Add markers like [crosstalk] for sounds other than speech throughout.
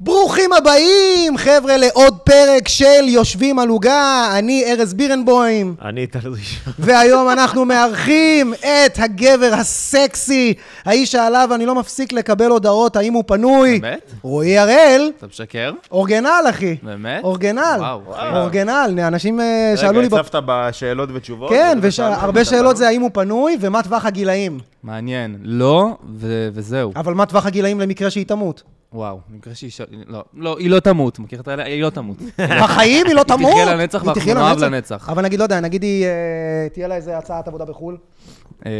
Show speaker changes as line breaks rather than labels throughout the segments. ברוכים הבאים, חבר'ה, לעוד פרק של יושבים על עוגה. אני ארז בירנבוים,
אני טל ראשון.
והיום אנחנו מארחים את הגבר הסקסי, האיש שעליו אני לא מפסיק לקבל הודעות האם הוא פנוי.
באמת?
רועי הראל,
אתה משקר?
אורגנל, אחי.
באמת?
אורגנל,
וואו, אחי.
אורגנל, אנשים אה, שאלו
רגע,
לי... ב-
הצפת בשאלות ותשובות?
כן,
אתה שאלת
והרבה
אם אתה
שאלות
לא-
זה האם הוא פנוי ומה טווח הגילאים.
מעניין. לא, ו- וזהו.
אבל מה טווח הגילאים למקרה שהיא תמות?
וואו, אני מקווה שהיא... ש- לא, לא, היא לא תמות, מכיר את האלה? היא
[laughs]
לא תמות.
בחיים היא לא
תחיה
תמות.
לנצח
היא
ואנחנו
תחיה
נאהב לנצח.
אבל נגיד, לא יודע, נגיד היא, אה, תהיה לה איזה הצעת עבודה בחו"ל.
לא אה,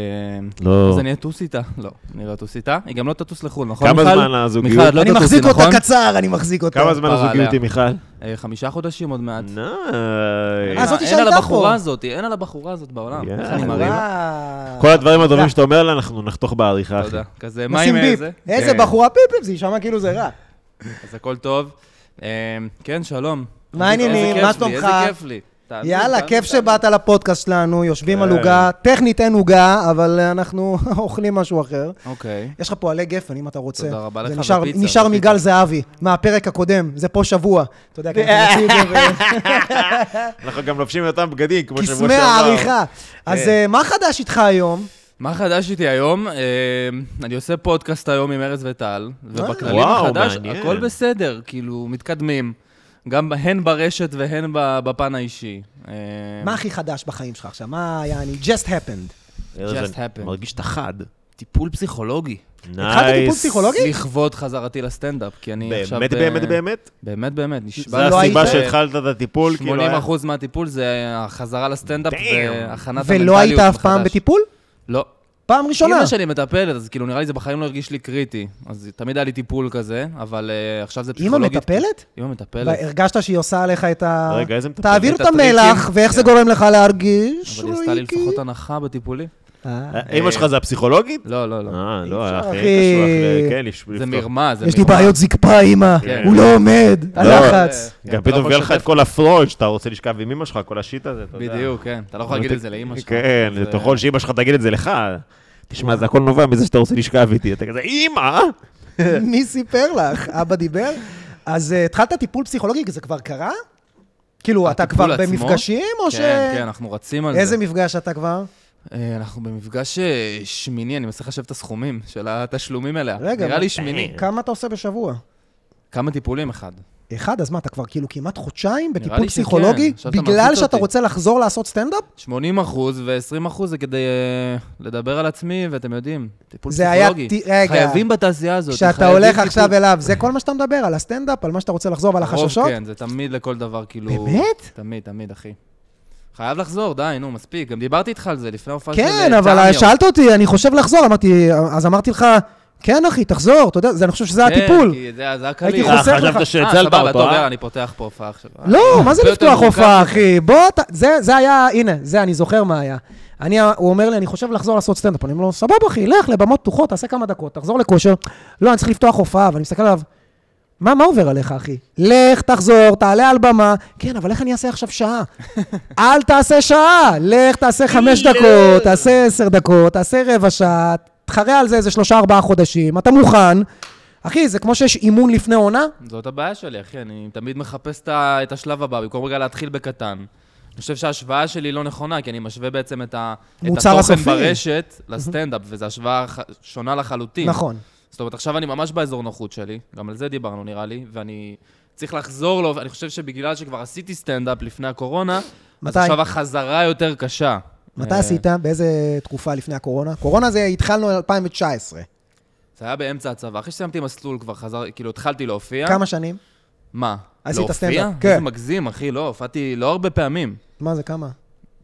לא.
אז אני אטוס איתה. לא, אני לא אטוס איתה. היא גם לא תטוס לחו"ל, נכון,
כמה
מיכל?
זמן הזוגיות?
מיכל, את לא
אני
תטוסי,
מחזיק אותה
נכון?
קצר, אני מחזיק אותה.
כמה זמן
פרה
הזוגיות
עליה.
היא, מיכל?
אה, חמישה חודשים עוד מעט.
ניי.
אה, זאת
אין
שהייתה
על
פה.
הבחורה הזאת, אין על הבחורה הזאת בעולם.
יאללה.
איך אני מרים?
אה, וואו.
כל הדברים הטובים שאתה אומר לה, אנחנו נחתוך בעריכה, אחי.
תודה. כזה, מה
נשים
עם
ביפ.
איזה?
איזה
כן.
בחורה פיפ, פיפ, זה יישמע כאילו זה רע.
אז הכל טוב. אה, כן, שלום.
מה
איזה כיף
העניינים? מה
לי,
שלומך?
איזה כיף לי. תענוג,
יאללה,
תענוג,
כיף
תענוג.
שבאת לפודקאסט שלנו,
אה.
יושבים על
כן.
עוגה. טכנית אין עוגה, אבל אנחנו [laughs] אוכלים משהו אחר.
אוקיי.
יש לך פה עלי גפן, אם אתה רוצה.
תודה רבה
זה
לך,
נשאר-
ופיצה,
נשאר
ופיצה.
מגל זהבי, מהפרק הקודם, זה פה שבוע. אתה יודע, כי אנחנו אה, נוציא את זה
[laughs]
ו-
אנחנו גם לובשים את אותם בגדים, כמו שבוע שעבר.
קסמי העריכה. אז
אה.
אה, מה חדש איתך היום?
מה חדש איתי היום? אה, אני עושה פודקאסט היום עם ארז וטל, ובכללים
אה, וואו,
החדש,
מעניין.
הכל בסדר, כאילו, מתקדמים. גם ב- הן ברשת והן ב- בפן האישי. אה,
מה הכי חדש בחיים שלך עכשיו? מה היה, אני just happened.
ארז,
Just
אני
happened.
מרגיש את החד.
טיפול פסיכולוגי.
התחלת טיפול
Nice.
פסיכולוגי? אוקיי.
לכבוד חזרתי לסטנדאפ, כי אני עכשיו... אה,
באמת,
ב-
באמת, באמת?
באמת, באמת, נשבע.
זה
לא
הסיבה
היית-
שהתחלת את הטיפול, כאילו... היה-
80% מהטיפול זה החזרה לסטנדאפ
Damn.
והכנת המנטליות
ולא היית אף פעם
מחדש.
בטיפול?
לא.
פעם ראשונה.
אמא שלי מטפלת, אז כאילו נראה לי זה בחיים לא הרגיש לי קריטי. אז תמיד היה לי טיפול כזה, אבל אה, עכשיו זה
אמא
פסיכולוגית.
מטפלת?
אמא לא מטפלת.
והרגשת שהיא עושה עליך את ה...
רגע, איזה מטפלת?
תעביר
את
את המלח,
הטריקים.
ואיך זה
כן.
גורם לך להרגיש?
אבל היא עשתה לי
ריקי?
לפחות הנחה בטיפולי.
אה.
אה, אמא שלך זה הפסיכולוגית?
לא, לא, לא.
אה,
אי
לא,
אפשר,
היה הכי
אחי.
קשוח. ל- כן, לפתוח.
זה מרמה, זה מרמה.
יש לי בעיות זקפה, אמא.
כן.
הוא לא עומד.
[laughs]
הלחץ.
כן,
גם
אתה לא
פתאום
יכול
מביא לך את
לשתף-
כל הפרוד שאתה רוצה לשכב עם אמא שלך, כל השיט הזה, אתה יודע.
בדיוק, כן. אתה לא יכול להגיד את זה לאמא שלך. אה,
כן,
זה-
אתה יכול שאימא שלך תגיד את זה לך. תשמע, זה הכל נובע מזה שאתה רוצה לשכב איתי. אתה כזה,
אה,
אימא!
כן.
מי סיפר לך? אבא דיבר? אז אה, התחלת טיפול פסיכולוגי, זה כבר קרה? כאילו, אתה
הטיפול
כבר
עצמו?
במפגשים, או ש...
כן, כן, אנחנו רצים על זה.
איזה מפגש אתה כבר?
אה, אנחנו במפגש אה, שמיני, אני מנסה לחשב את הסכומים של התשלומים אליה.
רגע,
נראה
מה-
לי
אה.
שמיני.
כמה אתה עושה בשבוע?
כמה טיפולים אחד.
אחד, אז מה, אתה כבר כאילו כמעט חודשיים בטיפול
לי שכן,
פסיכולוגי?
עכשיו אתה
בגלל
מלחיץ
שאתה
אותי.
רוצה לחזור לעשות סטנדאפ?
80 אחוז ו-20 אחוז זה כדי אה, לדבר על עצמי, ואתם יודעים, טיפול
זה היה
פסיכולוגי.
ט- רגע.
חייבים בתעשייה הזאת.
כשאתה
חייבים
הולך
טיפול.
עכשיו אליו, זה כל מה שאתה מדבר, על הסטנדאפ, על מה שאתה רוצה לחזור ועל
הרוב
החששות?
כן, זה תמיד לכל דבר, כאילו...
באמת?
תמיד, תמיד, אחי. חייב לחזור, די, נו, מספיק. גם דיברתי איתך על זה לפני ההופעה של...
כן,
אה,
אבל
טניה.
שאלת אותי, אני חושב לחזור, אמרתי, אז אמרתי לך, כן, אחי, תחזור, אתה יודע, זה- אני חושב שזה הטיפול.
כן, כי זה זה היה קליל.
הייתי
אה,
חוסך לך.
חשבת
אה,
שאצל
סבבה, טוב, יאללה,
ברברה?
אני פותח פה הופעה עכשיו.
לא, מה זה
הרבה יותר
לפתוח
מורכב
הופעה,
מזה.
אחי? בוא, ת- זה זה היה, הנה, זה, אני זוכר מה היה. אני, הוא אומר לי, אני חושב לחזור לעשות סטנדאפ. אני אומר לו, סבבה, אחי, לך לבמות פתוחות, תעשה כמה דקות, תחזור לכושר. לא, אני צריך לפתוח הופעה, ואני מסתכל עליו, מה, מה עובר עליך, אחי? לך, תחזור, תעלה על במה. כן, אבל איך אני אעשה עכשיו שעה? אל תעשה שעה! לך, תעשה חמש דקות, תעשה עשר דקות, תעשה רבע שעה, תחרה על זה איזה שלושה-ארבעה חודשים, אתה מוכן. אחי, זה כמו שיש אימון לפני עונה,
זאת הבעיה שלי, אחי, אני תמיד מחפש את ה- את השלב הבא, במקום רגע להתחיל בקטן. אני חושב שההשוואה שלי לא נכונה, כי אני משווה בעצם את ה- את
מוצר הסופי.
התוכן ברשת לסטנדאפ, וזו השוואה ח- שונה לחלוטין.
נכון.
זאת אומרת, עכשיו אני ממש באזור נוחות שלי, גם על זה דיברנו נראה לי, ואני צריך לחזור לו, אני חושב שבגלל שכבר עשיתי סטנדאפ לפני הקורונה,
מתי?
אז עכשיו החזרה יותר קשה.
מתי
אה,
עשית? באיזה תקופה לפני הקורונה? קורונה זה התחלנו 2019.
אה? זה היה באמצע הצבא. אחרי שסיימתי מסלול כבר חזר, כאילו התחלתי להופיע.
כמה שנים?
מה?
עשית
להופיע?
סטנדאפ, כן.
איזה מגזים, אחי, לא, הופעתי לא הרבה פעמים.
מה זה, כמה?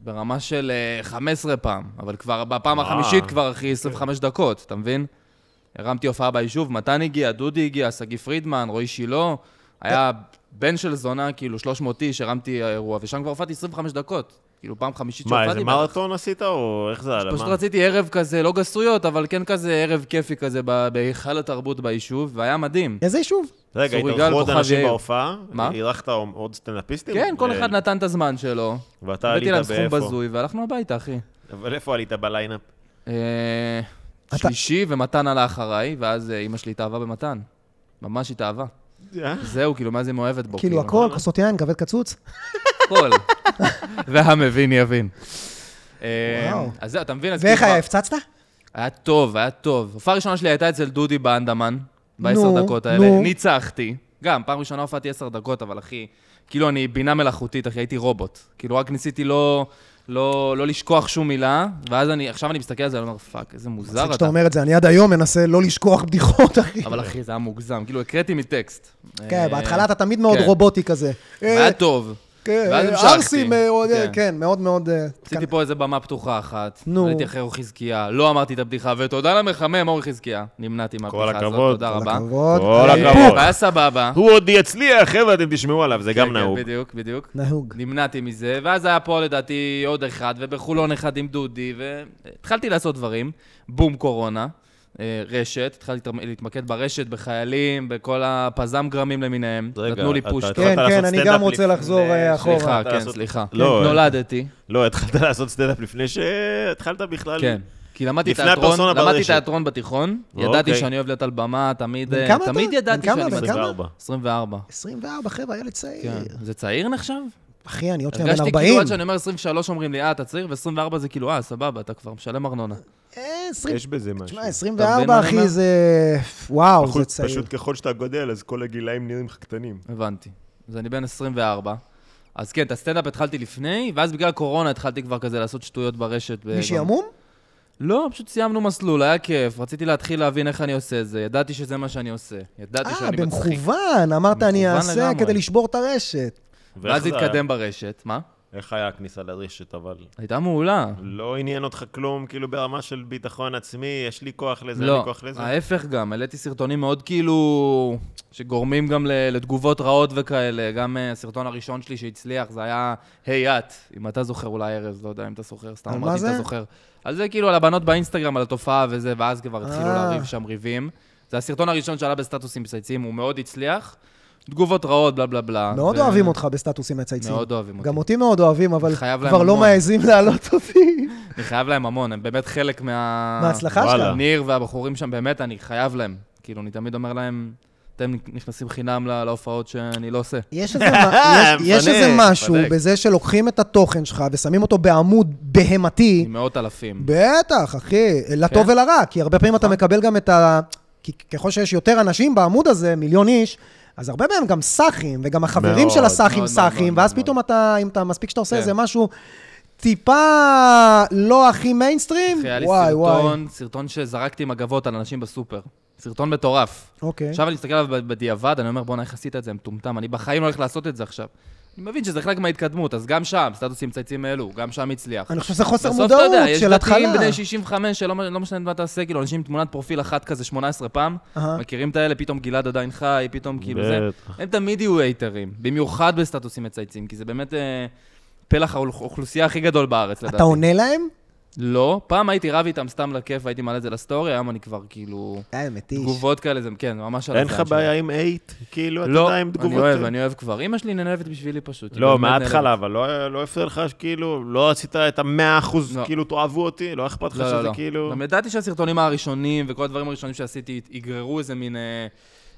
ברמה של אה, 15 פעם, אבל כבר בפעם
וואו.
החמישית כבר, אחי, 25
כן.
דקות, אתה מבין? הרמתי הופעה ביישוב, מתן הגיע, דודי הגיע, שגיא פרידמן, רועי שילה,
אה.
היה בן של זונה, כאילו 300 איש, הרמתי אירוע, ושם כבר הופעתי 25 דקות. כאילו, פעם חמישית
מה,
שהופעתי.
איזה
בה-
מרתון עשית, או איך זה עלה?
פשוט
מה?
רציתי ערב כזה, לא גסויות, אבל כן כזה ערב כיפי כזה ב- בהיכל התרבות ביישוב, והיה מדהים.
כן.
איזה יישוב?
אוקיי,
רגע,
צור
התארחו
יגאל,
עוד
כוכב
אנשים
יאיר.
בהופעה?
מה?
אירחת עוד סטנדאפיסטים?
כן, כל
ו-
אחד נתן את הזמן שלו.
ואתה
הבאתי להם
עלית
סכום
אה. באיפה?
בזוי, והלכנו הביתה, אחי.
אבל איפה עלית בליינאפ?
אה,
אתה-
שלישי, ומתן עלה אחריי, ואז אה, אימא שלי התאהבה במתן. ממש התאהבה. זהו, כאילו, מה זה מאוהבת בו?
כאילו, הכל, כוסות יין, כבד קצוץ.
הכל. [laughs] והמבין יבין. אה,
וואו.
אז זהו, אתה מבין? אז
ואיך
כאילו,
היה, הפצצת?
היה טוב, היה טוב. הופעה ראשונה שלי הייתה אצל דודי באנדמן,
נו,
בעשר דקות האלה.
נו.
ניצחתי. גם, פעם ראשונה הופעתי עשר דקות, אבל אחי, כאילו אני בינה מלאכותית, אחי, הייתי רובוט. כאילו רק ניסיתי לא... לא, לא לשכוח שום מילה, ואז אני, עכשיו אני מסתכל על זה, אני אומר, פאק, איזה מוזר
כשאתה
אתה.
אומר את זה, אני עד היום מנסה לא לשכוח [laughs] בדיחות, אחי.
אבל אחי, זה היה מוגזם, כאילו, הקראתי מטקסט.
כן,
אה,
בהתחלה אתה תמיד מאוד
כן.
רובוטי כזה. אה,
היה טוב.
כן,
ואז המשכתי.
ערסים, אה, עוד, אה,
כן.
כן, מאוד מאוד... אה,
עשיתי פה איזה במה פתוחה אחת.
נו.
נו. עליתי אחרי אורי חזקיה, לא אמרתי את הבדיחה, ותודה למחמם, אורי חזקיה. נמנעתי מהבדיחה הזאת,
הכבוד.
תודה
כל
רבה. אה,
הכבוד. אה, על
כל הכבוד.
האיפוק.
והיה סבבה.
הוא עוד יצליח, חבר'ה, אתם תשמעו עליו, זה גם
כן,
נהוג.
כן, בדיוק, בדיוק.
נהוג.
נמנעתי מזה, ואז היה פה לדעתי עוד אחד, ובחולון אחד עם דודי, והתחלתי לעשות דברים. בום קורונה, אה, רשת, התחלתי להתמ- להתמקד ברשת, בחיילים, בכל הפזמגרמים למיניהם.
רגע,
נתנו לי
אתה-
פוש.
אתה-
טוב.
כן,
לעשות
כן, אני
סטנדאפ
גם רוצה
לפני-
לחזור אה, אחורה.
סליחה,
אתה
כן,
לעשות-
סליחה.
לא, אה,
נולדתי,
לא, התחלת לעשות סטנדאפ לפני שהתחלת בכלל.
כן. כי למדתי
לפני
תיאטרון,
הפרסונה
למדתי
ברשת.
תיאטרון בתיכון, ידעתי
אוקיי.
שאני אוהב להיות על במה, תמיד
בן
אה,
כמה אתה?
תמיד
בן
ידעתי
כמה?
שאני...
בן
מצ-
כמה?
24.
24.
24, חבר'ה, ילד צעיר.
כן. זה צעיר נחשב?
אחי, אני עוד שנייה בן
הרגשתי כאילו
40.
עד שאני אומר 23 אומרים לי, אה, אתה צעיר, ו-24 זה כאילו, אה, סבבה, אתה כבר משלם ארנונה.
אה, 20.
יש בזה משהו.
תשמע,
אתה מבין מה
24,
אני אומר?
אחי, זה... וואו, זה
פחות-
צעיר.
פשוט ככל שאתה גודל, אז כל הגילאים נראים לך קטנים.
הבנתי. אז אני בן 24. אז כן, את הסטנדאפ התחלתי לפני, ואז בגלל קורונה התחלתי כבר כזה לעשות שטויות ברשת. ב-
מישהי עמום?
לא, פשוט סיימנו מסלול, היה כיף. רציתי להתחיל להבין איך אני עושה את זה. ידעתי שזה מה שאני עושה. ידעתי
אה,
שאני מצחיק.
במכוון, אמרת אני
במכוון
אעשה
לגמרי.
כדי לשבור את הרשת.
ואיך
ואז
זה היה?
התקדם ברשת. מה?
איך היה הכניסה לרשת, אבל...
הייתה מעולה.
לא עניין אותך כלום, כאילו ברמה של ביטחון עצמי, יש לי כוח לזה, אין לי
לא,
כוח לזה.
ההפך גם, העליתי סרטונים מאוד כאילו, שגורמים גם ל- לתגובות רעות וכאלה. גם אה, הסרטון הראשון שלי שהצליח, זה היה היי את, אם אתה זוכר אולי ארז, לא יודע אם אתה זוכר, סתם
על מה
אמרתי אם אתה
זה?
זוכר. על זה כאילו, על הבנות באינסטגרם, על התופעה וזה, ואז כבר התחילו
אה.
לריב שם ריבים. זה הסרטון הראשון שעלה בסטטוסים מצייצים, הוא מאוד הצליח. תגובות רעות, בלה בלה בלה.
מאוד
ו-
אוהבים אותך בסטטוסים מצייצים.
אה, מאוד אוהבים אותי.
גם אותי מאוד אוהבים, אבל
חייב להם
כבר לא
המון.
מעזים להעלות אותי.
אני חייב להם המון, הם באמת חלק מה...
מההצלחה שלך.
וואלה.
ניר והבחורים שם, באמת, אני חייב להם. כאילו, אני תמיד אומר להם, אתם נכנסים חינם לה- להופעות שאני לא עושה.
יש
[laughs]
איזה מה- יש-
מפנק,
יש איזה משהו
מפנק.
בזה שלוקחים את התוכן שלך ושמים אותו בעמוד בהמתי.
עם מאות אלפים.
בטח, אחי, לטוב
כן.
ולרע, כי הרבה פעמים אתה מקבל גם את ה... כי ככל שיש יותר אנשים בעמוד הזה, מיליון איש, אז הרבה מהם גם סאחים, וגם החברים
מאוד,
של הסאחים
מאוד,
סאחים,
מאוד,
ואז
מאוד,
פתאום אתה, אם אתה מספיק שאתה עושה
כן.
איזה משהו טיפה לא הכי מיינסטרים,
אחי, היה לי
וואי, וואי.
סרטון, סרטון שזרקתי מגבות על אנשים בסופר. סרטון מטורף.
אוקיי.
עכשיו אני מסתכל עליו ב- בדיעבד, אני אומר, בואנה, איך עשית את זה, מטומטם, אני בחיים לא הולך לעשות את זה עכשיו. אני מבין שזה חלק מההתקדמות, אז גם שם, סטטוסים מצייצים מאלו, גם שם הצליח.
אני חושב שזה חוסר
בסוף אתה
מודעות
יודע, יש
של התחלה.
דתיים בני 65 שלא לא משנה מה תעשה, כאילו, אנשים עם תמונת פרופיל אחת כזה 18 פעם,
אהה.
מכירים את האלה, פתאום גלעד עדיין חי, פתאום כאילו זה.
בטח.
הם תמיד יהיו הייטרים, במיוחד בסטטוסים מצייצים, כי זה באמת אה, פלח האול- האוכלוסייה הכי גדול בארץ, לדעתי.
אתה עונה להם?
לא. פעם הייתי רב איתם סתם לכיף, הייתי מעלה את זה לסטורי, היום אני כבר כאילו...
די, אה, מתיש.
תגובות כאלה, זה כן, ממש על
אין
הזין
לך
שלי.
בעיה עם אייט? כאילו, אתה
לא,
יודע, עם
אני
תגובות...
אוהב, אני אוהב כבר. אימא שלי נעלבת בשבילי פשוט. היא
לא,
באמת נעלבת.
מההתחלה, אבל לא לא הפריע לך, כאילו, לא עשית את המאה אחוז,
לא.
כאילו, תאהבו אותי? לא אכפת לך
לא, לא,
שזה
לא.
כאילו...
גם ידעתי שהסרטונים הראשונים וכל הדברים הראשונים שעשיתי יגררו איזה מין אה,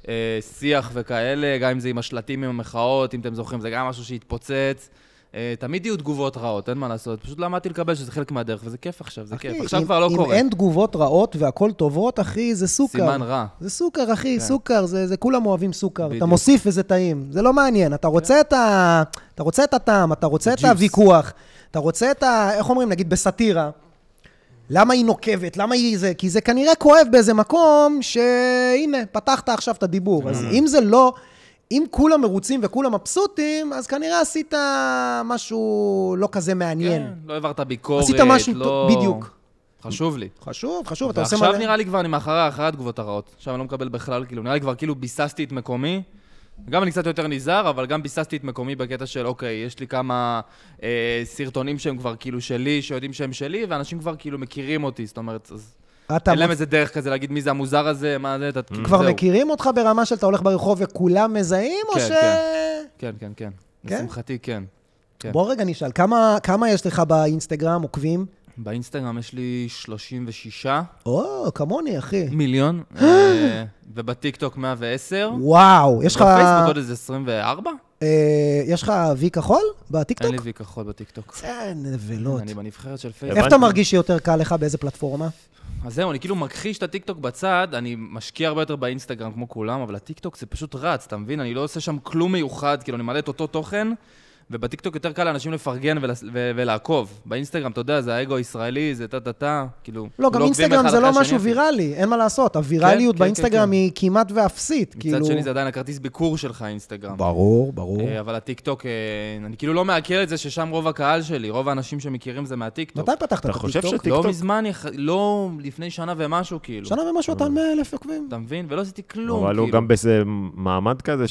אה, שיח וכאלה, גם אם זה עם השלטים, עם המחאות, אם אתם זוכרים, זה גם משהו שהתפוצץ. אה, תמיד יהיו תגובות רעות, אין מה לעשות. פשוט למדתי לקבל שזה חלק מהדרך, וזה כיף עכשיו, זה
אחי,
כיף. עכשיו
אם-
כבר לא
אם
קורה.
אין תגובות רעות והכול טובות, אחי, זה סוכר.
סימן רע. כן.
זה סוכר, אחי, סוכר, זה, זה כולם אוהבים סוכר. אתה
בדיוק. כן.
מוסיף וזה טעים, זה לא מעניין. אתה רוצה את, ה, אתה רוצה את הטעם, אתה רוצה את הוויכוח, אתה רוצה את ה... איך אומרים, נגיד בסאטירה, למה היא נוקבת, למה היא זה... כי זה כנראה כואב באיזה מקום, שהנה, פתחת עכשיו את הדיבור.
כן.
אז אם זה לא... אם כולם מרוצים וכולם מבסוטים, אז כנראה עשית משהו לא כזה מעניין.
כן, לא העברת ביקורת,
עשית משהו
לא-
טוב, בדיוק.
חשוב לי.
חשוב, חשוב, אתה עושה
ועכשיו נראה לי כבר אני מאחורי אחרי התגובות הרעות. עכשיו אני לא מקבל בכלל, כאילו, נראה לי כבר כאילו ביססתי את מקומי. גם אני קצת יותר נזהר, אבל גם ביססתי את מקומי בקטע של, אוקיי, יש לי כמה אה, סרטונים שהם כבר כאילו שלי, שיודעים שהם שלי, ואנשים כבר כאילו מכירים אותי, זאת אומרת, אז
אתה Mm.
אין להם איזה דרך כזה להגיד מי זה המוזר הזה, מה זה, אתה... כאילו,
כבר
זהו.
מכירים אותך ברמה שאתה הולך ברחוב וכולם מזהים, או
כן,
ש...
כן, כן, כן.
כן?
לשמחתי, כן. כן.
בוא רגע נשאל, כמה, כמה יש לך באינסטגרם עוקבים?
באינסטגרם יש לי 36
או, כמוני, אחי. [gasps]
מיליון, אה, ובטיקטוק 110,
וואו, יש לך...
בפייסבוק עוד איזה 24?
אה, יש לך וי כחול
אין
בטיקטוק?
לי וי כחול בטיקטוק.
זה נבלות.
אני בנבחרת של פייסבוק.
איפה אתה מרגיש שיותר קל לך, באיזה פלטפורמה? לא,
אז זהו, אני כאילו מכחיש את הטיקטוק בצד, אני משקיע הרבה יותר באינסטגרם כמו כולם, אבל הטיקטוק זה פשוט רץ, אתה מבין? אני לא עושה שם כלום מיוחד, כאילו, אני מעלה את אותו תוכן, ובטיקטוק יותר קל לאנשים לפרגן ול, ו, ולעקוב. באינסטגרם, אתה יודע, זה האגו הישראלי, זה טה-טה-טה, כאילו...
לא, גם
עוקבים
אינסטגרם זה
אחד אחרי
לא
השני,
משהו
אפילו.
ויראלי, אין מה לעשות. הווירליות
כן, כן,
באינסטגרם
כן.
היא כמעט ואפסית, כאילו...
מצד שני, זה עדיין הכרטיס ביקור שלך, אינסטגרם.
ברור, ברור.
אה, אבל הטיקטוק, אה, אני כאילו לא מעכל את זה ששם רוב הקהל שלי, רוב האנשים שמכירים זה מהטיקטוק.
מתי פתחת את
אתה חושב
הטיקטוק?
שטיקטוק-
לא מזמן, יח- לא לפני שנה ומשהו, כאילו.
שנה ומשהו אתה על 100 אלף עוקבים.
אתה מבין? ולא עשיתי כלום,
אבל הוא
כאילו.
גם באיזה מעמד כזה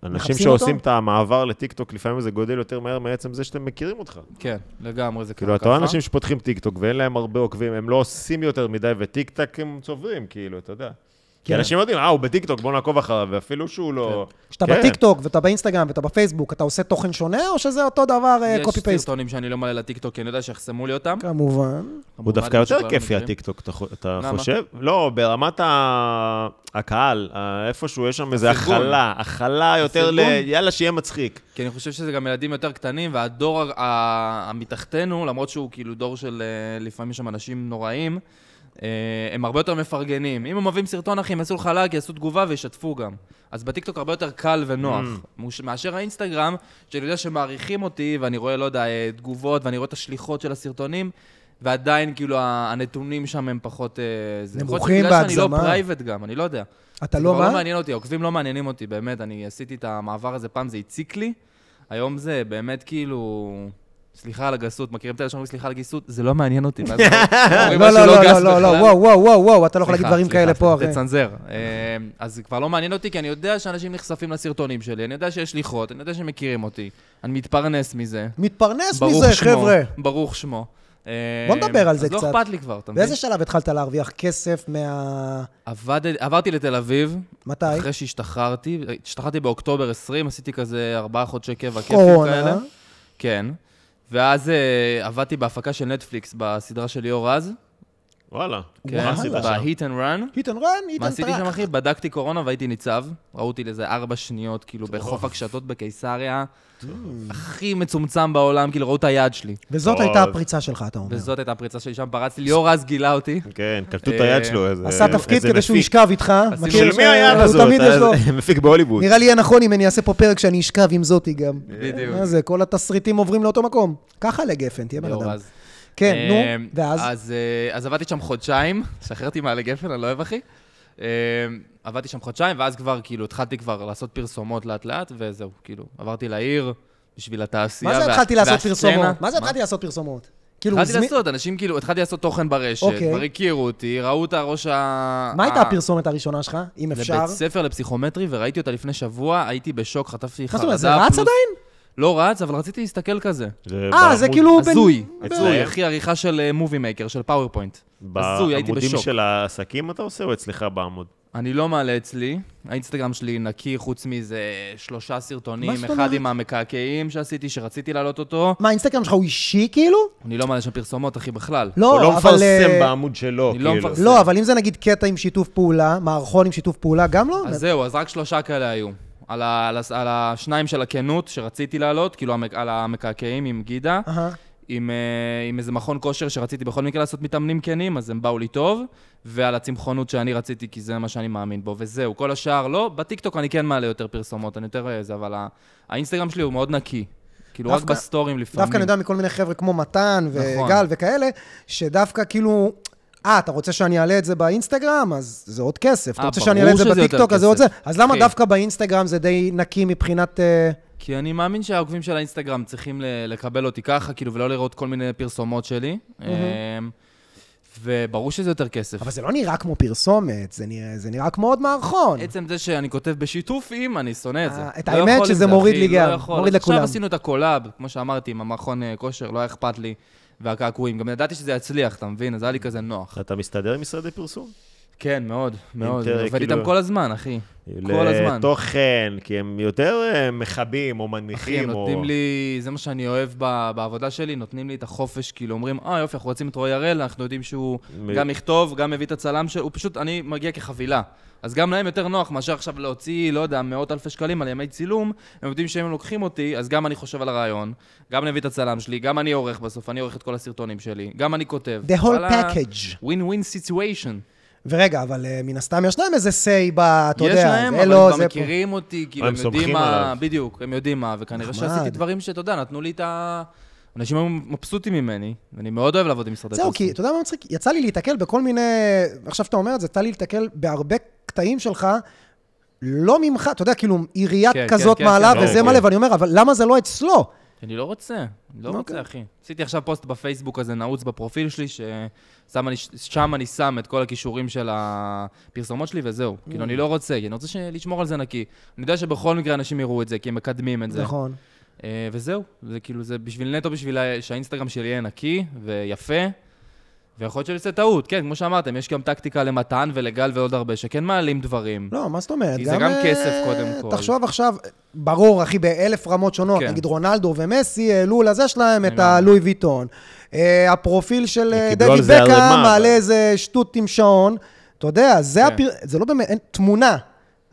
שאנשים
מחפשים
שעושים
אותו?
את המעבר לטיקטוק, לפעמים זה גודל יותר מהר מעצם זה שאתם מכירים אותך.
כן, לגמרי, זה
כאילו,
ככה.
אתה רואה אנשים שפותחים טיקטוק ואין להם הרבה עוקבים, הם לא עושים יותר מדי, וטיקטק הם צוברים, כאילו, אתה יודע.
כן.
כי אנשים יודעים, אה, הוא בטיקטוק, בוא נעקוב אחריו, ואפילו שהוא לא...
כשאתה
כן.
בטיקטוק ואתה באינסטגרם ואתה בפייסבוק, אתה עושה תוכן שונה, או שזה אותו דבר אה, קופי
יש
פייסט?
סרטונים שאני לא מעלה לטיקטוק, כי אני יודע שיחסמו לי אותם.
כמובן.
הוא דווקא יותר
לא
כיפי,
הטיקטוק.
הטיקטוק, אתה חו- אתה
למה?
חושב? לא, ברמת ה- הקהל, ה- איפשהו יש שם איזו
הפרגון.
הכלה, הכלה יותר ל...
הפרגון.
יאללה, שיהיה מצחיק.
כי אני חושב שזה גם ילדים יותר קטנים, והדור ה- ה- המתחתנו, למרות שהוא כאילו דור של אה, לפעמים יש שם אנשים נוראים, אה, הם הרבה יותר מפרגנים. אם הם מביאים סרטון, אחי, הם יעשו לך לייק, יעשו תגובה וישתפו גם. אז בטיקטוק הרבה יותר קל ונוח. מוש- מאשר האינסטגרם, שאני יודע שמעריכים אותי, ואני רואה, לא יודע, אה, תגובות, ואני רואה את השליחות של הסרטונים. ועדיין, כאילו, ה- הנתונים שם הם פחות... אה, זה. יכול להיות
נמוכים
בגלל שאני לא
בהגזמה.
פרייבט גם, אני לא יודע.
אתה
זה
לא
כבר לא
מה?
מעניין אותי, העוקבים לא מעניינים אותי, באמת. אני עשיתי את המעבר הזה, פעם זה הציק לי, היום זה באמת כאילו... סליחה על הגסות, מכירים את אלה שאומרים סליחה על הגסות? זה לא מעניין אותי.
[laughs]
ואז אומרים
לא,
משהו
לא, לא,
גס
לא, לא, לא,
בכלל.
וואו, וואו, וואו, וואו, אתה לא יכול
סליחה,
להגיד דברים
סליחה,
כאלה פה,
סליחה,
אחי.
תצנזר. אה, אז זה כבר לא מעניין אותי, כי אני יודע שאנשים נחשפים לסרטונים שלי, אני יודע שיש שליחות, אני יודע שמכירים אותי, אני מתפרנס מזה.
מתפרנס
ברוך
מזה,
שמו,
חבר'ה.
ברוך שמו. אה,
בוא נדבר על זה
אז
קצת.
לא אכפת לי כבר, אתה מבין?
באיזה שלב התחלת להרוויח כסף מה...
עבד- עברתי לתל אביב,
מתי?
אחרי שהשתחררתי, השתחררתי באוקטובר 20, עשיתי כזה ארבעה חודשי קבע כיפים
קורונה.
כאלה. כן. ואז אה, עבדתי בהפקה של נטפליקס בסדרה של ליאור רז.
וואלה.
כן,
מה עשית שם?
ב-Hit and Run.
היטן רן,
מה
היטן
עשיתי שם,
טראק.
אחי? בדקתי קורונה והייתי ניצב. ראו אותי לזה ארבע שניות, כאילו, בחוף הקשתות בקיסריה. הכי מצומצם בעולם, כאילו, ראו את היד שלי.
וזאת
טוב.
הייתה הפריצה שלך, אתה אומר.
וזאת הייתה הפריצה שלי, שם פרצתי. ליאור רז גילה אותי.
כן, קלטו את היד
אה,
שלו, איזה...
עשה תפקיד
איזה
כדי שהוא
מפיק.
ישכב איתך. מכיר
של
ש-
מי היד
הוא
הזאת?
תמיד יש לו...
[laughs] מפיק בהוליווד.
נראה לי יהיה נכון אם אני אעשה פה פרק שאני אשכב עם זאתי גם.
בדיוק.
מה זה, כל התסריטים עוברים לאותו מקום. ככה לגפן, תהיה בן
ליאור
אדם.
רז.
כן,
אה,
נו, ואז?
אז, אה, אז עבדתי שם חודשיים, [laughs] שחררתי מעלה גפן, אני לא אוהב אחי. אה, עבדתי שם חודשיים, ואז כבר, כאילו, התחלתי כבר לעשות פרסומות לאט-לאט, וזהו, כאילו, עברתי לעיר בשביל התעשייה.
מה זה
וה-
התחלתי לעשות
והסצנה.
פרסומות? מה זה התחלתי לעשות פרסומות? כאילו,
התחלתי
זמי-
לעשות, אנשים כאילו, התחלתי לעשות תוכן ברשת,
אוקיי.
כבר הכירו אותי, ראו את הראש ה...
מה הייתה
ה-
הפרסומת הראשונה שלך, אם
אה. זה
אפשר?
בית ספר לפסיכומטרי, וראיתי אותה לפני שבוע, הייתי בשוק, חטפתי
מה
חרדה.
זאת אומרת, זה רץ
פלוס-
עדיין?
לא רץ, אבל רציתי להסתכל כזה.
אה, זה
בעמוד-
כאילו... בין-
הזוי.
בין-
אצלו.
הזוי, אחי, עריכה של מובי מייקר, של פאורפוינט. הזוי, הייתי
בעמודים
בשוק.
של העסקים אתה עושה, או אצלך בעמוד?
אני לא מעלה אצלי, האינסטגרם שלי נקי חוץ מאיזה שלושה
מה
סרטונים,
זאת
אחד
אומרת?
עם המקעקעים שעשיתי, שרציתי להעלות אותו.
מה, האינסטגרם שלך הוא אישי כאילו?
אני לא מעלה שם פרסומות, אחי, בכלל.
הוא לא
לא, אבל...
מפרסם
אה,
בעמוד שלו,
אני לא
כאילו.
מפרסם.
לא, אבל אם זה נגיד קטע עם שיתוף פעולה, מערכון עם שיתוף פעולה, גם לא?
אז זהו, אז רק שלושה כאלה היו. על, ה, על, ה, על השניים של הכנות שרציתי להעלות, כאילו המק, על המקעקעים עם גידה,
אהה.
עם, אה, עם איזה מכון כושר שרציתי בכל מקרה לעשות מתאמנים כנים, אז הם באו לי טוב, ועל הצמחונות שאני רציתי, כי זה מה שאני מאמין בו, וזהו. כל השאר לא, בטיקטוק אני כן מעלה יותר פרסומות, אני יותר אה, זה, אבל ה, האינסטגרם שלי הוא מאוד נקי. כאילו, רק
דווקא-
בסטורים לפעמים.
דווקא אני יודע מכל מיני חבר'ה כמו מתן
נכון.
וגל וכאלה, שדווקא כאילו... אה, אתה רוצה שאני אעלה את זה באינסטגרם? אז זה עוד כסף. אתה
אה,
רוצה
ברור
שאני אעלה את זה
שזה יותר
בטיקטוק? אז זה עוד זה.
כסף. כן.
אז למה
אחי.
דווקא באינסטגרם זה די נקי מבחינת... אה,
כי אני מאמין שהעוקבים של האינסטגרם צריכים ל- לקבל אותי ככה, כאילו, ולא לראות כל מיני פרסומות שלי. אמ, וברור שזה יותר כסף.
אבל זה לא נראה כמו פרסומת, זה נראה- זה נראה כמו עוד מערכון.
עצם זה שאני כותב בשיתוף עם, אני שונא את זה.
נכון. אה, את
לא
האמת
יכול עם
שזה
זה,
מוריד
אחי,
לי גם,
לא יכול.
מוריד לכולם.
עכשיו עשינו את הקולאב, כמו שאמרתי, עם המכון אה, כושר, לא היה אכפת לי, והקעקועים. גם ידעתי שזה יצליח, אתה מבין? אז היה לי כזה נוח.
אתה מסתדר עם משרדי פרסום?
כן, מאוד, מאוד.
אינטר-
עובד
כאילו-
איתם כל הזמן, אחי. כל הזמן.
לתוכן, כי הם יותר אה, מכבים או מנמיכים.
אחי, הם
או-
נותנים לי, זה מה שאני אוהב ב- בעבודה שלי, נותנים לי את החופש, כאילו אומרים, אה יופי, אנחנו רוצים את רועי הראל, אנחנו יודעים שהוא
מ-
גם יכתוב, גם מביא את הצלם שלו, הוא פשוט, אני מגיע כחבילה. אז גם להם יותר נוח מאשר עכשיו להוציא, לא יודע, מאות אלפי שקלים על ימי צילום, הם יודעים שהם לוקחים אותי, אז גם אני חושב על הרעיון, גם אני מביא את הצלם שלי, גם אני עורך בסוף, אני עורך את כל הסרטונים שלי, גם אני כותב.
The whole
וואלה,
package.
win-win situation.
ורגע, אבל אה, מן הסתם יש להם איזה say ב... אתה יודע,
יש להם,
זה
אבל
לא,
הם כבר
זה פה.
מכירים אותי, כאילו,
הם
הם יודעים
סומכים
מה...
עליו.
בדיוק, הם יודעים מה, וכנראה
נחמד.
שעשיתי דברים שאתה יודע, נתנו לי את ה... אנשים היו מבסוטים ממני, ואני מאוד אוהב לעבוד עם משרדי
זהו,
פרסום.
כי אתה יודע מה מצחיק? יצא לי להיתקל בכל מיני... עכשיו שאתה אומר את זה, יצא לי להיתקל בהרבה קטעים שלך, לא ממך, אתה יודע, כאילו, עירייה
כן,
כזאת
כן, כן,
מעלה
כן.
וזה
לא,
מלא,
כן.
ואני אומר, אבל למה זה לא אצלו?
אני לא רוצה, אני לא
אוקיי.
רוצה, אחי. עשיתי עכשיו פוסט בפייסבוק הזה, נעוץ בפרופיל שלי, ששם אני, שם אני שם את כל הכישורים של הפרסומות שלי, וזהו. כאילו,
Mm.
אני לא רוצה, כי אני רוצה ש- לשמור על זה נקי. אני יודע שבכל מקרה אנשים יראו את זה, כי הם מקדמים את זה.
נכון.
אה, וזהו, זה כאילו, זה בשביל נטו, בשביל ה- שהאינסטגרם שלי יהיה נקי ויפה, ויכול להיות שאני אעשה טעות, כן, כמו שאמרתם, יש גם טקטיקה למתן ולגל ועוד הרבה, שכן מעלים דברים.
לא, מה זאת אומרת?
כי זה גם
אה,
כסף קודם כל.
תחשוב עכשיו, ברור, אחי, באלף רמות שונות.
כן.
נגיד רונלדו ומסי העלו לזה שלהם את
לגמרי.
הלואי ויטון. אה, הפרופיל של אה,
קיבלו על
דויד
זה ערימה,
בקאם
אבל.
מעלה איזה שטות עם שעון. אתה יודע, זה
כן.
הפיר... זה לא באמת, אין תמונה.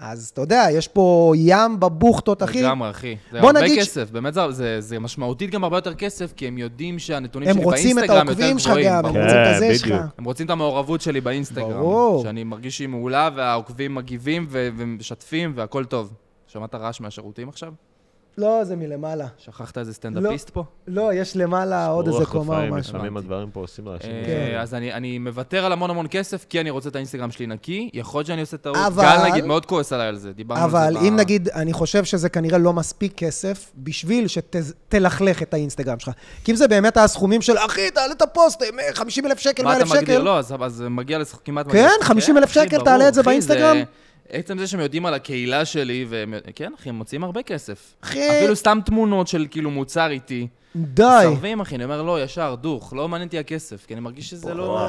אז אתה יודע, יש פה ים בבוכטות, אחי.
לגמרי, אחי. זה
בוא
הרבה
נגיד ש-
כסף, באמת זה, זה, זה משמעותית גם הרבה יותר כסף, כי הם יודעים שהנתונים
הם
שלי
רוצים את
באינסטגרם יותר גבוהים.
העוקבים שלך גם, הם
ברור.
רוצים את
כן,
הזה שלך.
בדיוק.
הם רוצים את המעורבות שלי באינסטגרם.
ברור.
שאני מרגיש שהיא מעולה, והעוקבים מגיבים ו- ומשתפים, והכל טוב. שמעת רעש מהשירותים עכשיו?
לא, זה מלמעלה.
שכחת איזה סטנדאפיסט פה?
לא, יש למעלה עוד
רוח
איזה קומה או
רפאים,
משהו.
לפעמים הדברים פה עושים רעשים.
אה,
כן.
אז אני, אני מוותר על המון המון כסף, כי אני רוצה את האינסטגרם שלי נקי, יכול להיות שאני עושה טעות.
אבל-
אבל... גל נגיד מאוד כועס עליי על זה, דיברנו על זה.
אבל
ב-
אם נגיד, אני חושב שזה כנראה לא מספיק כסף בשביל שתלכלך את האינסטגרם שלך. כי אם זה באמת הסכומים של, אחי, תעלה את הפוסט, 50 אלף שקל, 100
מה אתה
אלף
מגדיר?
שקל.
לא, אז, אז מגיע לס... כמעט...
כן, 50,000
אחי,
שקל,
ברור,
תעלה את זה
אחי,
באינסטגרם?
זה... עצם זה שהם יודעים על הקהילה שלי, והם... כן, אחי, הם מוציאים הרבה כסף.
אחי.
אפילו סתם תמונות של כאילו מוצר איתי.
די.
מסרבים, אחי, אני אומר, לא, ישר, דוך, לא מעניין אותי הכסף, כי אני מרגיש שזה לא...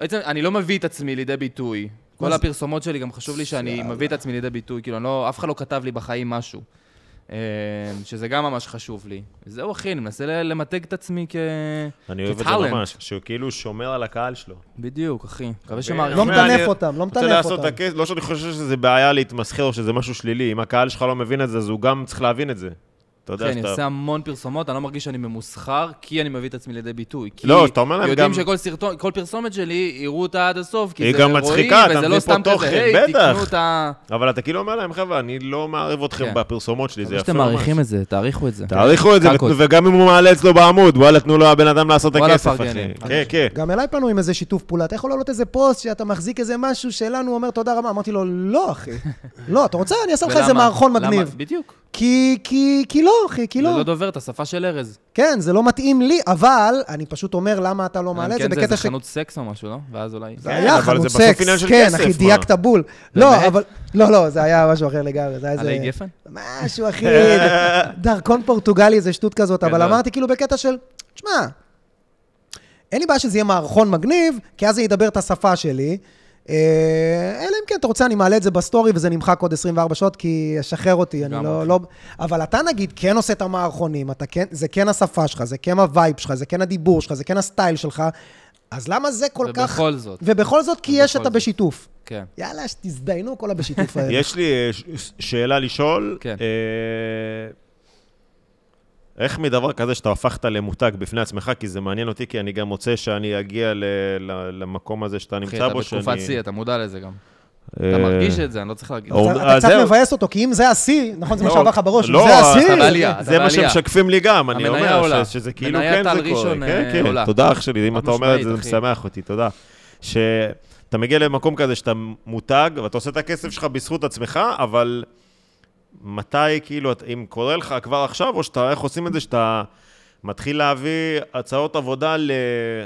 בעצם, אני לא מביא את עצמי לידי ביטוי. כל הפרסומות שלי, גם חשוב לי שאני מביא את עצמי לידי ביטוי, כאילו, אני לא, אף אחד לא כתב לי בחיים משהו. אה, שזה גם ממש חשוב לי. זהו, אחי, אני מנסה ל- למתג את עצמי כ...
אני אוהב את זה
כטאלנט.
ממש, שהוא כאילו שומר על הקהל שלו.
בדיוק, אחי. מקווה
לא
שמעריכים.
מטנף
אני
אותם, לא מטנף
רוצה לעשות את
אותם.
הכסף, לא שאני חושב שזה בעיה להתמסחר או שזה משהו שלילי. אם הקהל שלך לא מבין את זה, אז הוא גם צריך להבין את זה. אתה
אחי,
יודע
כן, אני עושה
שאתה...
המון פרסומות, אני לא מרגיש שאני ממוסחר, כי אני מביא את עצמי לידי ביטוי. כי
לא, אתה אומר להם
יודעים
גם-
שכל סרטון, כל פרסומת שלי, יראו אותה עד הסוף, כי
היא
זה
גם
רואים,
מצחיקה, אתה
וזה
מביא
לא
פה
סתם
תוכן,
כזה, היי,
בטח."
תקנו את ה...
אבל אתה כאילו אומר להם, חבר'ה, אני לא מערב אתכם
כן.
בפרסומות שלי, זה
מקווה
יפה
שאתם
ממש.
מעריכים את זה, תעריכו את זה.
תעריכו את זה,
קקות.
וגם אם הוא מעלה אצלו בעמוד, וואלה, תנו לו הבן אדם לעשות את
וואלה,
הכסף, אחי.
פרגנים.
כן, כן.
גם אליי פנו עם איזה שיתוף פעולה. אתה יכול להעלות איזה פוסט שאתה מחזיק איזה משהו שלנו, אומר תודה רבה. אמרתי לו, לא,
[laughs]
אחי. לא, אתה רוצה? אני אעשה לך איזה
ולמה?
מערכון
למה?
מגניב.
בדיוק.
כי, כי, כי לא, אחי, כי
זה
לא.
לא דובר את השפה של ארז.
כן, זה לא מתאים לי, אבל אני פשוט אומר למה אתה לא מעלה את זה
כן, זה איזה
בקטע ש...
חנות סקס או משהו, לא? ואז אולי...
זה
כן,
היה
אבל זה
חנות
בסוף
סקס,
עניין של
כן,
כסף,
אחי,
מה?
דייקת בול. לא,
באמת?
אבל... לא, לא, זה היה משהו אחר לגמרי, זה היה
עלי
איזה...
גפן?
משהו, אחי,
[laughs]
דרכון פורטוגלי, איזה שטות כזאת, אבל
כן,
לא.
אמרתי כאילו בקטע של, תשמע, אין לי בעיה שזה יהיה מערכון מגניב, כי אז זה ידבר את השפה שלי. אה, אלא אם כן, אתה רוצה, אני מעלה את זה בסטורי וזה נמחק עוד 24 שעות, כי ישחרר אותי, אני
גם
לא,
אחי.
לא... אבל אתה נגיד כן עושה את המערכונים, אתה כן, זה כן השפה שלך, זה כן הווייב שלך, זה כן הדיבור שלך, זה כן הסטייל שלך, אז למה זה כל כך...
ובכל זאת,
ובכל זאת, כי יש את
ובכל זאת.
הבשיתוף.
כן.
יאללה, שתזדיינו כל הבשיתוף
[laughs]
האלה.
יש לי אה, ש- ש- שאלה לשאול.
כן.
אה, איך מדבר כזה שאתה הפכת למותג בפני עצמך, כי זה מעניין אותי, כי אני גם רוצה שאני אגיע ל- ל- למקום הזה שאתה
אחי,
נמצא
אתה
בו, שאני...
בתקופת שיא, אתה מודע לזה גם.
אה, אוקיי.
אתה מרגיש את זה, אני לא צריך להגיד.
או-
אתה- אתה
אז
קצת
זהו.
מבאס אותו, כי אם זה השיא, נכון, זה מה
לא,
שעבר לך בראש, אם
לא,
זה
אתה
השיא,
בעלייה.
זה מה
בעלייה.
שמשקפים לי גם, אני
המניה
אומר
עולה.
ש- שזה כאילו
מניה
כן
טל
זה קורה.
ראשון,
כן,
אה,
כן,
עולה.
תודה אח שלי, אם
חד
אתה אומר את זה, זה
משמעית, אחי.
משמח אותי, תודה. שאתה מגיע למקום כזה שאתה מותג, ואתה עושה את הכסף שלך בזכות עצמך, אבל מתי, כאילו, את- אם קורה לך כבר עכשיו, או שאתה, איך עושים את זה שאתה... מתחיל להביא הצעות עבודה ל...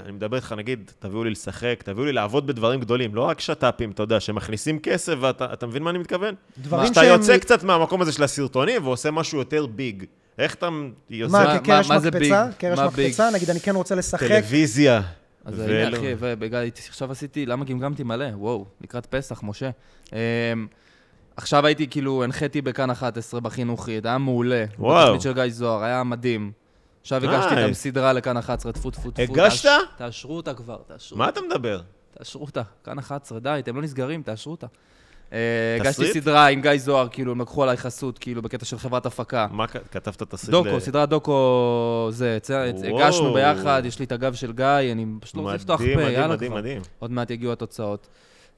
אני מדבר איתך, נגיד, תביאו לי לשחק, תביאו לי לעבוד בדברים גדולים, לא רק שת"פים, אתה יודע, שמכניסים כסף, ואתה אתה מבין מה אני מתכוון?
דברים
שאתה
שהם-
יוצא קצת מהמקום הזה של הסרטונים ועושה משהו יותר ביג. איך אתה יוצא
מה,
מה-
כקרש
מה זה ביג?
מקפצה? קרש
מה ביג?
מקפצה, נגיד, אני כן רוצה לשחק,
טלוויזיה?
אז
ו-
הנה,
לא.
אחי, ובגלל, עכשיו עשיתי, למה גמגמתי מלא? וואו, לקראת פסח, משה. אמ, עכשיו הייתי, כאילו, הנחיתי בכאן 11 בחינוכית, היה מעולה.
וואו.
בתוכנית של גיא זוהר, היה מדהים. עכשיו הגשתי
נייס.
גם סדרה לכאן 11, טפו טפו טפו.
הגשת?
תאש- תאשרו אותה כבר, תאשרו.
מה אתה מדבר?
תאשרו אותה, כאן 11, די, אתם לא נסגרים, תאשרו אותה. אה, הגשתי
תסריט?
סדרה עם גיא זוהר, כאילו, הם לקחו עליי חסות, כאילו, בקטע של חברת הפקה.
מה כ- כתבת תסריט? ל-
דוקו, סדרת דוקו, זה, צ-
וואו.
הגשנו ביחד, יש לי את הגב של גיא, אני פשוט לא רוצה לפתוח פה,
מדהים, מדהים,
יאללה
מדהים,
כבר.
מדהים.
עוד מעט יגיעו התוצאות.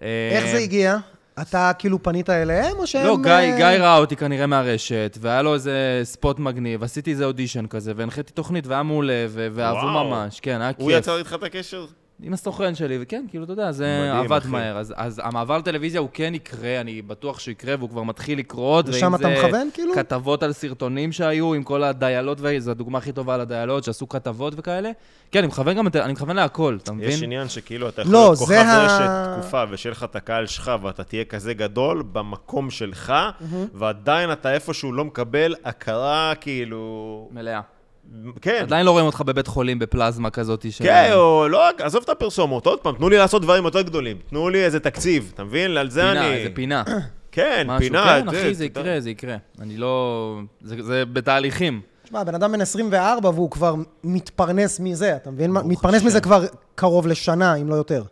אה,
איך זה הגיע? אתה כאילו פנית אליהם, או שהם...
לא,
אה,
גיא, גיא ראה אותי כנראה מהרשת, והיה לו איזה ספוט מגניב, עשיתי איזה אודישן כזה, והנחיתי תוכנית, והיה מעולה, ו- ואהבו
וואו.
ממש, כן, היה
הוא
כיף.
יצר איתך את הקשר?
עם הסוכן שלי, וכן, כאילו, אתה יודע, זה
מדהים,
עבד
אחי.
מהר. אז- אז המעבר לטלוויזיה הוא כן יקרה, אני בטוח שהוא יקרה, והוא כבר מתחיל לקרות.
לשם
ואם
אתה
זה
מכוון, כאילו?
כתבות על סרטונים שהיו, עם כל הדיילות, וזו הדוגמה הכי טובה על הדיילות, שעשו כתבות וכאלה. כן, אני מכוון גם, לת- אני מכוון להכל, אתה מבין?
יש עניין שכאילו אתה יכול
לא,
להיות
זה
כוכב
ה-
רשת תקופה, ושיהיה לך את הקהל שלך, ואתה תהיה כזה גדול במקום שלך, ועדיין אתה איפשהו לא מקבל הכרה, כאילו...
מלאה.
כן.
עדיין לא רואים אותך בבית חולים בפלזמה כזאת של...
כן, או לא, רק- עזוב את הפרסומות, עוד פעם, תנו לי לעשות דברים יותר גדולים. תנו לי איזה תקציב, אתה מבין? על זה
פינה,
אני...
איזה
[coughs]
פינה.
כן,
משהו.
פינה.
כן,
אתה-
אחי, זה
אתה-
יקרה, זה יקרה. אני לא... זה זה בתהליכים.
תשמע, בן אדם בן 24 והוא כבר מתפרנס מזה, אתה מבין? מה?
ברוך
מתפרנס
השם.
מזה כבר קרוב לשנה, אם לא יותר.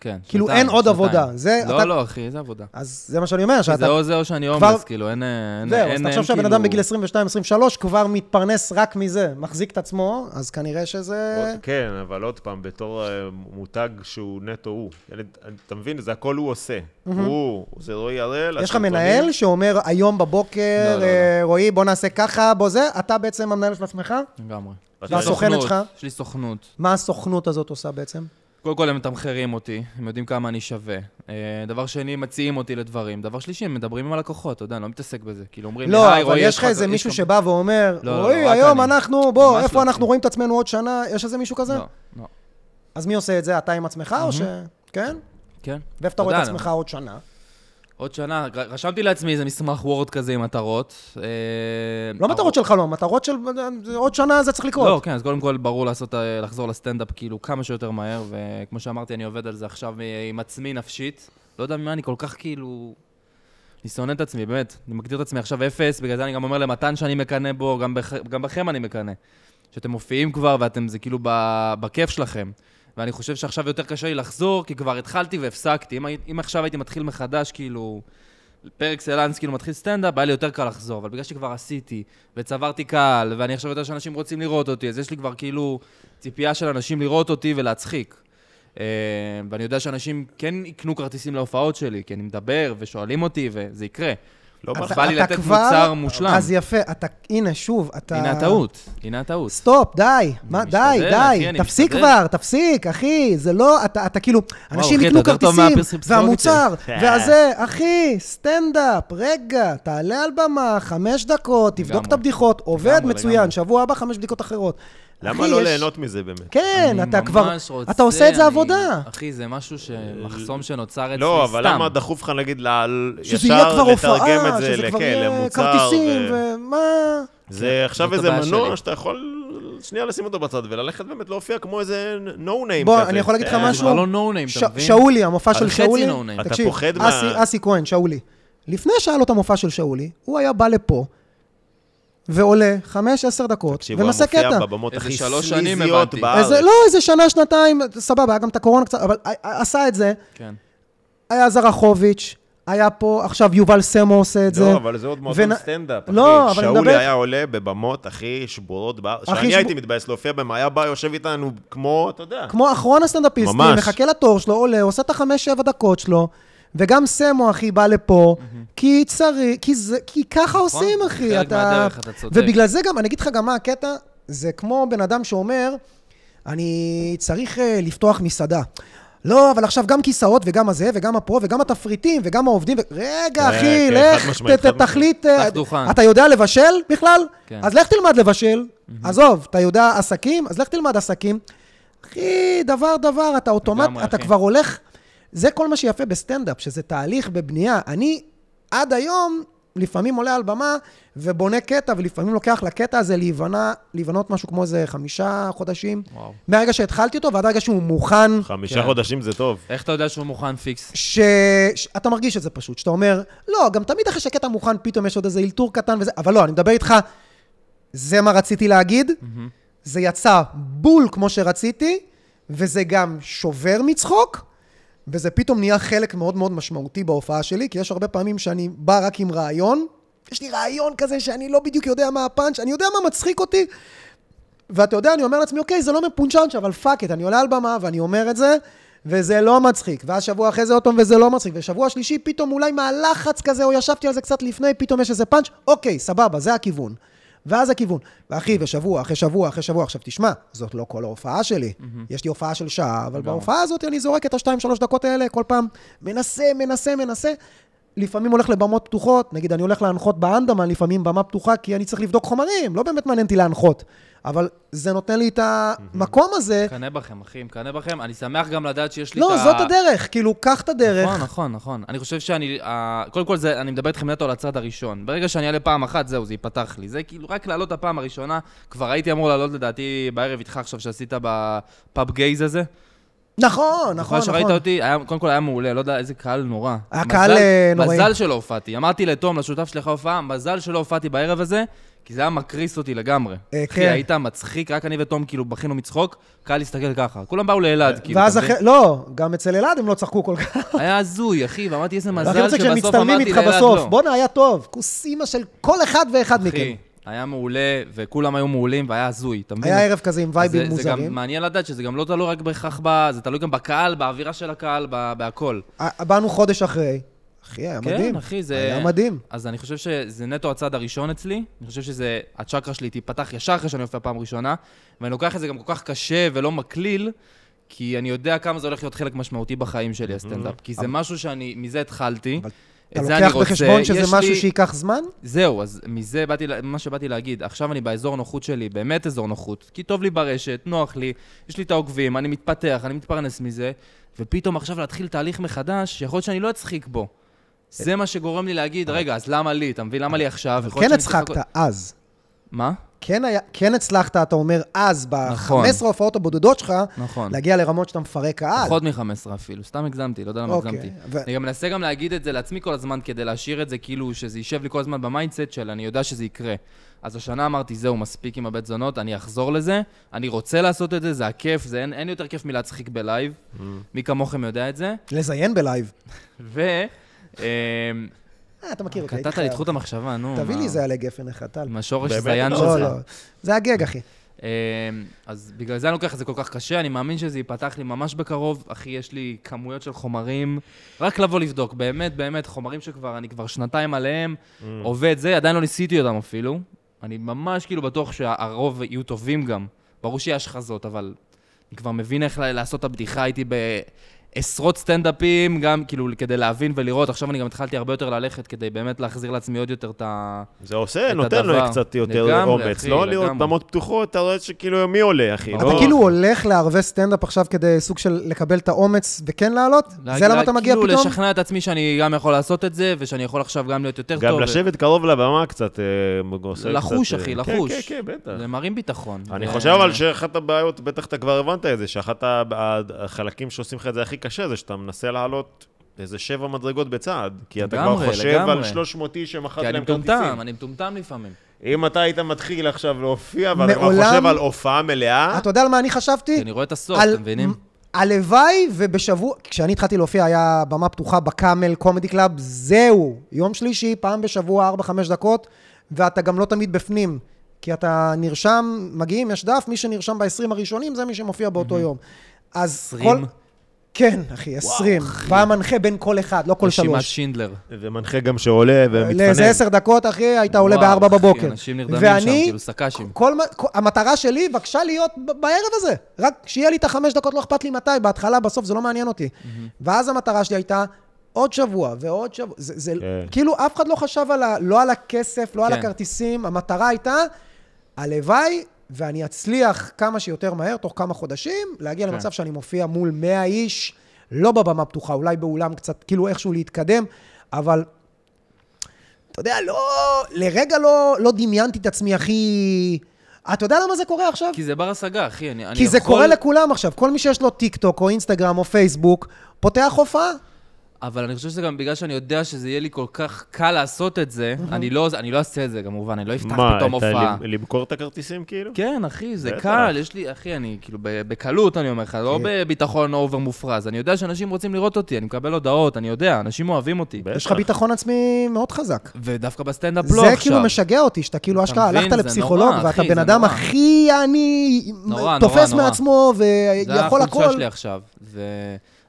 כן.
כאילו,
שנתיים,
אין עוד
שנתיים.
עבודה. זה-
לא,
אתה-
לא, אחי, זה עבודה.
אז זה מה שאני אומר, שאתה...
זה או זה או שאני
כבר-
הומלס, כאילו, אין... אין-
זהו,
אין-
אז
אין
תחשוב שהבן
כאילו-
אדם בגיל 22-23 כבר מתפרנס רק מזה, מחזיק את עצמו, אז כנראה שזה...
עוד- כן, אבל עוד פעם, בתור אה, מותג שהוא נטו הוא. ילד, אתה מבין? זה הכל הוא עושה. הוא, זה לא רועי הראל.
יש לך
הסרטונים.
מנהל שאומר היום בבוקר,
לא, לא,
אה, רועי, בוא נעשה ככה, בוא זה, אתה בעצם המנהל של עצמך?
לגמרי.
ואתה-
והסוכן- והסוכנת שלך?
יש לי סוכנות.
מה הסוכנות הזאת עושה בעצם?
קודם כל הם מתמחרים אותי, הם יודעים כמה אני שווה. אה, דבר שני, הם מציעים אותי לדברים. דבר שלישי, הם מדברים עם הלקוחות, אתה יודע, אני לא מתעסק בזה. כאילו אומרים, לי,
לא,
"היי,
אבל
רועי,
יש לך איזה
יש
מישהו
לך-"
שבא ואומר,
לא, לא,
רועי,
רק
היום
אני.
אנחנו, בוא,
ממש
איפה
לא,
אנחנו
אחי.
רואים את עצמנו עוד שנה? יש איזה מישהו כזה?
לא, לא.
אז מי עושה את זה? אתה עם עצמך או ש... כן?
כן.
ואיפה אתה רואה את
יודע,
עצמך עוד שנה?
Mm, עוד שנה, ר- רשמתי לעצמי איזה מסמך וורד כזה עם מטרות. אה,
לא מטרות של חלום, מטרות של... אה, עוד שנה זה צריך
לא,
לקרות.
כן, אז קודם כל ברור לעשות, אה, לחזור לסטנדאפ כאילו כמה שיותר מהר, וכמו שאמרתי, אני עובד על זה עכשיו מ- עם עצמי נפשית. לא יודע ממה אני כל כך כאילו... אני שונא את עצמי, באמת. אני מגדיר את עצמי עכשיו אפס, בגלל זה אני גם אומר למתן שאני מקנא בו, גם, בכ... גם בכם אני מקנא. שאתם מופיעים כבר ואתם, זה כאילו ב... בכיף שלכם. ואני חושב שעכשיו יותר קשה לי לחזור, כי כבר התחלתי והפסקתי. אם, הי- אם עכשיו הייתי מתחיל מחדש, כאילו... פר אקסלנס, כאילו מתחיל סטנדאפ, היה לי יותר קל לחזור, אבל בגלל שכבר עשיתי, וצברתי קהל, ואני עכשיו יודע שאנשים רוצים לראות אותי, אז יש לי כבר כאילו ציפייה של אנשים לראות אותי ולהצחיק. אה, ואני יודע שאנשים כן יקנו כרטיסים להופעות שלי, כי אני מדבר, ושואלים אותי, וזה יקרה.
לא
אז
בא לך.
בא לי
אתה
לתת
כבר-
מוצר מושלם.
אז יפה, אתה... הנה, שוב, אתה...
הנה הטעות, הנה הטעות.
סטופ, די, מה, די,
משתדל, אחי,
די,
אני
תפסיק
משתדל.
כבר, תפסיק, אחי, זה לא, אתה, אתה כאילו, אנשים
אחי,
יקנו
אתה יותר טוב
כרטיסים,
מהפרסום
והמוצר,
שלי.
והזה, אחי, סטנדאפ, רגע, תעלה על במה, חמש דקות, תבדוק
לגמרי.
את הבדיחות, עובד
לגמרי,
מצוין,
לגמרי.
שבוע הבא חמש בדיקות אחרות.
למה
אחי,
לא
יש-
ליהנות מזה באמת?
כן,
אני
אתה כבר,
ממש רוצה,
אתה עושה את זה
אני-
עבודה.
אחי, זה משהו ש... מחסום שנוצר אצלי סתם.
אה, לא, אבל למה דחוף לך להגיד ל-
שזה יהיה כבר
ישר לתרגם
הופעה,
את זה
שזה כבר
לכן,
יהיה
למוצר?
כרטיסים,
ו-
ומה...
זה עכשיו
זאת
איזה
הבעיה
מנוע
שלי.
שאתה יכול שנייה לשים אותו בצד וללכת באמת להופיע כמו איזה נו ניים
בוא,
כזה.
אני יכול להגיד לך
אה,
משהו?
זה כבר לא נו ניים,
ש-
אתה מבין?
שאולי, המופע של
חצי
שאולי,
no name.
אתה
תקשיב,
פוחד מה-
אסי- אסי כהן, שאולי, לפני שהיה לו את המופע של שאולי, הוא היה בא לפה, ועולה 5-10 דקות,
תקשיב, הוא היה
ומנסה
מופיע
קטע.
בבמות
איזה
הכי
שלוש שנים
סליזיות
הבנתי.
בארץ.
איזה, לא, איזה שנה, שנתיים, סבבה, היה גם את הקורונה קצת, אבל א- א- עשה את זה,
כן.
היה זרחוביץ', היה פה, עכשיו יובל סמו עושה את זה.
לא, אבל זה עוד מועדון
ונ-
סטנדאפ,
לא,
אחי.
אבל אני
שאולי
מדבר-
היה עולה בבמות הכי שבורות בארץ.
הכי
שאני
שבור-
הייתי מתבאס להופיע בהם, היה בא, יושב איתנו כמו, אתה יודע.
כמו אחרון הסטנדאפיסטים,
כן. ממש.
מחכה לתור שלו, עולה, עושה את החמש-שבע דקות שלו, וגם סמו, אחי, בא לפה, כי צריך, כי זה, כי
נכון.
ככה עושים, אחי,
חלק
אתה...
מהדרך, אתה צודק.
ובגלל זה גם, אני אגיד לך גם מה הקטע, זה כמו בן אדם שאומר, אני צריך אה, לפתוח מסעדה. לא, אבל עכשיו גם כיסאות, וגם הזה, וגם הפרו, וגם התפריטים, וגם העובדים, ו... רגע,
כן,
אחי,
כן, חד
לך,
משמעית,
ת-
חד משמעית.
תחליט... אה,
פתח דוכן.
אתה יודע לבשל בכלל?
כן.
אז לך תלמד לבשל. עזוב, אתה יודע עסקים? אז לך תלמד עסקים. אחי, דבר דבר, אתה אוטומט,
לגמרי,
אתה
אחי.
כבר הולך... זה כל מה שיפה בסטנדאפ, שזה תהליך בבנייה. אני עד היום לפעמים עולה על במה ובונה קטע, ולפעמים לוקח לקטע הזה להיבנה, להיבנות משהו כמו איזה חמישה חודשים.
וואו.
מהרגע שהתחלתי אותו ועד הרגע שהוא מוכן,
חמישה
כן.
חודשים זה טוב.
איך אתה יודע שהוא מוכן פיקס?
ש... שאתה מרגיש את זה פשוט, שאתה אומר, לא, גם תמיד אחרי שהקטע מוכן, פתאום יש עוד איזה אלתור קטן וזה, אבל לא, אני מדבר איתך, זה מה רציתי להגיד, זה יצא בול כמו שרציתי, וזה גם שובר מצחוק, וזה פתאום נהיה חלק מאוד מאוד משמעותי בהופעה שלי, כי יש הרבה פעמים שאני בא רק עם רעיון, יש לי רעיון כזה שאני לא בדיוק יודע מה הפאנץ', אני יודע מה מצחיק אותי, ואתה יודע, אני אומר לעצמי, אוקיי, זה לא מפונצ'אנץ', אבל פאק איט, אני עולה על במה ואני אומר את זה, וזה לא מצחיק. ואז שבוע אחרי זה עוד פעם, וזה לא מצחיק. ושבוע שלישי, פתאום אולי מהלחץ כזה, או ישבתי על זה קצת לפני, פתאום יש איזה פאנץ', אוקיי, סבבה, זה הכיוון. ואז הכיוון. ואחי, ושבוע אחרי שבוע אחרי שבוע, עכשיו תשמע, זאת לא כל ההופעה שלי. יש לי הופעה של שעה, אבל בהופעה הזאת אני זורק את השתיים, שלוש דקות האלה כל פעם, מנסה, מנסה, מנסה. לפעמים הולך לבמות פתוחות, נגיד אני הולך להנחות באנדמן, לפעמים במה פתוחה, כי אני צריך לבדוק חומרים, לא באמת מעניין אותי להנחות. אבל זה נותן לי את המקום הזה.
מקנא בכם, אחי, מקנא בכם. אני שמח גם לדעת שיש לי כן. את
לא, זאת הדרך, כאילו, קח את
נכון,
הדרך.
נכון, נכון. אני חושב שאני... אה, קודם כל, זה, אני מדבר איתכם נטו על הצד הראשון. ברגע שאני אעלה פעם אחת, זהו, זה ייפתח לי. זה כאילו רק לעלות הפעם הראשונה. כבר הייתי אמור לעלות, לדעתי, בערב איתך עכשיו שעשית בפאב גייז הזה.
נכון, נכון,
נכון, שראית
נכון.
אותי, היה, קודם כל היה מעולה, לא יודע איזה קהל נורא.
היה
מזל-
קהל, אה, נוראי.
מזל שלא הופעתי. אמרתי לתום, לשותף שלך הופעה, מזל שלא הופעתי בערב הזה, כי זה היה מקריס אותי לגמרי.
אה,
אחי,
כן.
היית מצחיק, רק אני ותום כאילו בכינו מצחוק, קהל הסתכל ככה. כולם באו לאלעד, כאילו.
אה, ואז
אתה מבין?
אחרי, לא, גם אצל אלעד הם לא צחקו כל כך.
היה הזוי, אחי, ואמרתי איזה
הכי
מזל
מצחיק שהם
שבסוף
מצטלמים
אמרתי
איתך
לאלעד
בסוף.
לא.
בואנה, היה טוב. כוס אימא של כל אחד ואחד מכם.
אחי, היה מעולה, וכולם היו מעולים, והיה הזוי, אתה מבין?
היה ערב כזה עם
זה-
וייבים
זה גם
מוזרים.
מעניין לדעת שזה גם לא תלוי רק בהכרח ב... זה תלוי גם בקהל, באווירה של הקהל, ב- בהכל.
ה- אה, באנו חודש אחרי. אחי, היה
כן,
מדהים.
אחי, זה...
היה מדהים.
אז אני חושב שזה נטו הצעד הראשון אצלי. אני חושב שזה... הצ'קרה שלי תיפתח ישר אחרי שאני הופיע פעם ראשונה, ואני לוקח את זה גם כל כך קשה ולא מקליל, כי אני יודע כמה זה הולך להיות חלק משמעותי בחיים שלי, הסטנדאפ. כי זה משהו שאני... מזה התחלתי.
אתה
את זה אני
לוקח
רוצה.
בחשבון שזה
יש
משהו
לי-
שייקח זמן?
זהו, אז מזה באתי, לה- מה שבאתי להגיד, עכשיו אני באזור נוחות שלי, באמת אזור נוחות, כי טוב לי ברשת, נוח לי, יש לי את העוקבים, אני מתפתח, אני מתפרנס מזה, ופתאום עכשיו להתחיל תהליך מחדש, שיכול להיות שאני לא אצחיק בו. זה מה שגורם לי להגיד, רגע, אז למה לי? אתה מבין? למה לי עכשיו? יכול להיות
כן
שאני צריך
הצחקת
לחכות-"
אז.
מה?
כן, היה, כן הצלחת, אתה אומר, אז,
נכון.
ב-15 הופעות הבודדות שלך,
נכון.
להגיע לרמות שאתה מפרק קהל.
פחות מ-15 אפילו, סתם הגזמתי, לא יודע למה
אוקיי,
הגזמתי.
ו-
אני גם מנסה גם להגיד את זה לעצמי כל הזמן, כדי להשאיר את זה כאילו, שזה יישב לי כל הזמן במיינדסט של אני יודע שזה יקרה. אז השנה אמרתי, זהו, מספיק עם הבית זונות, אני אחזור לזה, אני רוצה לעשות את זה, זה הכיף, זה אין, אין יותר כיף מלהצחיק בלייב, מי כמוכם יודע את זה.
לזיין בלייב.
ו... אמ,
אה, אתה מכיר אותי. הייתי
קטעת לי את
חייב.
חוט המחשבה, נו.
תביא
מה-
לי איזה עלי גפן אחד, טל.
עם השורש
באמת?
זיין שלך.
לא, לא. זה הגג, אחי.
אמ, אז בגלל זה אני לוקח את זה כל כך קשה, אני מאמין שזה ייפתח לי ממש בקרוב. אחי, יש לי כמויות של חומרים, רק לבוא לבדוק, באמת, באמת, חומרים שכבר, אני כבר שנתיים עליהם, עובד זה, עדיין לא ניסיתי אותם אפילו. אני ממש כאילו בטוח שהרוב יהיו טובים גם. ברור שיהיה השחזות, אבל אני כבר מבין איך ל- לעשות את הבדיחה, הייתי בעשרות סטנדאפים, גם כאילו כדי להבין ולראות. עכשיו אני גם התחלתי הרבה יותר ללכת כדי באמת להחזיר לעצמי עוד יותר את ה...
זה עושה,
את
נותן לו
הדבר.
קצת יותר
לגמרי,
אומץ.
אחי,
לא לראות
לגמרי.
במות פתוחות, אתה רואה שכאילו מי עולה, אחי.
אתה
לא-
כאילו הולך לערבי סטנדאפ עכשיו כדי סוג של לקבל את האומץ וכן לעלות? זה למה אתה מגיע
כאילו
פתאום?
לשכנע את עצמי שאני גם יכול לעשות את זה, ושאני יכול עכשיו גם להיות יותר טוב.
גם לשבת קרוב לבמה קצת, אה, עושה
לחוש,
קצת, אה,
אחי,
כן,
לחוש.
כן, כן, בטח.
זה מרים ביטחון.
אני
ו-
חושב אבל שאחת הבעיות, בטח אתה כבר הבנת את זה, שאחת ה- החלקים שעושים לך את זה הכי קשה, זה שאתה מנסה לעלות איזה שבע מדרגות בצעד. כי אתה כבר
לגמרי,
חושב על
לגמרי.
300 איש שמכרת
כי אני
להם
מטומטם,
כרטיסים.
אני מטומטם לפעמים.
אם אתה היית מתחיל עכשיו להופיע, ואתה כבר
מעולם-
חושב על הופעה מלאה,
אתה יודע על מה אני חשבתי?
כי אני רואה את הסוף,
על-
אתם מבינים?
הלוואי ובשבוע, כשאני התחלתי להופיע היה במה פתוחה בקאמל, קומדי קלאב, זהו. יום שלישי, פעם בשבוע, 4-5 דקות, ואתה גם לא תמיד בפנים. כי אתה נרשם, מגיעים, יש דף, מי שנרשם ב-20 הראשונים זה מי שמופיע באותו יום. אז
20?
כל... כן, אחי, 20. פעם מנחה בין כל אחד, לא כל
רשימת
שלוש.
שינדלר.
ומנחה גם שעולה
לאיזה
ומתפנן.
עשר דקות, אחי, היית עולה
וואו,
בארבע
אחי,
בבוקר.
אנשים נרדמים שם, כאילו סק"שים.
כל, מה- כל, המטרה שלי, בבקשה להיות ב- בערב הזה. רק שיהיה לי את החמש דקות, לא אכפת לי מתי, בהתחלה, בסוף, זה לא מעניין אותי. ואז המטרה שלי הייתה עוד שבוע ועוד שבוע. זה, זה
כן.
כאילו, אף אחד לא חשב על ה, לא על הכסף, לא על
כן.
הכרטיסים. המטרה הייתה, הלוואי ואני אצליח כמה שיותר מהר, תוך כמה חודשים, להגיע
כן.
למצב שאני מופיע מול 100 איש, לא בבמה פתוחה, אולי באולם קצת, כאילו איכשהו להתקדם, אבל אתה יודע, לא... לרגע לא, לא דמיינתי את עצמי הכי... אתה יודע למה זה קורה עכשיו?
כי זה בר השגה, אחי, אני, אני
כי זה
יכול...
קורה לכולם עכשיו. כל מי שיש לו טיק טוק או אינסטגרם או פייסבוק, פותח הופעה.
אבל אני חושב שזה גם בגלל שאני יודע שזה יהיה לי כל כך קל לעשות את זה, אני לא אני לא אעשה את זה, כמובן, אני לא אפתח
מה,
פתאום
את ה-
הופעה.
למכור את הכרטיסים כאילו?
כן, אחי, זה
בטח.
קל, יש לי, אחי, אני כאילו ב- בקלות, אני אומר לך, לא
כן.
בביטחון אובר מופרז. אני יודע שאנשים רוצים לראות אותי, אני מקבל הודעות, אני יודע, אנשים אוהבים אותי.
בטח.
יש לך ביטחון עצמי מאוד חזק.
ודווקא בסטנדאפ לא
זה
עכשיו.
כאילו משגע אותי, שאתה כאילו
אתה
אשכרה
מבין?
הלכת
זה
לפסיכולוג,
נורא,
ואתה
אחי,
בן
זה
אדם
נורא.
הכי אני
נורא,
תופס
נורא, נורא.
מעצמו
זה
ויכול
הפונקציה
הכל.
שלי עכשיו.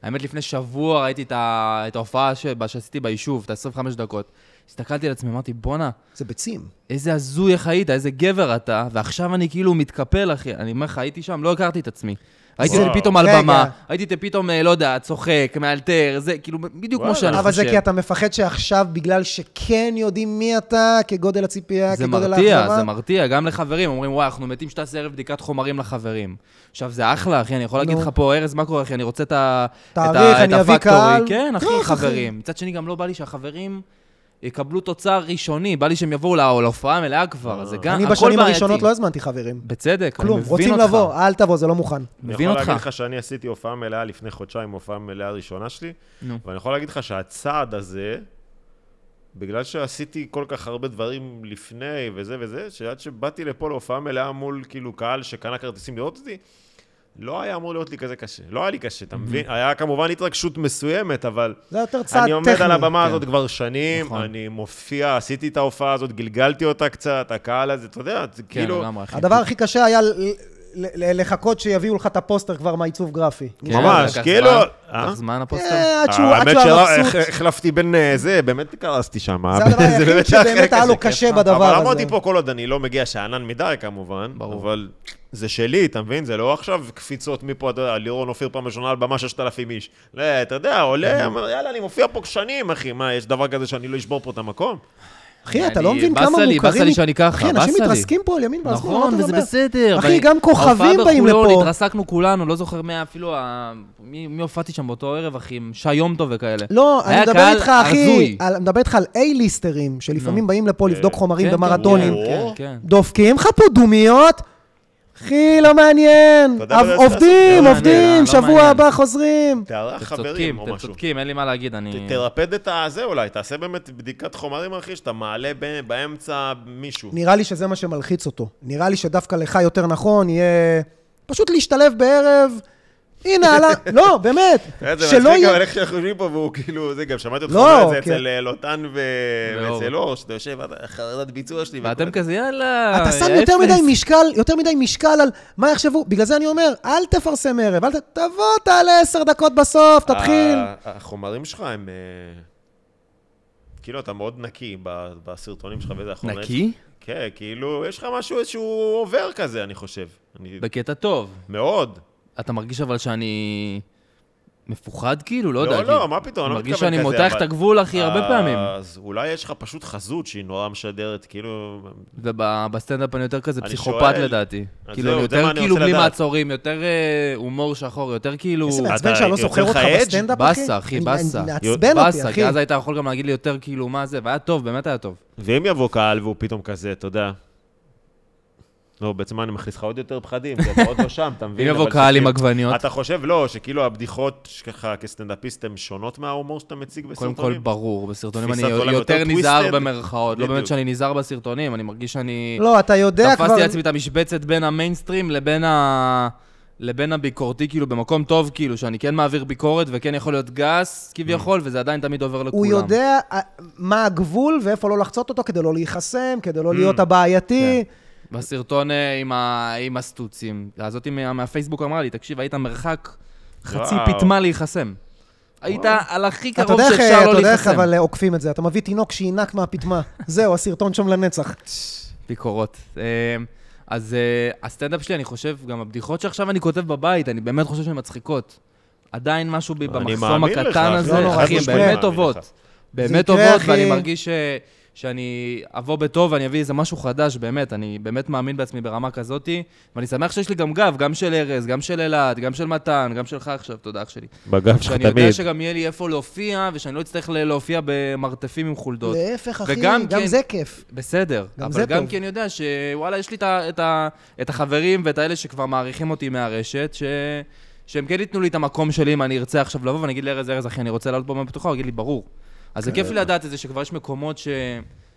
והאמת, לפני שבוע ראיתי את ה- את ההופעה ש- שעשיתי ביישוב, את ה-25 דקות. הסתכלתי על עצמי, אמרתי, בואנה,
זה ביצים.
איזה הזוי איך היית, איזה גבר אתה, ועכשיו אני כאילו מתקפל, אחי. אני אומר לך, הייתי שם, לא הכרתי את עצמי. הייתי
וואו.
אותי פתאום על
רגע.
במה, הייתי אותי פתאום, אה, לא יודע, צוחק, מאלתר, זה, כאילו, בדיוק כמו
וואלה.
שאני חושב.
אבל זה כי אתה מפחד שעכשיו, בגלל שכן יודעים מי אתה, כגודל הציפייה,
זה
כגודל
מרתיע,
האכזבה.
זה מרתיע, גם לחברים, אומרים, וואי, אנחנו מתים שתעשה ערב בדיקת חומרים לחברים. עכשיו, זה אחלה, אחי, אני יכול להגיד
נו.
לך פה, ארז, מה קורה, אחי, אני רוצה את ה... את ה-
תאריך,
את
אני אביא
הפקטורי."
קהל. לא,
כן, אחי,
טוב,
חברים. מצד שני, גם לא בא לי שהחברים יקבלו תוצר ראשוני, בא לי שהם יבואו לא- להופעה מלאה כבר, זה גם,
אה, אני
הכל
בשנים
בעייתי.
הראשונות לא הזמנתי חברים.
בצדק, אני
כלום,
מבין אותך.
רוצים לבוא, אל תבוא, זה לא מוכן.
אני
מבין
יכול
אותך.
להגיד לך שאני עשיתי הופעה מלאה לפני חודשיים, הופעה מלאה ראשונה שלי,
נו.
ואני יכול להגיד לך שהצעד הזה, בגלל שעשיתי כל כך הרבה דברים לפני וזה וזה, שעד שבאתי לפה להופעה מלאה מול כאילו קהל שקנה כרטיסים לראות אותי, לא היה אמור להיות לי כזה קשה. לא היה לי קשה,
Mhm.
אתה מבין? היה כמובן התרגשות מסוימת, אבל...
זה היה יותר צעד
אני
טכני.
עומד על הבמה
כן.
הזאת כבר שנים,
נכון.
אני מופיע, עשיתי את ההופעה הזאת, גלגלתי אותה קצת, הקהל הזה, אתה יודע, זה
כן,
כאילו...
לגמרי, אחי.
הדבר הכי קשה היה ל- ל- ל- לחכות שיביאו לך את הפוסטר כבר מהעיצוב גרפי.
כן,
ממש,
לקח
כאילו-
זמן,
אה?
לקח זמן הפוסטר.
אה, עד שהוא עד
האמת
שהוא
שלא,
היה
הח- [laughs]
מבסוט.
החלפתי בין אה, זה, באמת קרסתי שם. אה,
זה הדבר היחיד
באמת היה
שבאמת היה
קשה.
לו קשה
כיף,
בדבר הזה.
אבל אמרתי פה, כל עוד אני לא מגיע שאנן מדי, כמובן,
ברור.
אבל זה שלי, אתה מבין? זה לא עכשיו קפיצות מפה, אתה יודע, לירון אופיר פעם ראשונה על במה 6,000 איש. לא, אתה יודע,
Mhm.
עולה, אומר, יאללה, אני מופיע פה שנים, אחי, מה, יש דבר כזה שאני לא אשבור פה את המקום?
אחי, אתה לא
אני-
מבין
באסה
כמה
לי,
מוכרים...
באסה לי שאני ככה,
אחי, אנשים
באסה לי.
מתרסקים פה על ימין ועל שמאל,
נכון,
מה אתה
וזה
מדבר?
בסדר.
אחי, גם כוכבים באים
ההופעה
לפה.
בחולון, התרסקנו כולנו, לא זוכר מי אפילו, ה- מי מי הופעתי שם באותו ערב, אחי, עם שי יום טוב וכאלה.
לא, אני
היה
מדבר
קהל
איתך, אחי,
הזוי.
על- אני מדבר איתך על איי-ליסטרים, שלפעמים באים
אה,
לפה לבדוק חומרים
כן,
במרתונים.
כן, כן, כן.
דופקים לך פה דומיות, אחי, לא מעניין.
אתה יודע מה זה
עובדים,
לא מעניין,
עובדים,
לא
שבוע
מעניין.
הבא חוזרים.
תארח
אתם
חברים
צודקים,
או
אתם
משהו.
צודקים, אין לי מה להגיד, אני...
תרפד את הזה אולי, תעשה באמת בדיקת חומרים, אחי, שאתה מעלה ב- באמצע מישהו.
נראה לי שזה מה שמלחיץ אותו. נראה לי שדווקא לך יותר נכון יהיה פשוט להשתלב בערב. הנה, עלה...
[laughs]
לא, באמת.
אה, זה
שלא
מצחיק,
יהיה...
אבל איך שאנחנו יושבים פה, והוא כאילו, זה גם שמעתי אותך
לא,
אומר את זה
כן.
אצל אה, לוטן ו-
ואור.
ואצל אור, שאתה יושב, "אתה- חרדת ביצוע שלי.
לא. ואתם
וכל-
כזה, יאללה,
אתה שם
יא
יותר
אפס.
מדי משקל, יותר מדי משקל על מה יחשבו. בגלל זה אני אומר, אל תפרסם ערב, אל ת... תבוא, תעלה עשר דקות בסוף,
אה,
תתחיל.
ה- החומרים שלך הם... אה, כאילו, אתה מאוד נקי ב- בסרטונים שלך וזה החומרים.
נקי?
כן, כאילו, יש לך משהו, איזשהו עובר כזה, אני חושב. אני-
בקטע טוב.
מאוד.
אתה מרגיש אבל שאני... מפוחד כאילו? לא יודע.
לא,
כאילו.
לא, מה פתאום, אני לא
מרגיש
מתכוון
שאני
כזה,
מותח את
אבל- אה,
הגבול, אחי, הרבה פעמים.
אז אולי יש לך פשוט חזות שהיא נורא משדרת, כאילו...
ובסטנדאפ אני יותר כזה
אני
פסיכופת
שואל.
לדעתי.
אז
כאילו,
זהו,
אני
זה מה
יותר
אני
כאילו
רוצה
בלי
לדעת.
מעצורים, יותר אה, הומור שחור, יותר כאילו...
איזה
אתה-
מעצבן שאני לא
יוצא
זוכר
לך
אותך
אדג'?
בסטנדאפ, אחי.
באסה, אחי,
אני-
באסה.
מעצבן אותי,
באסה,
אחי.
כי אז היית יכול גם להגיד לי יותר כאילו מה זה, והיה טוב, באמת היה טוב.
ואם יבוא קהל והוא פתאום כזה, אתה יודע... לא, בעצם מה, אני מכניס לך עוד יותר פחדים, כי אתה עוד לא שם, אתה מבין?
אם יבוא
אבל
קהל עם
שכאילו-
עגבניות,
אתה חושב, לא, שכאילו הבדיחות שלך כסטנדאפיסט הן שונות מההומור שאתה מציג
קודם
בסרטונים?
כל ברור, בסרטונים אני
תפיסת עולם
יותר
יותר
נזהר
twisted.
במרכאות, לא באמת
בדיוק.
שאני נזהר בסרטונים, אני מרגיש שאני...
לא, אתה יודע כבר...
תפסתי לעצמי את המשבצת בין המיינסטרים לבין ה... לבין הביקורתי, כאילו, במקום טוב, כאילו, שאני כן מעביר ביקורת וכן יכול להיות גס, כביכול, וזה עדיין תמיד עובר לכולם.
Mm. הוא יודע אה, מה הגבול ואיפה לא לחצות אותו כדי לא להיחסם, כדי לא להיות הבעייתי.
בסרטון אה, עם, ה... עם הסטוצים. הזאת מה... מהפייסבוק אמרה לי, תקשיב, היית מרחק חצי
וואו.
פיטמה להיחסם. היית על הכי
אתה
קרוב
יודע איך-
שאפשר
אתה
לא
יודע איך
להיחסם.
אבל אה, עוקפים את זה, אתה מביא תינוק שינק מהפיטמה. זהו, הסרטון שם לנצח.
ביקורות. אה, אז אה, הסטנדאפ שלי, אני חושב, גם הבדיחות שעכשיו אני כותב בבית, אני באמת חושב שהן מצחיקות. עדיין משהו בי
אני
במחסום
מאמין לך,
הקטן
אחי,
הזה,
לא נורא,
אחי,
חד
הן
משמעית.
באמת
מאמין לך.
טובות.
זה
באמת
יקרה,
טובות,
אחי.
ואני מרגיש ש... שאני אבוא בטוב ואני אביא איזה משהו חדש, באמת, אני באמת מאמין בעצמי ברמה כזאתי, ואני שמח שיש לי גם גב, גם של ארז, גם של אלעד, גם של מתן, גם שלך עכשיו, תודה אח שלי.
בגב שלך
שאני יודע
תמיד.
שגם יהיה לי איפה להופיע, ושאני לא אצטרך ל- להופיע במרתפים עם חולדות.
להפך, אחי,
וגם
גם
כן-
זה כיף.
בסדר,
גם
אבל
זה
גם
טוב.
כי אני יודע שוואלה, יש לי את, ה- את, ה- את החברים ואת האלה שכבר מעריכים אותי מהרשת, ש... שהם כן ייתנו לי את המקום שלי אם אני ארצה עכשיו לבוא ואני אגיד לארז, ארז אחי, אני רוצה לעלות במה פתוחה, הוא יגיד לי, ברור. אז זה כיף
כן.
לי לדעת את זה שכבר יש מקומות ש...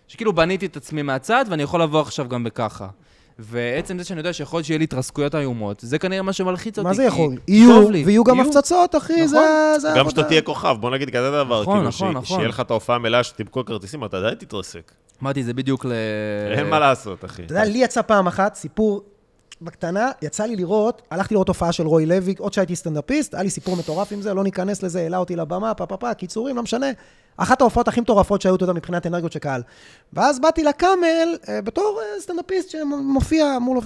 שכאילו בניתי את עצמי מהצד ואני יכול לבוא עכשיו גם בככה. ועצם זה שאני יודע שיכול להיות שיהיה לי התרסקויות איומות, זה כנראה מה שמלחיץ אותי.
מה זה
כי
יכול?
טוב
יהיו,
לי.
ויהיו גם
יהיו.
הפצצות, אחי, זה
נכון.
זה
גם
העבודה.
שאתה תהיה כוכב, בוא נגיד כזה דבר,
נכון,
כאילו,
נכון,
ש-
נכון.
שיהיה לך את ההופעה המלאה שתמכור כרטיסים, אתה עדיין תתרסק.
אמרתי, זה בדיוק ל...
אין מה לעשות, אחי.
אתה יודע, לי יצא פעם אחת סיפור בקטנה, יצא לי לראות, הלכתי לראות הופעה של רוי לוי, עוד שהייתי סטנדאפיסט, היה לי סיפור מטורף עם זה, לא ניכנס לזה, העלה אותי לבמה, פה פה פה, קיצורים, לא משנה. אחת ההופעות הכי מטורפות שהיו, אתה יודע, מבחינת אנרגיות של קהל. ואז באתי לקאמל, אה, בתור אה, סטנדאפיסט שמופיע מול...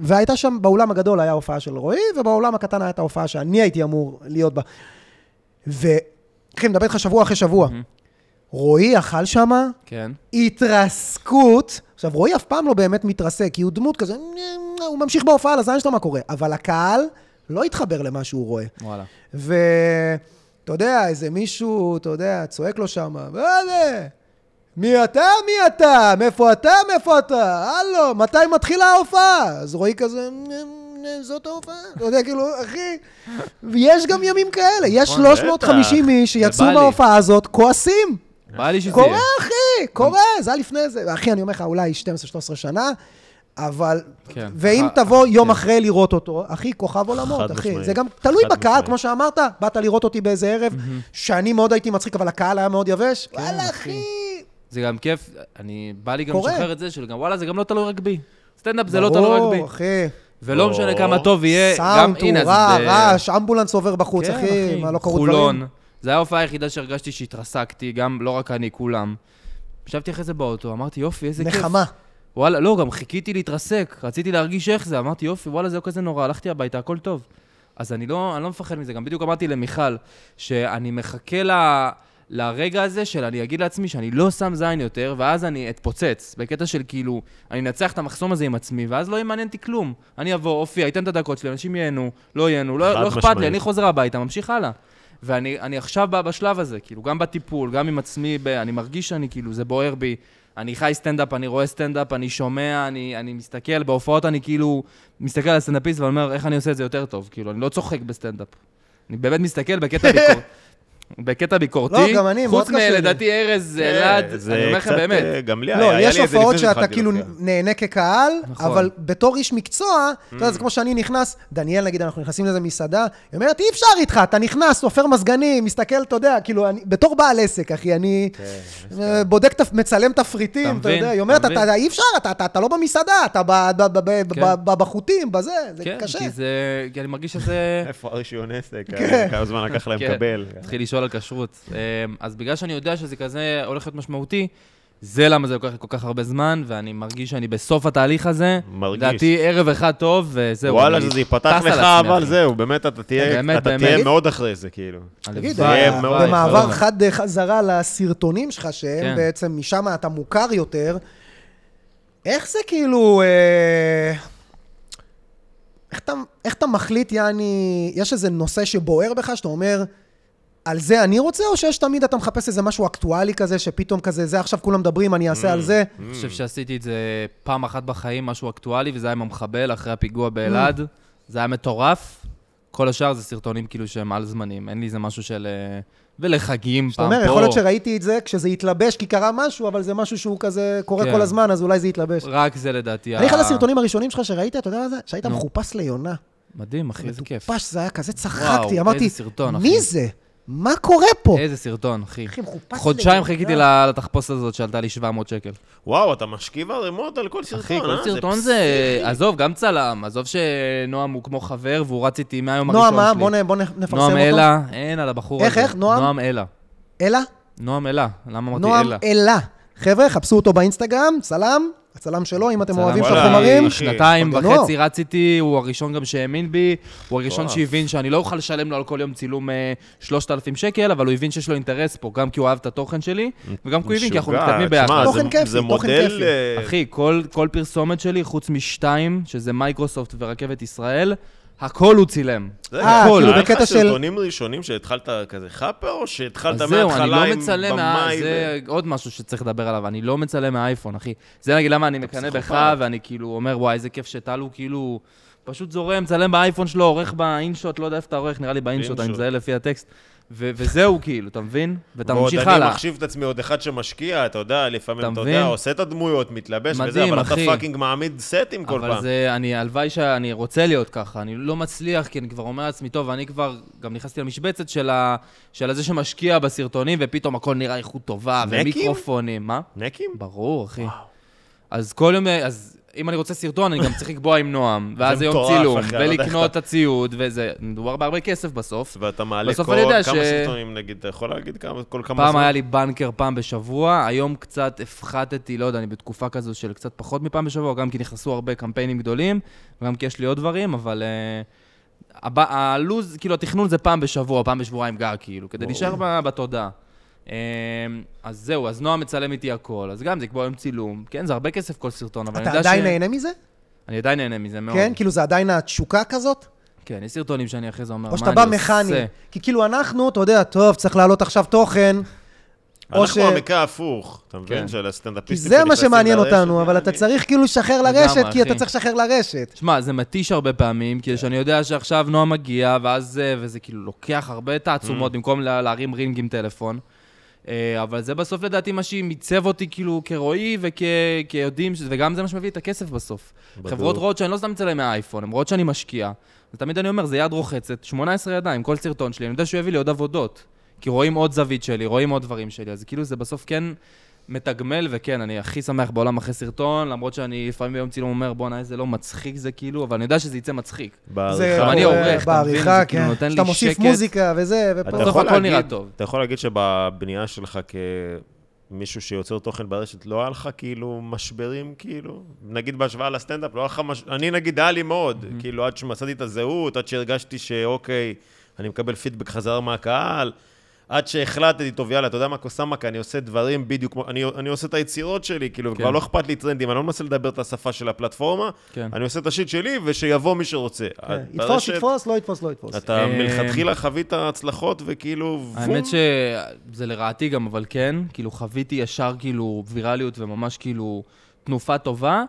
והייתה שם, באולם הגדול היה הופעה של רועי, ובאולם הקטן הייתה ההופעה שאני הייתי אמור להיות בה. ו... אחי, מדבר איתך שבוע אחרי שבוע. רועי אכל שמה,
כן.
התרסקות. עכשיו, רועי אף פעם לא באמת מתרסק, כי הוא דמות כזה, הוא ממשיך בהופעה, לזין שלו מה קורה. אבל הקהל לא התחבר למה שהוא רואה.
וואלה.
ואתה יודע, איזה מישהו, אתה יודע, צועק לו שם, מה זה? מי אתה? מי אתה? מאיפה אתה? מאיפה אתה? הלו, מתי מתחילה ההופעה? אז רועי כזה, "נ- נ- זאת ההופעה. אתה יודע, כאילו, אחי, ויש גם ימים כאלה. יש
נכון,
350
בטח.
איש שיצאו
בא לי.
בהופעה הזאת כועסים.
בא לי שזה יהיה.
קורה, אחי, קורה, זה היה לפני זה. אחי, אני אומר לך, אולי 12-13 שנה, אבל...
כן.
ואם
אח-
תבוא יום
כן.
אחרי לראות אותו, אחי, כוכב עולמות,
חד
אחי.
משמעית.
זה גם תלוי
חד
בקהל,
משמעית.
כמו שאמרת, באת לראות אותי באיזה ערב, שאני מאוד הייתי מצחיק, אבל הקהל היה מאוד יבש. וואלה,
כן, אחי.
אחי.
זה גם כיף, אני, בא לי גם
קורה.
לשחרר את זה, של גם וואלה, זה גם לא תלוי רק בי. סטנדאפ זה לא תלוי
ברור,
רק בי.
אחי.
ולא
ברור.
משנה כמה טוב יהיה, גם,
סאונד,
הנה,
תאורה,
ב-
רעש, אמבולנס עובר בחוץ,
כן,
אחי, מה לא קרו
חולון.
דברים.
זו הייתה ההופעה היחידה שהרגשתי שהתרסקתי, גם, לא רק אני, כולם. ישבתי אחרי זה באוטו, אמרתי, יופי, איזה כיף.
נחמה.
וואלה, לא, גם חיכיתי להתרסק, רציתי להרגיש איך זה, אמרתי, יופי, וואלה, זה לא כזה נורא, הלכתי הביתה, הכל טוב. אז אני לא, אני לא מפחד מזה, גם בדיוק אמרתי למיכל, שאני מחכה ל... לרגע הזה של אני אגיד לעצמי שאני לא שם זין יותר, ואז אני אתפוצץ, בקטע של כאילו, אני אנצח את המחסום הזה עם עצמי, ואז לא ימעניין אותי כלום. אני אבוא, אופיע, אתן את הדקות שלי, אנשים ייהנו, לא ייהנו, לא,
חד
לא אכפת לי,
משמעית.
אני חוזר הביתה, ממשיך הלאה. ואני אני עכשיו בא בשלב הזה, כאילו, גם בטיפול, גם עם עצמי, ב, אני מרגיש שאני, כאילו, זה בוער בי. אני חי סטנדאפ, אני רואה סטנדאפ, אני שומע, אני, אני מסתכל, בהופעות אני כאילו מסתכל על הסטנדאפיסט ואומר, איך אני עושה את זה יותר טוב? כאילו, אני לא צוחק בסטנדאפ. אני באמת מסתכל
[laughs]
בקטע ביקורתי. בקטע ביקורתי,
לא, גם אני, מאוד
חוץ
קשה לי.
מלדעתי ארז,
כן,
אלעד,
זה
אני אומר לך
קצת,
באמת,
אה, גם לי היה,
לא,
היה
יש
לי את זה לפני
הופעות שאתה
שהתחלתי
כאילו
להופיע.
נהנה כקהל,
נכון. Mm.
אבל בתור איש מקצוע, אתה יודע, זה כמו שאני נכנס, דניאל נגיד, אנחנו נכנסים לאיזה מסעדה, היא אומרת, אי אפשר איתך, אתה נכנס, סופר מזגנים, מסתכל, אתה יודע, כאילו, אני- בתור בעל עסק, אחי, אני אה, בודק, את ה- מצלם
כן, אתה
תפריטים, אתה
מבין?
יודע, היא אומרת,
אתה מבין?
"אתה- אי אפשר, אתה- אתה אתה לא במסעדה, אתה ב- ב- ב- ב-
כן.
ב- ב- בחוטים, בזה, זה
כן,
קשה.
כי זה, כי אני מרגיש שזה...
איפה הרישיון עסק? אה,
כן.
כמה זמן לקח להם
כן.
לקבל?
התחיל לשאול על כשרות. אמ, אז בגלל שאני יודע שזה כזה הולך להיות משמעותי, זה למה זה לוקח לי כל כך הרבה זמן, ואני מרגיש שאני בסוף התהליך הזה.
מרגיש.
לדעתי ערב אחד טוב, וזהו.
וואלה,
אני
שזה ייפתח
טס על
לך,
עצמי,
אבל
אחי.
זהו, באמת, אתה תהיה
באמת,
אתה
באמת.
תהיה מאוד אחרי זה, כאילו.
הלוואי,
תגיד,
הלוואי,
אה,
מאוד,
במעבר
הלוואי.
חד אה, חזרה לסרטונים שלך, שהם
כן.
בעצם, משם אתה מוכר יותר, איך זה כאילו... אה, איך אתה, איך אתה מחליט, יעני, יש איזה נושא שבוער בך, שאתה אומר, על זה אני רוצה, או שיש תמיד אתה מחפש איזה משהו אקטואלי כזה, שפתאום כזה, זה עכשיו כולם מדברים, אני אעשה
Mm,
על זה?
אני חושב שעשיתי את זה פעם אחת בחיים, משהו אקטואלי, וזה היה עם המחבל אחרי הפיגוע באלעד.
Mm.
זה היה מטורף. כל השאר זה סרטונים כאילו שהם על זמנים, אין לי איזה משהו של... אה, ולחגים,
אתה
פעם פה.
אומר, יכול להיות שראיתי את זה כשזה התלבש, כי קרה משהו, אבל זה משהו שהוא כזה קורה
כן.
כל הזמן, אז אולי זה יתלבש.
רק זה לדעתי.
אני אחד
ה-
הסרטונים הראשונים שלך שראית, אתה יודע מה זה? שהיית
נו.
מחופש ליונה.
מדהים, אחי, איזה כיף.
מטופש זה היה כזה,
וואו,
צחקתי,
איזה
אמרתי,
סרטון, אחי.
מי זה? מה קורה פה?
איזה סרטון, אחי.
אחי, מחופש
חודשיים
ליונה.
חיכיתי ל- לתחפושת הזאת שעלתה לי 700 שקל.
וואו, אתה משכיב ערימות על כל סרטון,
לא,
אחי,
אה?
כל
זה
סרטון זה... עזוב, גם צלם. עזוב שנועם הוא כמו חבר והוא רץ איתי מהיום הראשון
נועם, מה?
שלי.
בוא נ- בוא נ- נפרסם אותו.
נועם אלה, אין על הבחור
איך,
הזה.
איך? נועם?
נועם אלה.
אלה?
נועם אלה. למה אמרתי
נועם
אלה?
אלה. חבר'ה, חפשו אותו באינסטגרם, צלם, הצלם שלו, אם אתם
הצלם
אוהבים את
וואלה,
החומרים. לא.
אחי.
שנתיים
עוד גנוע.
וחצי רץ איתי, הוא הראשון גם שהאמין בי, הוא הראשון
וואו.
שהבין שאני לא אוכל לשלם לו על כל יום צילום אה, 3,000 שקל, אבל הוא הבין שיש לו אינטרס פה, גם כי הוא אהב את התוכן שלי, וגם כי הוא הבין, כי אנחנו
משוגע,
מתקדמים
תשמע,
ביחד.
זה-
תוכן כיפי,
זה
תוכן
מודל...
כיפי.
אה,
אחי, כל, כל פרסומת שלי, חוץ משתיים, שזה מייקרוסופט ורכבת ישראל, הכל הוא צילם.
זה
אה,
הכל.
כאילו,
היה לך
בקטע של-
סרטונים ראשונים שהתחלת כזה חאפר, או שהתחלת
אז זהו, אני
מההתחלה
לא
עם
מצלם, אה, מה-
במאי? ו-
זה עוד משהו שצריך לדבר עליו, אני לא מצלם מהאייפון, אחי. זה נגיד למה אני מקנא בך,
פסיכופת.
ואני כאילו אומר, וואי, איזה כיף שטל הוא כאילו פשוט זורם, מצלם באייפון שלו, עורך באינשוט, לא יודע איפה אתה עורך, נראה לי באינשוט, אני
באינשוט.
מזהה לפי הטקסט. ו- וזהו, כאילו, אתה מבין? ואתה ממשיך
ועוד אני
הלאה.
מחשיב את עצמי עוד אחד שמשקיע, אתה יודע, לפעמים,
אתה
אתה
מבין?
יודע, עושה את הדמויות, מתלבש וזה,
מדהים,
אבל אתה
אחי.
פאקינג מעמיד סטים כל
אבל
פעם.
זה, אני, הלוואי שאני רוצה להיות ככה, אני לא מצליח, כי אני כבר אומר לעצמי, טוב, אני כבר, גם נכנסתי למשבצת של, ה, של הזה שמשקיע בסרטונים, ופתאום הכל נראה איכות טובה,
נקים?
ומיקרופונים, מה?
נקים?
ברור, אחי. אז כל יום, אז אם אני רוצה סרטון, אני גם צריך לקבוע עם נועם,
[laughs]
ואז
זה
היום
מטורף,
צילום,
אחי, אני לא יודע איך
ולקנות את הציוד, וזה, מדובר בהרבה כסף בסוף.
ואתה מעלה כל
בסוף אני יודע
כמה
ש-
סרטונים, נגיד, אתה יכול להגיד כמה, כל כמה
פעם
זמן?
היה לי בנקר פעם בשבוע, היום קצת הפחתתי, לא יודע, אני בתקופה כזו של קצת פחות מפעם בשבוע, גם כי נכנסו הרבה קמפיינים גדולים, וגם כי יש לי עוד דברים, אבל... Uh, הב... הלוז, כאילו, התכנון זה פעם בשבוע, פעם בשבועיים גג, כאילו, כדי להישאר ב- בתודעה. אמ, אז זהו, אז נועם מצלם איתי הכל, אז גם זה כמו יום צילום. כן, זה הרבה כסף כל סרטון, אבל אני
אתה
יודע ש...
עדיין נהנה מזה?
אני עדיין נהנה מזה מאוד.
כן? כאילו זה עדיין התשוקה כזאת?
כן, יש סרטונים שאני אחרי זה אומר, מה
או
אני
שאתה
עושה?
בא מכני? כי כאילו אנחנו, אתה יודע, טוב, צריך להעלות עכשיו תוכן, או ש...
אנחנו המקרה ההפוך, אתה מבין?
כן.
של
כי
הסטנדאפיסטים.
זה מה
שנכנסים
שמעניין
לרשת.
אותנו, אבל אתה צריך כאילו לשחרר
לגמרי,
לרשת, כי אתה
אחי.
צריך לשחרר לרשת.
תשמע, זה מתיש הרבה פעמים, כי שאני יודע שעכשיו נועם מגיע, ואז זה, וזה כאילו לוקח הרבה תעצומות במקום לה- להרים רינג עם טלפון. אה, אבל זה בסוף לדעתי מה שמיצב אותי כאילו כרועי וכיודעים, וגם זה מה שמביא את הכסף בסוף.
בטוח.
חברות רואות שאני לא סתם מצלם מהאייפון, הן רואות שאני משקיע. ותמיד אני אומר, זה יד רוחצת, 18 ידיים, כל סרטון שלי, אני יודע שהוא יביא לי עוד עבודות. כי רואים עוד זווית שלי, רואים עוד דברים שלי, אז כאילו זה בסוף כן מתגמל, וכן, אני הכי שמח בעולם אחרי סרטון, למרות שאני לפעמים ביום צילום אומר, בואנה, איזה לא מצחיק זה כאילו, אבל אני יודע שזה יצא מצחיק.
זה
גם
בעריכה.
אני
קורה
עורך, אתה מבין?
בעריכה,
זה כאילו
כן.
נותן לי
שאתה מוסיף
שקט.
מוזיקה וזה, ופה...
אתה
בסוף
יכול
הכל נראה
להגיד-
טוב.
אתה יכול להגיד שבבנייה שלך כמישהו שיוצר תוכן ברשת, לא היה לך כאילו משברים, כאילו? נגיד בהשוואה לסטנדאפ, לא היה לך מש... אני נגיד, היה לי מאוד, כאילו, עד שמצאתי את הזהות, עד שהרגשתי שאוקיי, אני מקבל פידבק חזרה מהקהל. עד שהחלטתי, טוב, יאללה, אתה יודע מה, קוסמקה, אני עושה דברים בדיוק כמו... אני, אני עושה את היצירות שלי, כאילו,
כן.
כבר לא אכפת לי טרנדים, אני לא מנסה לדבר את השפה של הפלטפורמה,
כן.
אני עושה את השיט שלי, ושיבוא מי שרוצה.
כן. יתפוס,
ברשת-
יתפוס, לא יתפוס, לא יתפוס.
אתה
אמ,
מלכתחילה חווית הצלחות וכאילו...
האמת שזה לרעתי גם, אבל כן, כאילו חוויתי ישר כאילו ויראליות וממש כאילו תנופה טובה.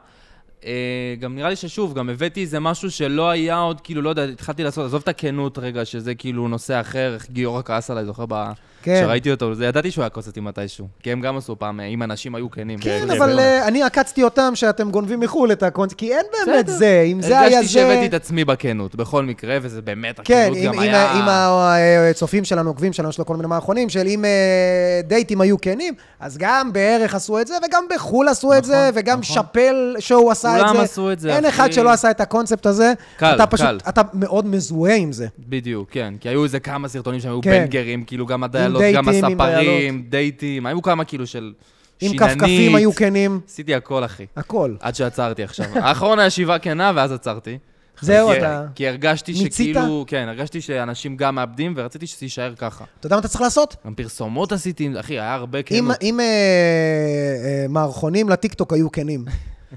אה, גם נראה לי ששוב, גם הבאתי איזה משהו שלא היה עוד, כאילו, לא יודע, התחלתי לעשות, עזוב את הכנות רגע, שזה כאילו נושא אחר, איך גיורא כעס עליי, זוכר? ב...
כן.
שראיתי אותו, זה ידעתי שהוא היה כוס אותי מתישהו. כי הם גם עשו פעם, אה, אם אנשים היו כנים.
כן,
כן,
אבל
כן.
אה, אני עקצתי אותם שאתם גונבים מחו"ל את הקונס, כי אין באמת
בסדר.
זה, אם זה היה
הרגשתי שהבאתי
זה...
את עצמי בכנות, בכל מקרה, וזה באמת,
כן,
הכנות
אם
גם
אם
היה...
ה- אם ה- אה, הצופים שלנו, עוקבים שלנו, יש לו כל מיני מערכונים, של אם אה, דייטים היו כנים, אז גם בערך עשו את זה, וגם בחו"ל עשו את זה,
נכון,
וגם
נכון.
שאפל שהוא עשה את זה.
כולם עשו את זה,
אין
אחי.
אחד שלא עשה את הקונספט הזה.
קל,
אתה פשוט-
קל.
אתה מאוד מזוהה עם זה.
בדיוק, כן. כי היו איזה כמה סרטונים שהיו
כן.
בנגרים, כאילו גם הדיילות,
דייטים,
גם
עם
הספרים,
דיילות.
דייטים, היו כמה כאילו של
עם
שיננית.
כפכפים היו כן. כנים,
עשיתי הכל, אחי.
הכל.
עד שעצרתי עכשיו. [laughs] האחרון היה שבעה כנה, ואז עצרתי.
זהו,
כי-
אתה...
כי הרגשתי
מיצית?
שכאילו, כן, הרגשתי שאנשים גם מאבדים, ורציתי שזה יישאר ככה.
אתה יודע מה אתה צריך לעשות?
גם פרסומות עשיתי, אחי, היה הרבה
כן,
אם,
כנות.
אם אה, אה, מערכונים לטיקטוק היו
[laughs]
כנים.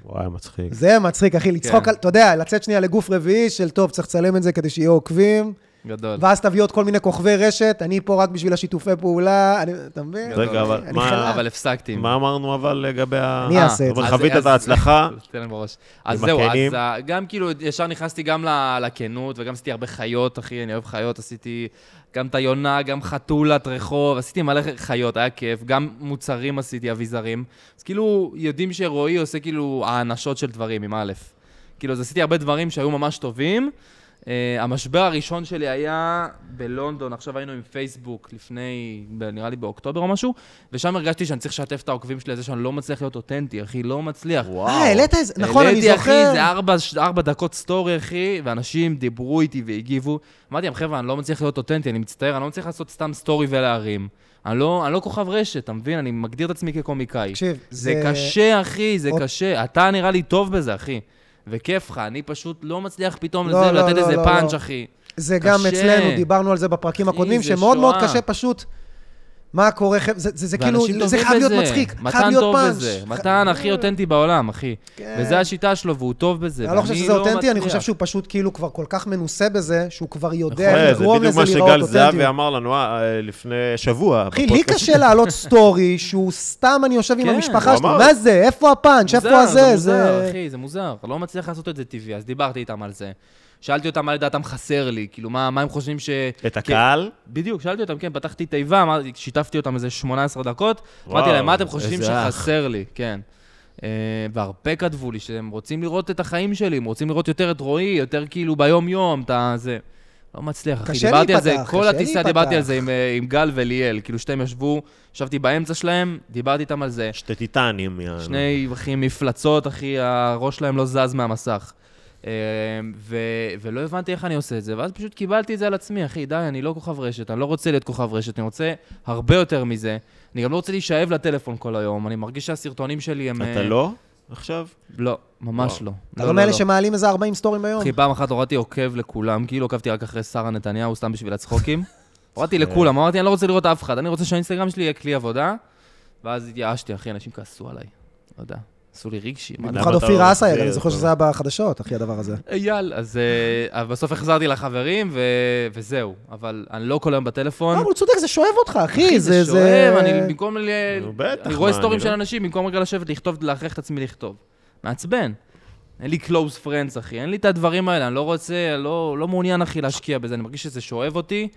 וואי, מצחיק.
זה מצחיק, אחי, לצחוק
כן.
על... אתה יודע, לצאת שנייה לגוף רביעי של טוב, צריך לצלם את זה כדי שיהיו עוקבים,
גדול.
ואז תביא עוד כל מיני כוכבי רשת, אני פה רק בשביל השיתופי פעולה, אני, אתה מבין?
רגע, אבל
אני
מה-
חלש.
אבל הפסקתי. עם זה.
מה אמרנו אבל לגבי ה...
אני אעשה את
אה, אבל
זה.
חווית
אז-
את
אז-
ההצלחה,
תן להם בראש. אז
עם
זהו,
הכנים.
אז ה- גם כאילו, ישר נכנסתי גם ל- לכנות, וגם עשיתי הרבה חיות, אחי, אני אוהב חיות, עשיתי גם את היונה, גם חתולת רחוב, עשיתי מלא חיות, היה כיף, גם מוצרים עשיתי, אביזרים. אז כאילו, יודעים שרועי עושה כאילו הענשות של דברים, עם א'. כאילו, אז עשיתי הרבה דברים שהיו ממש טובים. אה, המשבר הראשון שלי היה בלונדון, עכשיו היינו עם פייסבוק לפני, ב- נראה לי באוקטובר או משהו, ושם הרגשתי שאני צריך לשתף את העוקבים שלי על זה שאני לא מצליח להיות אותנטי, אחי, לא מצליח.
אה, העלית איזה, נכון, אני
העליתי, אחי,
זוכר.
זה ארבע, ארבע דקות סטורי, אחי, ואנשים דיברו איתי והגיבו. אמרתי להם, חבר'ה, אני לא מצליח להיות אותנטי, אני מצטער, אני לא מצליח לעשות סתם סטורי ולהרים. אני לא, אני לא כוכב רשת, אתה מבין? אני מגדיר את עצמי כקומיקאי.
תקשיב,
זה,
זה-
קשה, אחי, זה
עוד-
קשה. אתה נראה לי טוב בזה, אחי. וכיף לך, אני פשוט לא מצליח פתאום
לא,
לזה,
לא,
לתת
לא,
איזה
לא,
פאנץ',
לא.
אחי.
זה גם
קשה.
אצלנו, דיברנו על זה בפרקים
אחי,
הקודמים,
זה
שמאוד מאוד
שואה.
קשה פשוט. מה קורה, חבר'ה? זה- זה זה כאילו,
ואנשים
זה
טובים
חייב להיות
בזה.
מצחיק, חייב
מתן
להיות
טוב
פאנץ'.
בזה.
ח-
מתן הכי אותנטי בעולם, אחי.
כן.
וזו השיטה שלו, והוא טוב בזה.
אני לא חושב
ואני
שזה אותנטי, אני
מצליח.
חושב שהוא פשוט כאילו כבר כל כך מנוסה בזה, שהוא כבר יודע
נכון.
איך
זה
לגרום
בדיוק
לזה
מה
לראות
שגל
אותנטי.
זהבי אמר לנו אה, לפני שבוע.
אחי, לי
בפודקאסט.
קשה להעלות סטורי שהוא סתם אני יושב עם
כן,
המשפחה
הוא
שלי,
אמר.
מה זה? איפה הפאנץ'? איפה הזה?
זה מוזר,
זה...
אחי, זה מוזר. לא מצליח לעשות את זה טבעי, אז דיברתי איתם על זה. שאלתי אותם מה לדעתם חסר לי, כאילו, מה מה הם חושבים ש... כן.
את הקהל?
בדיוק, שאלתי אותם, כן, פתחתי תיבה, אמרתי- שיתפתי אותם איזה 18 דקות,
וואו,
אמרתי להם, מה אתם חושבים
איזה אח."
שחסר לי, כן. אה, והרבה כתבו לי שהם רוצים לראות את החיים שלי, הם רוצים לראות יותר את רועי, יותר כאילו ביום-יום, אתה זה... לא מצליח, אחי.
קשה
דיברתי על זה,
להיפתח,
כל
קשה
הטיסה דיברתי על
להיפתח.
זה עם, אה, עם גל וליאל, כאילו שתיהם ישבו, ישבתי באמצע שלהם, דיברתי איתם על זה.
שתי טיטנים. יענו.
שני, אחי, מפלצות, אחי, הראש שלהם לא זז מהמסך. אמ, ו, ולא הבנתי איך אני עושה את זה, ואז פשוט קיבלתי את זה על עצמי, אחי, די, אני לא כוכב רשת, אני לא רוצה להיות כוכב רשת, אני רוצה הרבה יותר מזה. אני גם לא רוצה להישאב לטלפון כל היום, אני מרגיש שהסרטונים שלי הם...
אתה
אה,
לא עכשיו?
לא, ממש
וואו.
לא.
אתה
לא,
לא
לא,
מאלה
לא.
שמעלים איזה 40 סטורים ביום?
אחי, פעם אחת הורדתי עוקב לכולם, כאילו עוקבתי רק אחרי שרה נתניהו, סתם בשביל
[laughs]
הצחוקים. הורדתי לכולם, אמרתי, אני לא רוצה לראות אף אחד, אני רוצה שהאינסטגרם שלי יהיה כלי עבודה, ואז התייאשתי, אחי, אנשים כעסו עליי. לא יודע, עשו לי רגשי. מה
במיוחד
למה אתה
אופיר
לא
אסייג,
מחזיר
אני זוכר
את
שזה היה בחדשות, אחי, הדבר הזה.
נכון. אייל, אז אה, אבל בסוף החזרתי לחברים, ו... וזהו. אבל אני לא כל היום בטלפון.
לא, אבל הוא צודק, זה שואב אותך, אחי. זה...
שואב,
זה-
אני במקום... ל...
נו, בטח,
אני
מה,
רואה
אני
סטורים
לא-
של אנשים, במקום רגע לשבת, לכתוב, להכריח את עצמי לכתוב. מעצבן. אין לי close friends, אחי. אין לי את הדברים האלה, אני לא רוצה, לא, לא מעוניין, אחי, להשקיע בזה. אני מרגיש שזה שואב אותי,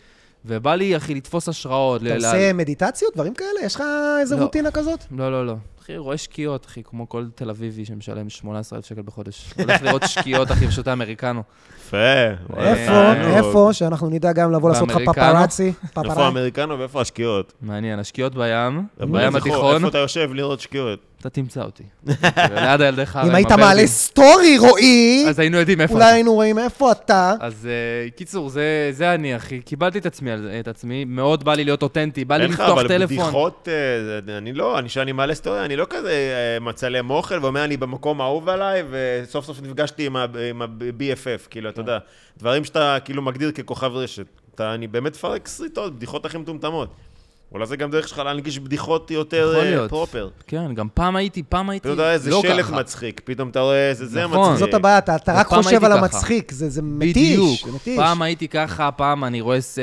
ובא לי, אחי, לתפוס השראות. ל-
אתה
ל-
עושה מדיטציות, דברים כאלה? יש לך איזה
לא.
רוטינה כזאת?
לא, לא, לא. אחי, רואה שקיעות, אחי, כמו כל תל אביבי שמשלם 18,000 שקל בחודש. הולך לראות שקיעות, אחי, ושותה אמריקנו.
יפה.
אה,
וואי,
איפה,
תענוג.
איפה, שאנחנו נדע גם לבוא לעשות לך
באמריקנו?
פפראצי.
איפה
פפראצי.
האמריקנו ואיפה השקיעות?
מעניין, השקיעות בים, בים
איפה-
התיכון,
איפה אתה יושב לראות שקיעות?
אתה תמצא אותי. ליד הילדי חרא.
אם היית
הבלגים.
מעלה סטורי, רועי,
אז היינו יודעים איפה
אולי
אתה.
היינו רואים איפה אתה.
אז אה, קיצור, זה- זה אני, אחי. קיבלתי את עצמי, על זה- את עצמי, מאוד בא לי להיות אותנטי, בא לי
אין לך,
לפתוח
אבל
טלפון.
בדיחות, אה, זה- אני לא, אני- כשאני מעלה סטוריה, אני לא כזה אה, מצלם אוכל ואומר, אני במקום האהוב עליי, וסוף סוף נפגשתי עם ה- עם ה-BFF, כאילו,
כן.
אתה יודע, דברים שאתה כאילו מגדיר ככוכב רשת. אתה, אני באמת מפרק סריטות, בדיחות הכי מטומטמות. אולי זה גם דרך שלך להנגיש בדיחות יותר
יכול
אה,
להיות.
פרופר.
כן, גם פעם הייתי, פעם הייתי,
אתה
לא
יודע, איזה
ככה.
שלט מצחיק, פתאום אתה רואה איזה זה
נכון.
מצחיק.
זאת הבעיה, אתה אתה רק
פעם
חושב
הייתי
על
ככה.
המצחיק, זה זה מתיש.
בדיוק.
זה מתיש.
פעם הייתי ככה, פעם אני רואה, ס-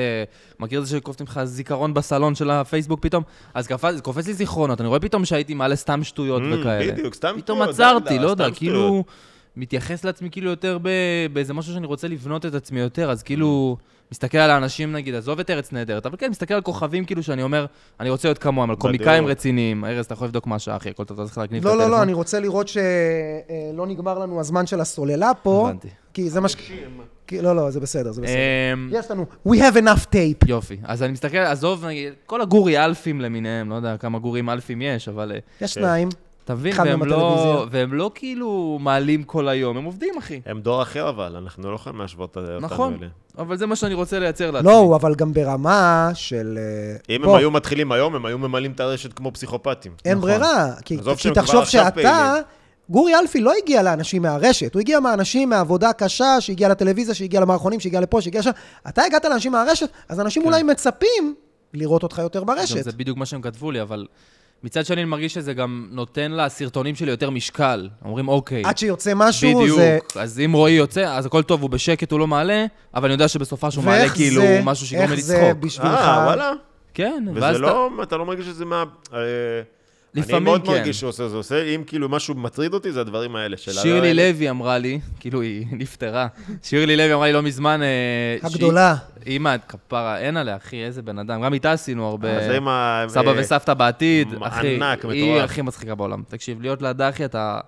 מכיר את זה שקופצים לך זיכרון בסלון של הפייסבוק פתאום? אז קפץ- קופץ לי זיכרונות, אני רואה פתאום שהייתי מעלה סתם שטויות
Mm,
וכאלה.
בדיוק, סתם
פתאום
שטויות,
עצרתי,
דנדה,
לא יודע,
סתם
כאילו, מתייחס לעצמי כאילו יותר ב- באיזה משהו שאני רוצה לבנות את עצמי יותר,
Mm.
אז כאילו, מסתכל על האנשים נגיד, עזוב את ארץ נהדרת, אבל כן, מסתכל על כוכבים כאילו שאני אומר, אני רוצה להיות כמוהם, על קומיקאים
בדיוק.
רציניים. ארז, אתה יכול לבדוק מה השעה, אחי, הכל טוב, אתה צריך להגניב את
לא,
הטלפון.
לא, לא, אני רוצה לראות שלא נגמר לנו הזמן של הסוללה פה.
הבנתי.
כי זה מה ש... כי- לא, לא, זה בסדר, זה בסדר.
אמ,
יש לנו, we have enough tape.
יופי. אז אני מסתכל, עזוב, נגיד, כל הגורי אלפים למיניהם, לא יודע כמה גורים אלפים יש, אבל... אה,
יש שניים.
אתה מבין?
התחלנו
והם
עם
לא,
הטלוויזיה.
והם לא כאילו מעלים כל היום, הם עובדים, אחי.
הם דור אחר, אבל אנחנו כן, לא יכולים להשוות את- אותנו אליהם.
נכון. אבל זה מה שאני רוצה לייצר לעצמי.
לא, אבל גם ברמה של... אה,
אם
בוא,
הם היו מתחילים היום, הם היו ממלאים את הרשת כמו פסיכופטים. אה,
אין
נכון.
ברירה. כי
עזוב
כי
שהם
תחשוב
כבר עכשיו
שאתה... גורי אלפי לא הגיע לאנשים מהרשת, הוא הגיע מאנשים מעבודה קשה, שהגיע לטלוויזיה, שהגיע למערכונים, שהגיע לפה, שהגיע לשם. אתה הגעת לאנשים מהרשת, אז אנשים אולי מצפים לראות אותך יותר
גם
ברשת.
כן. זה בדיוק מה שהם כתבו לי, אבל מצד שני אני מרגיש שזה גם נותן לסרטונים שלי יותר משקל. אומרים, אוקיי,
עד שיוצא משהו,
בדיוק.
זה...
אז אם רועי יוצא, אז הכל טוב, הוא בשקט, הוא לא מעלה, אבל אני יודע שבסופה שהוא מעלה
ואיך
כאילו
זה-
משהו שגורם לי
איך זה
לצחוק.
בשבילך?
אה, וואלה?
כן, ואז
וזה
אתה-
לא, אתה לא מרגיש שזה מה... אה,
לפעמים
אני מאוד
כן.
מרגיש שהוא עושה זה עושה, אם כאילו משהו מטריד אותי, זה הדברים האלה של...
שירלי
הלא-
לוי אמרה לי, כאילו היא [laughs] נפטרה, שירלי לוי אמרה לי לא מזמן... אה, שהיא-
הגדולה.
אימא, כפרה, אין עליה, אחי, איזה בן אדם. גם איתה עשינו הרבה.
אז עם ה...
סבא
אה,
וסבתא בעתיד,
מ-
אחי,
ענק,
היא
מטורף.
הכי מצחיקה בעולם. תקשיב, להיות לידה, אחי, אתה...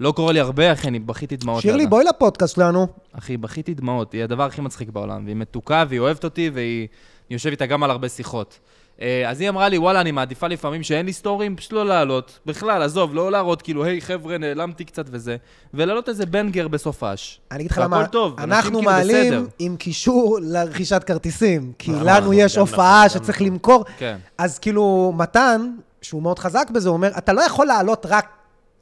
לא קורה לי הרבה, אחי, אני בכיתי דמעות.
שירלי,
לאנה.
בואי לפודקאסט שלנו.
אחי, בכיתי דמעות, היא הדבר הכי מצחיק בעולם, והיא מתוקה והיא אוהבת אותי, והיא... אני יושב איתה גם על הרבה שיחות. אה, אז היא אמרה לי, וואלה, אני מעדיפה לפעמים שאין לי סטורים, פשוט לא לעלות. בכלל, עזוב, לא להראות, כאילו, היי, חבר'ה, נעלמתי קצת וזה. ולהעלות איזה בנגר בסופש.
אני אגיד לך
והכל
למה,
טוב, אנשים
אנחנו
כאילו
מעלים
בסדר.
עם קישור לרכישת כרטיסים, כי לנו
נכון,
יש
גם
הופעה
נכון, גם
שצריך
נכון.
למכור.
כן.
אז כאילו, מתן, שהוא מאוד חזק בזה, הוא אומר, אתה לא יכול לעלות רק,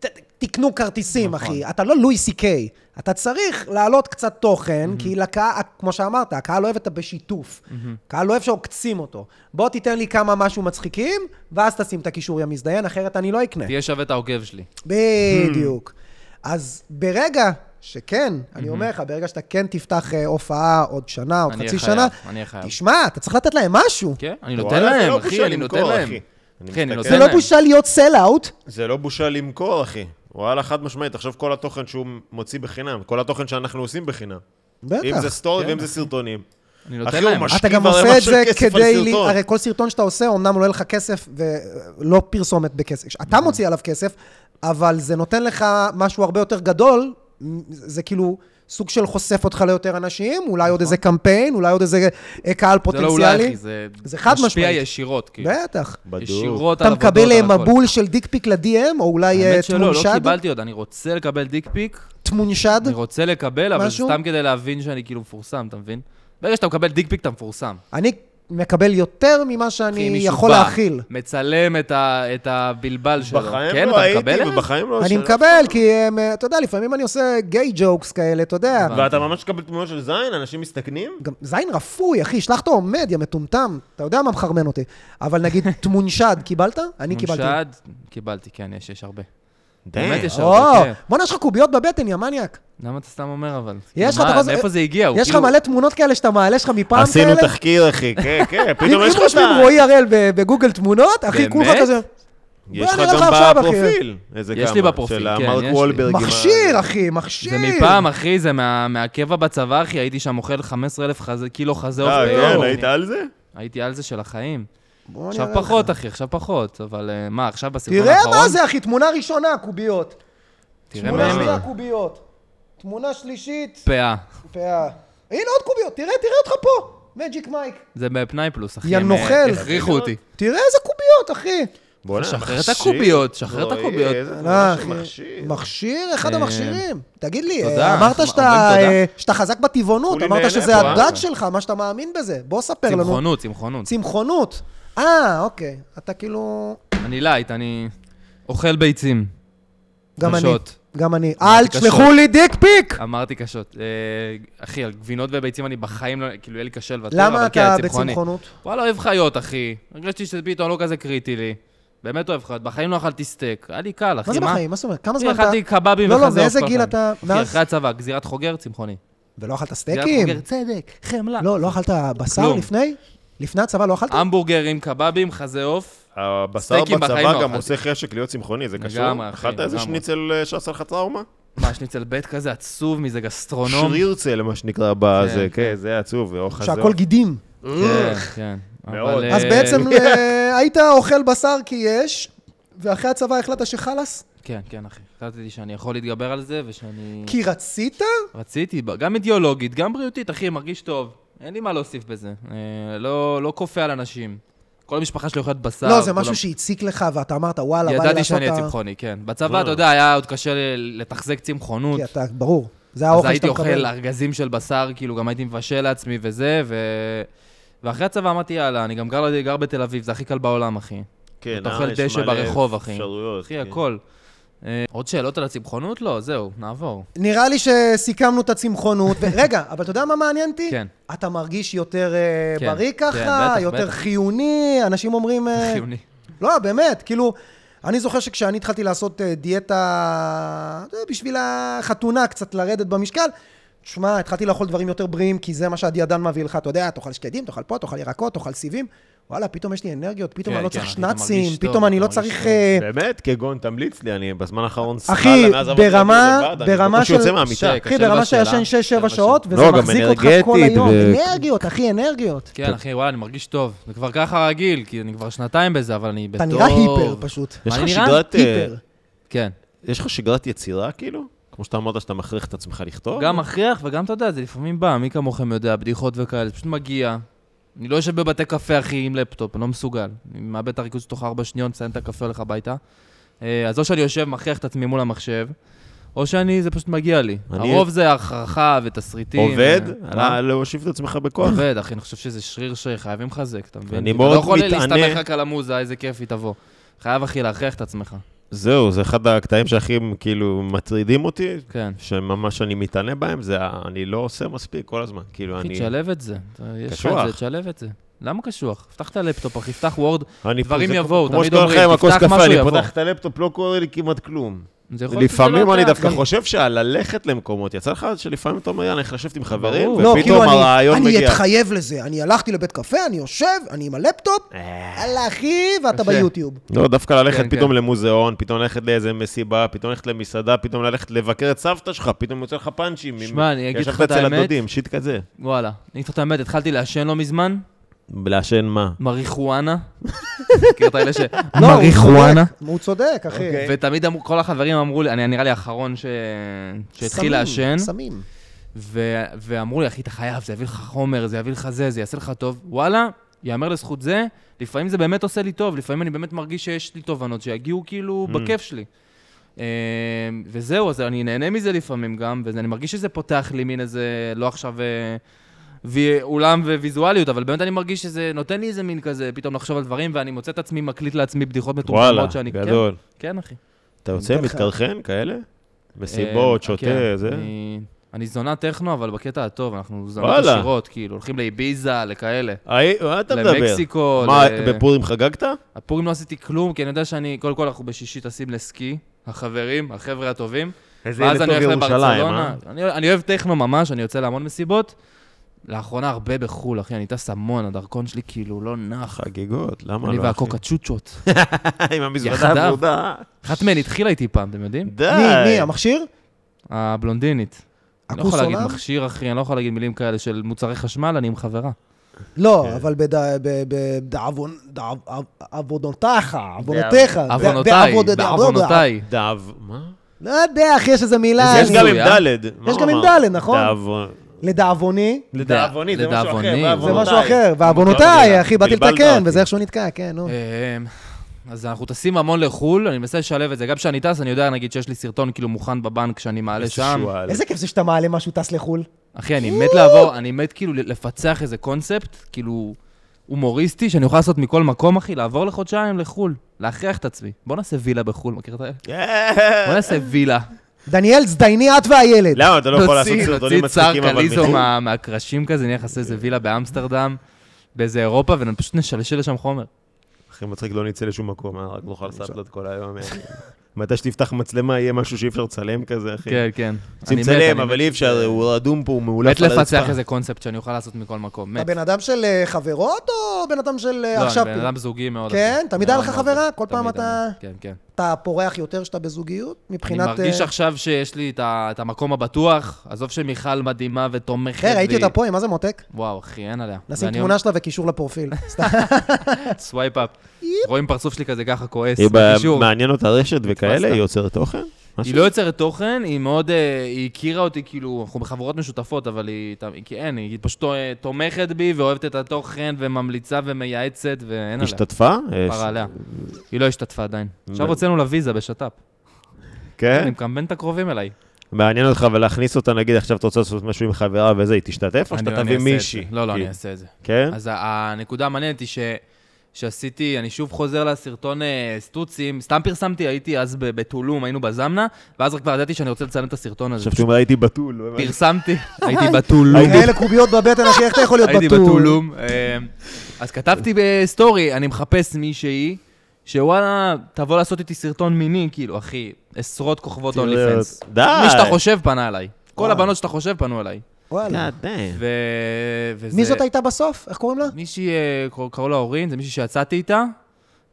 ת- תקנו כרטיסים,
נכון.
אחי. אתה לא לואי סי קיי. אתה צריך להעלות קצת תוכן, כי לקהל, כמו שאמרת, הקהל אוהב את הבשיתוף. קהל אוהב שעוקצים אותו. בוא תיתן לי כמה משהו מצחיקים, ואז תשים את הקישור ימיז דיין, אחרת אני לא אקנה.
תהיה שווה את העוקב שלי.
בדיוק.
Hmm.
אז ברגע שכן, אני אומר לך, ברגע שאתה כן תפתח אה, הופעה עוד שנה, עוד
אני אהיה
חצי
חייב,
שנה,
אני אהיה חייב.
תשמע, אתה צריך לתת להם משהו.
כן?
וואלה,
אני נותן
זה
להם,
לא בושה
אחי, אני נותן
למכור,
להם.
אחי.
אחי, אני
מסתכל-
נותן
זה
אין
לא
להם.
בושה להיות סל-אאוט,
זה לא בושה למכור, אחי. וואלה, חד משמעית, עכשיו כל התוכן שהוא מוציא בחינם, כל התוכן שאנחנו עושים בחינם. אם זה
בטח. כן,
סטורי ואם זה סרטונים.
אני נותן
אחי, הוא
להם.
מש-
אתה גם
משכיב
עושה
ערימה
את
של
זה
כסף על
כדי... לי-
סרטון.
הרי כל סרטון שאתה עושה, אמנם עולה לך כסף ולא פרסומת בכסף.
Hmm.
אתה מוציא עליו כסף, אבל זה נותן לך משהו הרבה יותר גדול, זה כאילו... סוג של חושף אותך ליותר אנשים, אולי עוד איזה קמפיין, אולי עוד איזה אה, קהל
נכון. זה לא אולי,
פוטנציאלי.
אחי, זה...
זה חד
משפיע
משמעית.
ישירות, כאילו.
בטח.
בדיוק.
ישירות על
אתה
עבודות,
מקבל אה,
על הכל.
מבול של דיק פיק ל-DM, או אולי אה,
האמת שלא, לא
תמונשד?
קיבלתי עוד, אני רוצה לקבל דיק פיק,
תמונשד?
אני רוצה לקבל, אבל זה
משהו?
סתם כדי להבין שאני כאילו מפורסם, אתה מבין? ברגע שאתה מקבל דיק פיק, אתה מפורסם.
אני מקבל יותר ממה שאני
אחי, מישהו
יכול
בא,
להכיל.
מצלם את ה- את הבלבל שלו.
בחיים
כן,
לא
אתה
הייתי
מקבל את זה?
ובחיים לא...
אני
של-
מקבל, כי הם, אה, אתה יודע, לפעמים אני עושה גיי ג'וקס כאלה, אתה יודע.
הבנתי.
ואתה ממש מקבל תמונות של זין, אנשים מסתכנים?
גם זין רפוי, אחי, שלח את העומד, יא מטומטם. אתה יודע מה מחרמן אותי. אבל נגיד,
[laughs]
תמונשד, קיבלת? אני קיבלתי.
מונשד? קיבלתי, כן, יש, יש הרבה. באמת
די.
יש
או,
הרבה, כן.
בואנה, יש לך קוביות בבטן, יא מניאק.
למה אתה סתם אומר אבל? כאילו,
יש לך
מה,
את החוז-
מאיפה זה הגיע? אה, הוא
יש לך
כאילו-
מלא תמונות כאלה שאתה מעלה שלך מפעם כאלה.
עשינו תחקיר, אחי, כן,
[laughs]
כן, פתאום
אם
יש
אם
לך
רושמים
את ה-
רועי הראל ב- בגוגל תמונות, אחי, כולך
באמת?
כזה...
יש לך
בוא, נראה לך
גם
עכשיו, אחי.
בפרופיל. איזה
יש
כמה,
לי בפרופיל,
של
כן,
המרק
יש לי.
וולברג. עם ה-
מכשיר, אחי, מכשיר.
זה מפעם, אחי, זה מה- מהקבע בצבא, אחי, הייתי שם אוכל 15,000 חזה- קילו חזה עוף
אה, כן,
ביום.
היית על זה?
הייתי על זה של החיים.
בוא
עכשיו
נראה לך.
פחות, אחי, עכשיו פחות, אבל אה, מה, עכשיו בסרטון
תראה
האחרון?
מה זה, אחי, תמונה ראשונה, קוביות.
תראה
תמונה
מה
שנייה,
זה.
קוביות. תמונה שלישית,
פאה.
פאה. הנה עוד קוביות, תראה, תראה אותך פה. מג'יק מייק.
זה בפנאי פלוס, אחי.
יא
הם, אה,
נוכל.
הכריחו אותי.
תראה איזה קוביות, אחי.
בוא'נה,
שחרר את
מכשיר.
הקוביות, שחרר את
רועי,
הקוביות.
איזה תמונה
אה,
של
אחי,
מכשיר.
מכשיר, אחד
אה,
המכשירים. תגיד לי,
תודה,
אה, אמרת
אנחנו
שאתה
אומרים
אה, שאתה חזק בטבעונות,
כולי
אמרת
נהנה
שזה
פה,
הדת
אה?
שלך, מה שאתה מאמין בזה. בוא ספר לנו.
צמחונות, צמחונות.
צמחונות. אה, אוקיי. אתה כאילו...
אני לייט, אני אוכל ביצים.
גם אני.
קשות.
גם אני. אל
קשות.
תשלחו לי דיק פיק!
אמרתי קשות. אה, אחי, על גבינות וביצים אני בחיים לא... כאילו, יהיה לי קשה לוותר,
למה
אבל כן,
אתה
צמחוני.
בצמחונות?
וואלה, אוהב חיות, אחי. הרגשתי שזה פתאום לא כזה קריטי לי. באמת אוהב חיות. בחיים לא אכלתי סטייק. היה לי קל, אחי.
מה זה בחיים? מה זאת אומרת? כמה
אחי,
זמן אתה...
אכלתי קבבים
לא, לא,
וחזה
מאיזה
כל
גיל
החיים.
אתה-
אחי,
מאז?
אחרי הצבא, גזירת חוגר, צמחוני.
ולא אכלת
גזירת
סטייקים?
חוגר, צדק, חמלה.
לא, לא אכלת בשר
כלום. אה,
לפני? לפני הצבא לא אכלת?
המבורגרים, קבבים, חזה עוף.
הבשר
סטייקים בחיים לא
בצבא גם
אכלתי.
עושה חשק להיות צמחוני, זה קשור.
לגמרי, אחי,
אכלת איזה
לגמרי.
שניצל אה, שעשה לך טראומה?
מה, שניצל בית כזה עצוב מזה, גסטרונום.
שרירצל, מה שנקרא, בזה,
כן.
כן, זה אה, היה עצוב, או חזור.
שהכל גידים.
כן, כן.
מאוד.
אבל,
אז
אה,
בעצם אה, היית אוכל בשר כי יש, ואחרי הצבא החלטת שחלאס?
כן, כן, אחי. החלטתי שאני יכול להתגבר על זה, ושאני...
כי רצית?
רציתי, ב- גם אידיאולוגית, גם בריאותית, אחי, מרגיש טוב. אין לי מה להוסיף בזה. אה, לא לא כופה על אנשים. כל המשפחה שלי אוכלת בשר.
לא, זה
כולם-
משהו שהציק לך, ואתה אמרת, וואלה, בא לי
ידעתי
לעשות
שאני אהיה
ה...
צמחוני, כן. בצבא, אתה יודע, היה עוד קשה ל- לתחזק צמחונות.
כי אתה, ברור. זה
אז
האוכל
הייתי
שאתה מקבל.
אוכל ארגזים של בשר, כאילו, גם הייתי מבשל לעצמי וזה, ו... ואחרי הצבא אמרתי, יאללה, אני גם גר, גר בתל אביב, זה הכי קל בעולם, אחי.
כן,
אתה
אה,
אוכל
יש
דשא
מלא
ברחוב, אחי.
אפשרויות,
אחי,
כן.
הכל. אה, עוד שאלות על הצמחונות? לא, זהו, נעבור.
נראה לי שסיכמנו את הצמחונות. ו- רגע, אבל אתה יודע מה מעניין אותי?
כן.
אתה מרגיש יותר אה,
כן,
בריא
כן,
ככה,
בטח,
יותר
בטח.
חיוני, אנשים אומרים... אה,
חיוני.
לא, באמת, כאילו, אני זוכר שכשאני התחלתי לעשות אה, דיאטה, אתה יודע, בשביל החתונה, קצת לרדת במשקל, תשמע, התחלתי לאכול דברים יותר בריאים, כי זה מה שהדיאדן מביא לך, אתה יודע, תאכל שקדים, תאכל פה, תאכל ירקות, תאכל סיבים, וואלה, פתאום יש לי אנרגיות, פתאום
כן,
אני לא
כן,
צריך
אתה מרגיש
שנאצים,
טוב,
פתאום אני
אתה
לא
מרגיש
צריך...
טוב.
אה,
באמת, כגון, תמליץ לי, אני בזמן האחרון...
אחי,
סחלה, מאז עברתי
ברמה-
את זה לבד,
ברמה
אני בקושי יוצא
של-
מהמיטה.
שק.
אחי,
קשה
ברמה
בשאלה,
שישן 6-7
קשה
שעות,
לא,
וזה
גם
מחזיק אותך כל
אנרגטית
היום.
ו-
אנרגיות, אחי, אנרגיות.
כן, אחי, וואלה, אני מרגיש טוב. זה כבר ככה רגיל, כי אני כבר שנתיים בזה, אבל אני בתור...
אתה נראה היפר פשוט.
יש לך
אני נראה
שגרת... אה,
היפר.
כן.
יש לך שגרת יצירה, כאילו? כמו שאתה אמרת שאתה מכריח את עצמך לכתוב?
גם מכריח וגם, אתה יודע, זה לפעמים בא, מי כמוכם יודע, בדיחות וכאלה, זה פשוט מגיע. אני לא יושב בבתי קפה, אחי, עם לפטופ, אני לא מסוגל. אני מאבד את הריכוז תוך ארבע שניות, מסיים את הקפה, הולך הביתה. אה, אז או שאני יושב, מכריח את עצמי מול המחשב, או שאני, זה פשוט מגיע לי.
אני-
הרוב זה הכרחה ותסריטים.
עובד?
אה, מה?
לא להושיב את עצמך בכוח?
עובד, אחי, אני חושב שזה שריר שחייבים לחזק, אתה מבין?
אני
כאילו,
מאוד
אתה לא
מתענה-
יכול להסתמך רק על המוזה, איזה כיף היא תבוא. חייב, אחי, להכריח את עצמך.
זהו, זה אחד הקטעים שהכי כאילו מטרידים אותי,
כן.
שממש אני מתענה בהם, זה ה- אני לא עושה מספיק כל הזמן. כאילו,
אחי,
אני...
תשלב את זה. אתה- יש לך את
קשוח.
זה, תשלב את זה. למה קשוח? פתח את הלפטופ, אחי, פתח וורד,
אני
דברים
זה
יבואו,
כמו
תמיד
שקורה
אומרים,
לך עם הכוס
תפתח
קפה,
משהו,
אני
יבוא.
פותח את הלפטופ, לא קורה לי כמעט כלום.
זה יכול להיות שזה לא
לפעמים אני
אתה.
דווקא
גם-
חושב שעל ללכת למקומות, יצא לך שלפעמים אתה אומר, יאללה, אני הולך לשבת עם חברים,
ברור.
לא, כאילו,
ופתאום
אני-
הרעיון
אני
מגיע.
אתחייב לזה. אני הלכתי לבית קפה, אני יושב, אני עם הלפטופ,
אה.
אללה אחי, ואתה
יפה.
ביוטיוב.
לא, דווקא ללכת
כן,
פתאום
כן.
למוזיאון, פתאום ללכת לאיזה מסיבה, פתאום ללכת למסעדה, פתאום ללכת לבקר את סבתא שלך, פתאום יוצא לך פאנצ'ים.
שמע, אני אגיד לך את
ישבת אצל
האמת.
הדודים, שיט כזה.
וואלה, אני אגיד לך את האמת, התחלתי לעשן לא מזמן,
לעשן מה?
מריחואנה. [laughs] מכיר את
[laughs]
האלה ש...
לא, הוא צודק, הוא צודק, אחי.
אוקיי.
ותמיד אמרו, כל החברים אמרו לי, אני נראה לי האחרון ש- שהתחיל
סמים,
לעשן.
סמים.
ו- ואמרו לי, אחי, אתה חייב, זה יביא לך חומר, זה יביא לך זה, זה יעשה לך טוב. וואלה, יאמר לזכות זה, לפעמים זה באמת עושה לי טוב, לפעמים אני באמת מרגיש שיש לי תובנות שיגיעו
Mm.
כאילו בכיף שלי. אמ, וזהו, אז אני נהנה מזה לפעמים גם, ואני מרגיש שזה פותח לי מין איזה, לא עכשיו אה, וי- אולם וויזואליות, אבל באמת אני מרגיש שזה נותן לי איזה מין כזה, פתאום לחשוב על דברים, ואני מוצא את עצמי מקליט לעצמי בדיחות
וואלה,
מטומטמות שאני... כן,
גדול.
כן, אחי.
אתה
אני
יוצא
אתן לך.
מתקרחן כאלה? מסיבות,
אה,
שותה,
כן,
זה?
אני- אני זונה טכנו, אבל בקטע הטוב, אנחנו זונות
וואלה.
עשירות, כאילו, הולכים לאביזה, לכאלה.
היי, מה אתה מדבר?
למקסיקו,
מה,
ל-
בפורים חגגת?
הפורים לא עשיתי כלום, כי אני יודע שאני, קודם כל אנחנו בשישי טסים לסקי, החברים, החבר'ה הטובים. ואז אני הולך
אה?
לברצלונה.
אה?
אני אני אוהב טכנו ממש, אני יוצא להמון מסיבות. לאחרונה הרבה בחו"ל, אחי, אני טס המון, הדרכון שלי כאילו לא נח.
חגיגות, למה לא?
אני
אחי?
והקוקה צ'וצ'ות.
עם המזוודה
יחדיו.
הוורודה.
אחת מהן התחילה איתי פעם, אתם יודעים?
די.
מי, מי, המכשיר?
הבלונדינית. אני לא
הכוס
יכול להגיד
עולם?
מכשיר, אחי, אני לא יכול להגיד מילים כאלה של מוצרי חשמל, אני עם חברה.
כן.
לא, אבל בעוונותיך, עוונותיך.
עוונותיי, בעוונותיי.
דאב, מה?
לא יודע, אחי, יש איזו מילה.
יש
אני-
גם עם
הזוי, אה?
דלת. מה
יש גם
הוא
עם
אמר?
דלת, נכון?
דאב-
לדאבוני,
לדאבוני, זה משהו
לדאבוני,
אחר.
זה
זה
בעוונותיי. לא
משהו אחר. ועוונותיי, אחי, באתי
בלבלת
לתקן,
אותי.
וזה איכשהו נתקע, כן, נו.
אמ, אז אנחנו טסים המון לחו"ל, אני מנסה לשלב את זה. גם כשאני טס, אני יודע, נגיד, שיש לי סרטון כאילו מוכן בבנק שאני מעלה שם.
שועל. [laughs]
איזה כיף זה שאתה מעלה משהו, טס לחו"ל.
אחי, אני מת לעבור, אני מת כאילו לפצח איזה קונספט, כאילו, הומוריסטי, שאני אוכל לעשות מכל מקום, אחי, לעבור לחודשיים לחו"ל, להכריח את עצמי. בוא נעשה וילה בחו"ל, מכיר את ה... בוא
אה,
נעשה וילה.
דניאל, זדייני את והילד.
למה אתה לא יכול לעשות
נוציא-
סרטונים
נוציא צער
מצחיקים אבל
קליזו
מחו"ל?
מה- מהקרשים כזה, נלך לעשות איזה וילה באמסטרדם, באיזה אירופה, ופשוט נשלשל לשם חומר.
הכי מצחיק, לא נצא לשום מקום, אה, רק נאכל סבלות כל
[laughs]
היום. אה. מתי שתפתח מצלמה יהיה משהו שאי אפשר לצלם כזה, אחי.
כן, כן.
רוצים
אני מת,
לצלם,
אני
אבל לא
מת.
אי אפשר, הוא רדום פה, הוא מאולף
מת
על הרצפה.
לפצח איזה קונספט שאני אוכל לעשות מכל מקום,
אתה
מת.
בן אדם של אה, חברות או בן אדם של אה,
לא,
עכשיו?
אני בן אדם זוגי מאוד.
כן?
אחי.
תמיד היה לך
מאוד,
חברה?
מאוד.
כל פעם
תמיד,
אתה-
תמיד. כן, כן.
אתה פורח יותר שאתה בזוגיות?
אני
מבחינת...
מרגיש
אה,
עכשיו שיש לי את ה- את המקום הבטוח. עזוב שמיכל מדהימה ותומכת
כן, ראיתי
והיא-
אותה פה, היא מה זה מותק?
וואו, אחי, אין עליה.
נשים
ואני
תמונה שלה וקישור לפרופיל. סתם.
אומר, סווייפ אפ. רואים פרצוף שלי כזה ככה כועס.
היא ב-
בקישור.
מעניין אותה רשת וכאלה,
נתפסת.
היא יוצרת תוכן?
היא
משהו?
לא יוצרת תוכן, היא מאוד... אה, היא הכירה אותי, כאילו, אנחנו בחברות משותפות, אבל היא... היא- כי אין, היא פשוט אה, תומכת בי ואוהבת את התוכן וממליצה ומייעצת, ואין עליה.
השתתפה? אה, ש-
פרה עליה. היא לא השתתפה עדיין. עכשיו
ו-
הוצאנו לה ויזה בשת"פ. אני
כן.
מקמבן את הקרובים אליי.
מעניין אותך ולהכניס אותה, נגיד, עכשיו אתה רוצה לעשות משהו עם חברה וזה, היא תשתתף או
אני-
שאתה
אני
תביא
אעשה את
מישהי?
זה. לא, לא, אני
כן.
אעשה את זה.
כן?
אז ה- הנקודה המעניינת היא ש... שעשיתי, אני שוב חוזר לסרטון אה, סטוצים, סתם פרסמתי, הייתי אז ב- בטולום, היינו בזמנה, ואז רק כבר ידעתי שאני רוצה לצלם את הסרטון הזה.
חשבתי, הייתי בתול. [laughs]
פרסמתי, הייתי בטולום.
כאלה קוביות בבטן, אחי, איך אתה יכול להיות
הייתי
בתול?
בטולום. אה, אז כתבתי בסטורי, אני מחפש מישהי, שוואלה, תבוא לעשות איתי סרטון מיני, כאילו, אחי, עשרות כוכבות אונלי
תראה,
פנס.
די.
מי שאתה חושב פנה אליי. כל
אה. וואו.
הבנות שאתה חושב פנו אליי.
וואלה.
God
ו... וזה...
מי זאת הייתה בסוף? איך קוראים לה?
מישהי, אה, קור- קראו לה אורין, זה מישהי שיצאתי איתה,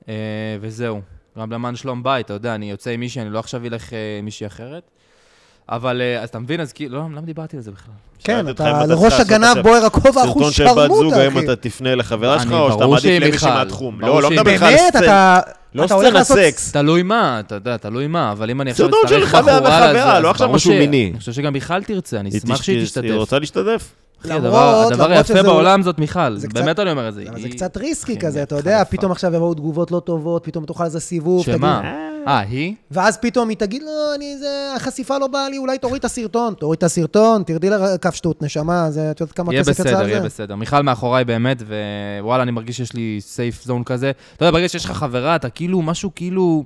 אה, וזהו. גם למען שלום בית, אתה יודע, אני יוצא עם מישהי, אני לא עכשיו אלך אה, עם מישהי אחרת. אבל, אה, אז אתה מבין, אז כאילו, לא, למה דיברתי על זה בכלל?
שאלתי
כן,
אותך
אתה
אם אתה
לראש
צריך לעשות
הגנב
עכשיו
בוער הכובע
סרטון
אחוז
של בת זוג,
שרמוטה,
האם
אחי.
אתה תפנה לחברה שלך,
אני-
או שאתה
ברור שהיא
מעדיף למישהי
מיכל.
מהתחום?
ברור
לא, לא
שהיא
מדבר לך על
באמת,
סקס.
אתה...
לא
אתה הולך
סצנה
לעשות
סקס.
תלוי מה, אתה יודע, תלוי מה, אבל אם אני עכשיו
סרטון של
אצטרך
חבר
בחורה
וחברה,
לזה, אז
לא עכשיו
ברור
משהו
ש-
מיני.
אני חושב שגם מיכל תרצה, אני
היא
אשמח
תש-
שהיא
היא
תשתתף.
רוצה להשתתף?
אחי, הדבר הדבר
למרות שזה-
היפה בעולם זאת מיכל,
זה קצת-
באמת אני אומר את זה.
אבל זה
היא-
קצת ריסקי
כן,
כזה,
היא
אתה יודע,
חלפה.
פתאום עכשיו יבואו תגובות לא טובות, פתאום תאכל איזה סיבוב.
שמה?
תגיד-
אה, היא?
ואז פתאום היא תגיד, לא, אני, זה, החשיפה לא באה לי, אולי תוריד את הסרטון. תוריד את הסרטון, תרדי לכף שטות, נשמה, זה, את יודעת כמה
יהיה
כסף יצא על זה?
בסדר, יהיה בסדר. מיכל מאחוריי באמת, ווואלה, אני מרגיש שיש לי סייף זון כזה. אתה יודע, ברגע שיש לך חברה, אתה כאילו, משהו כאילו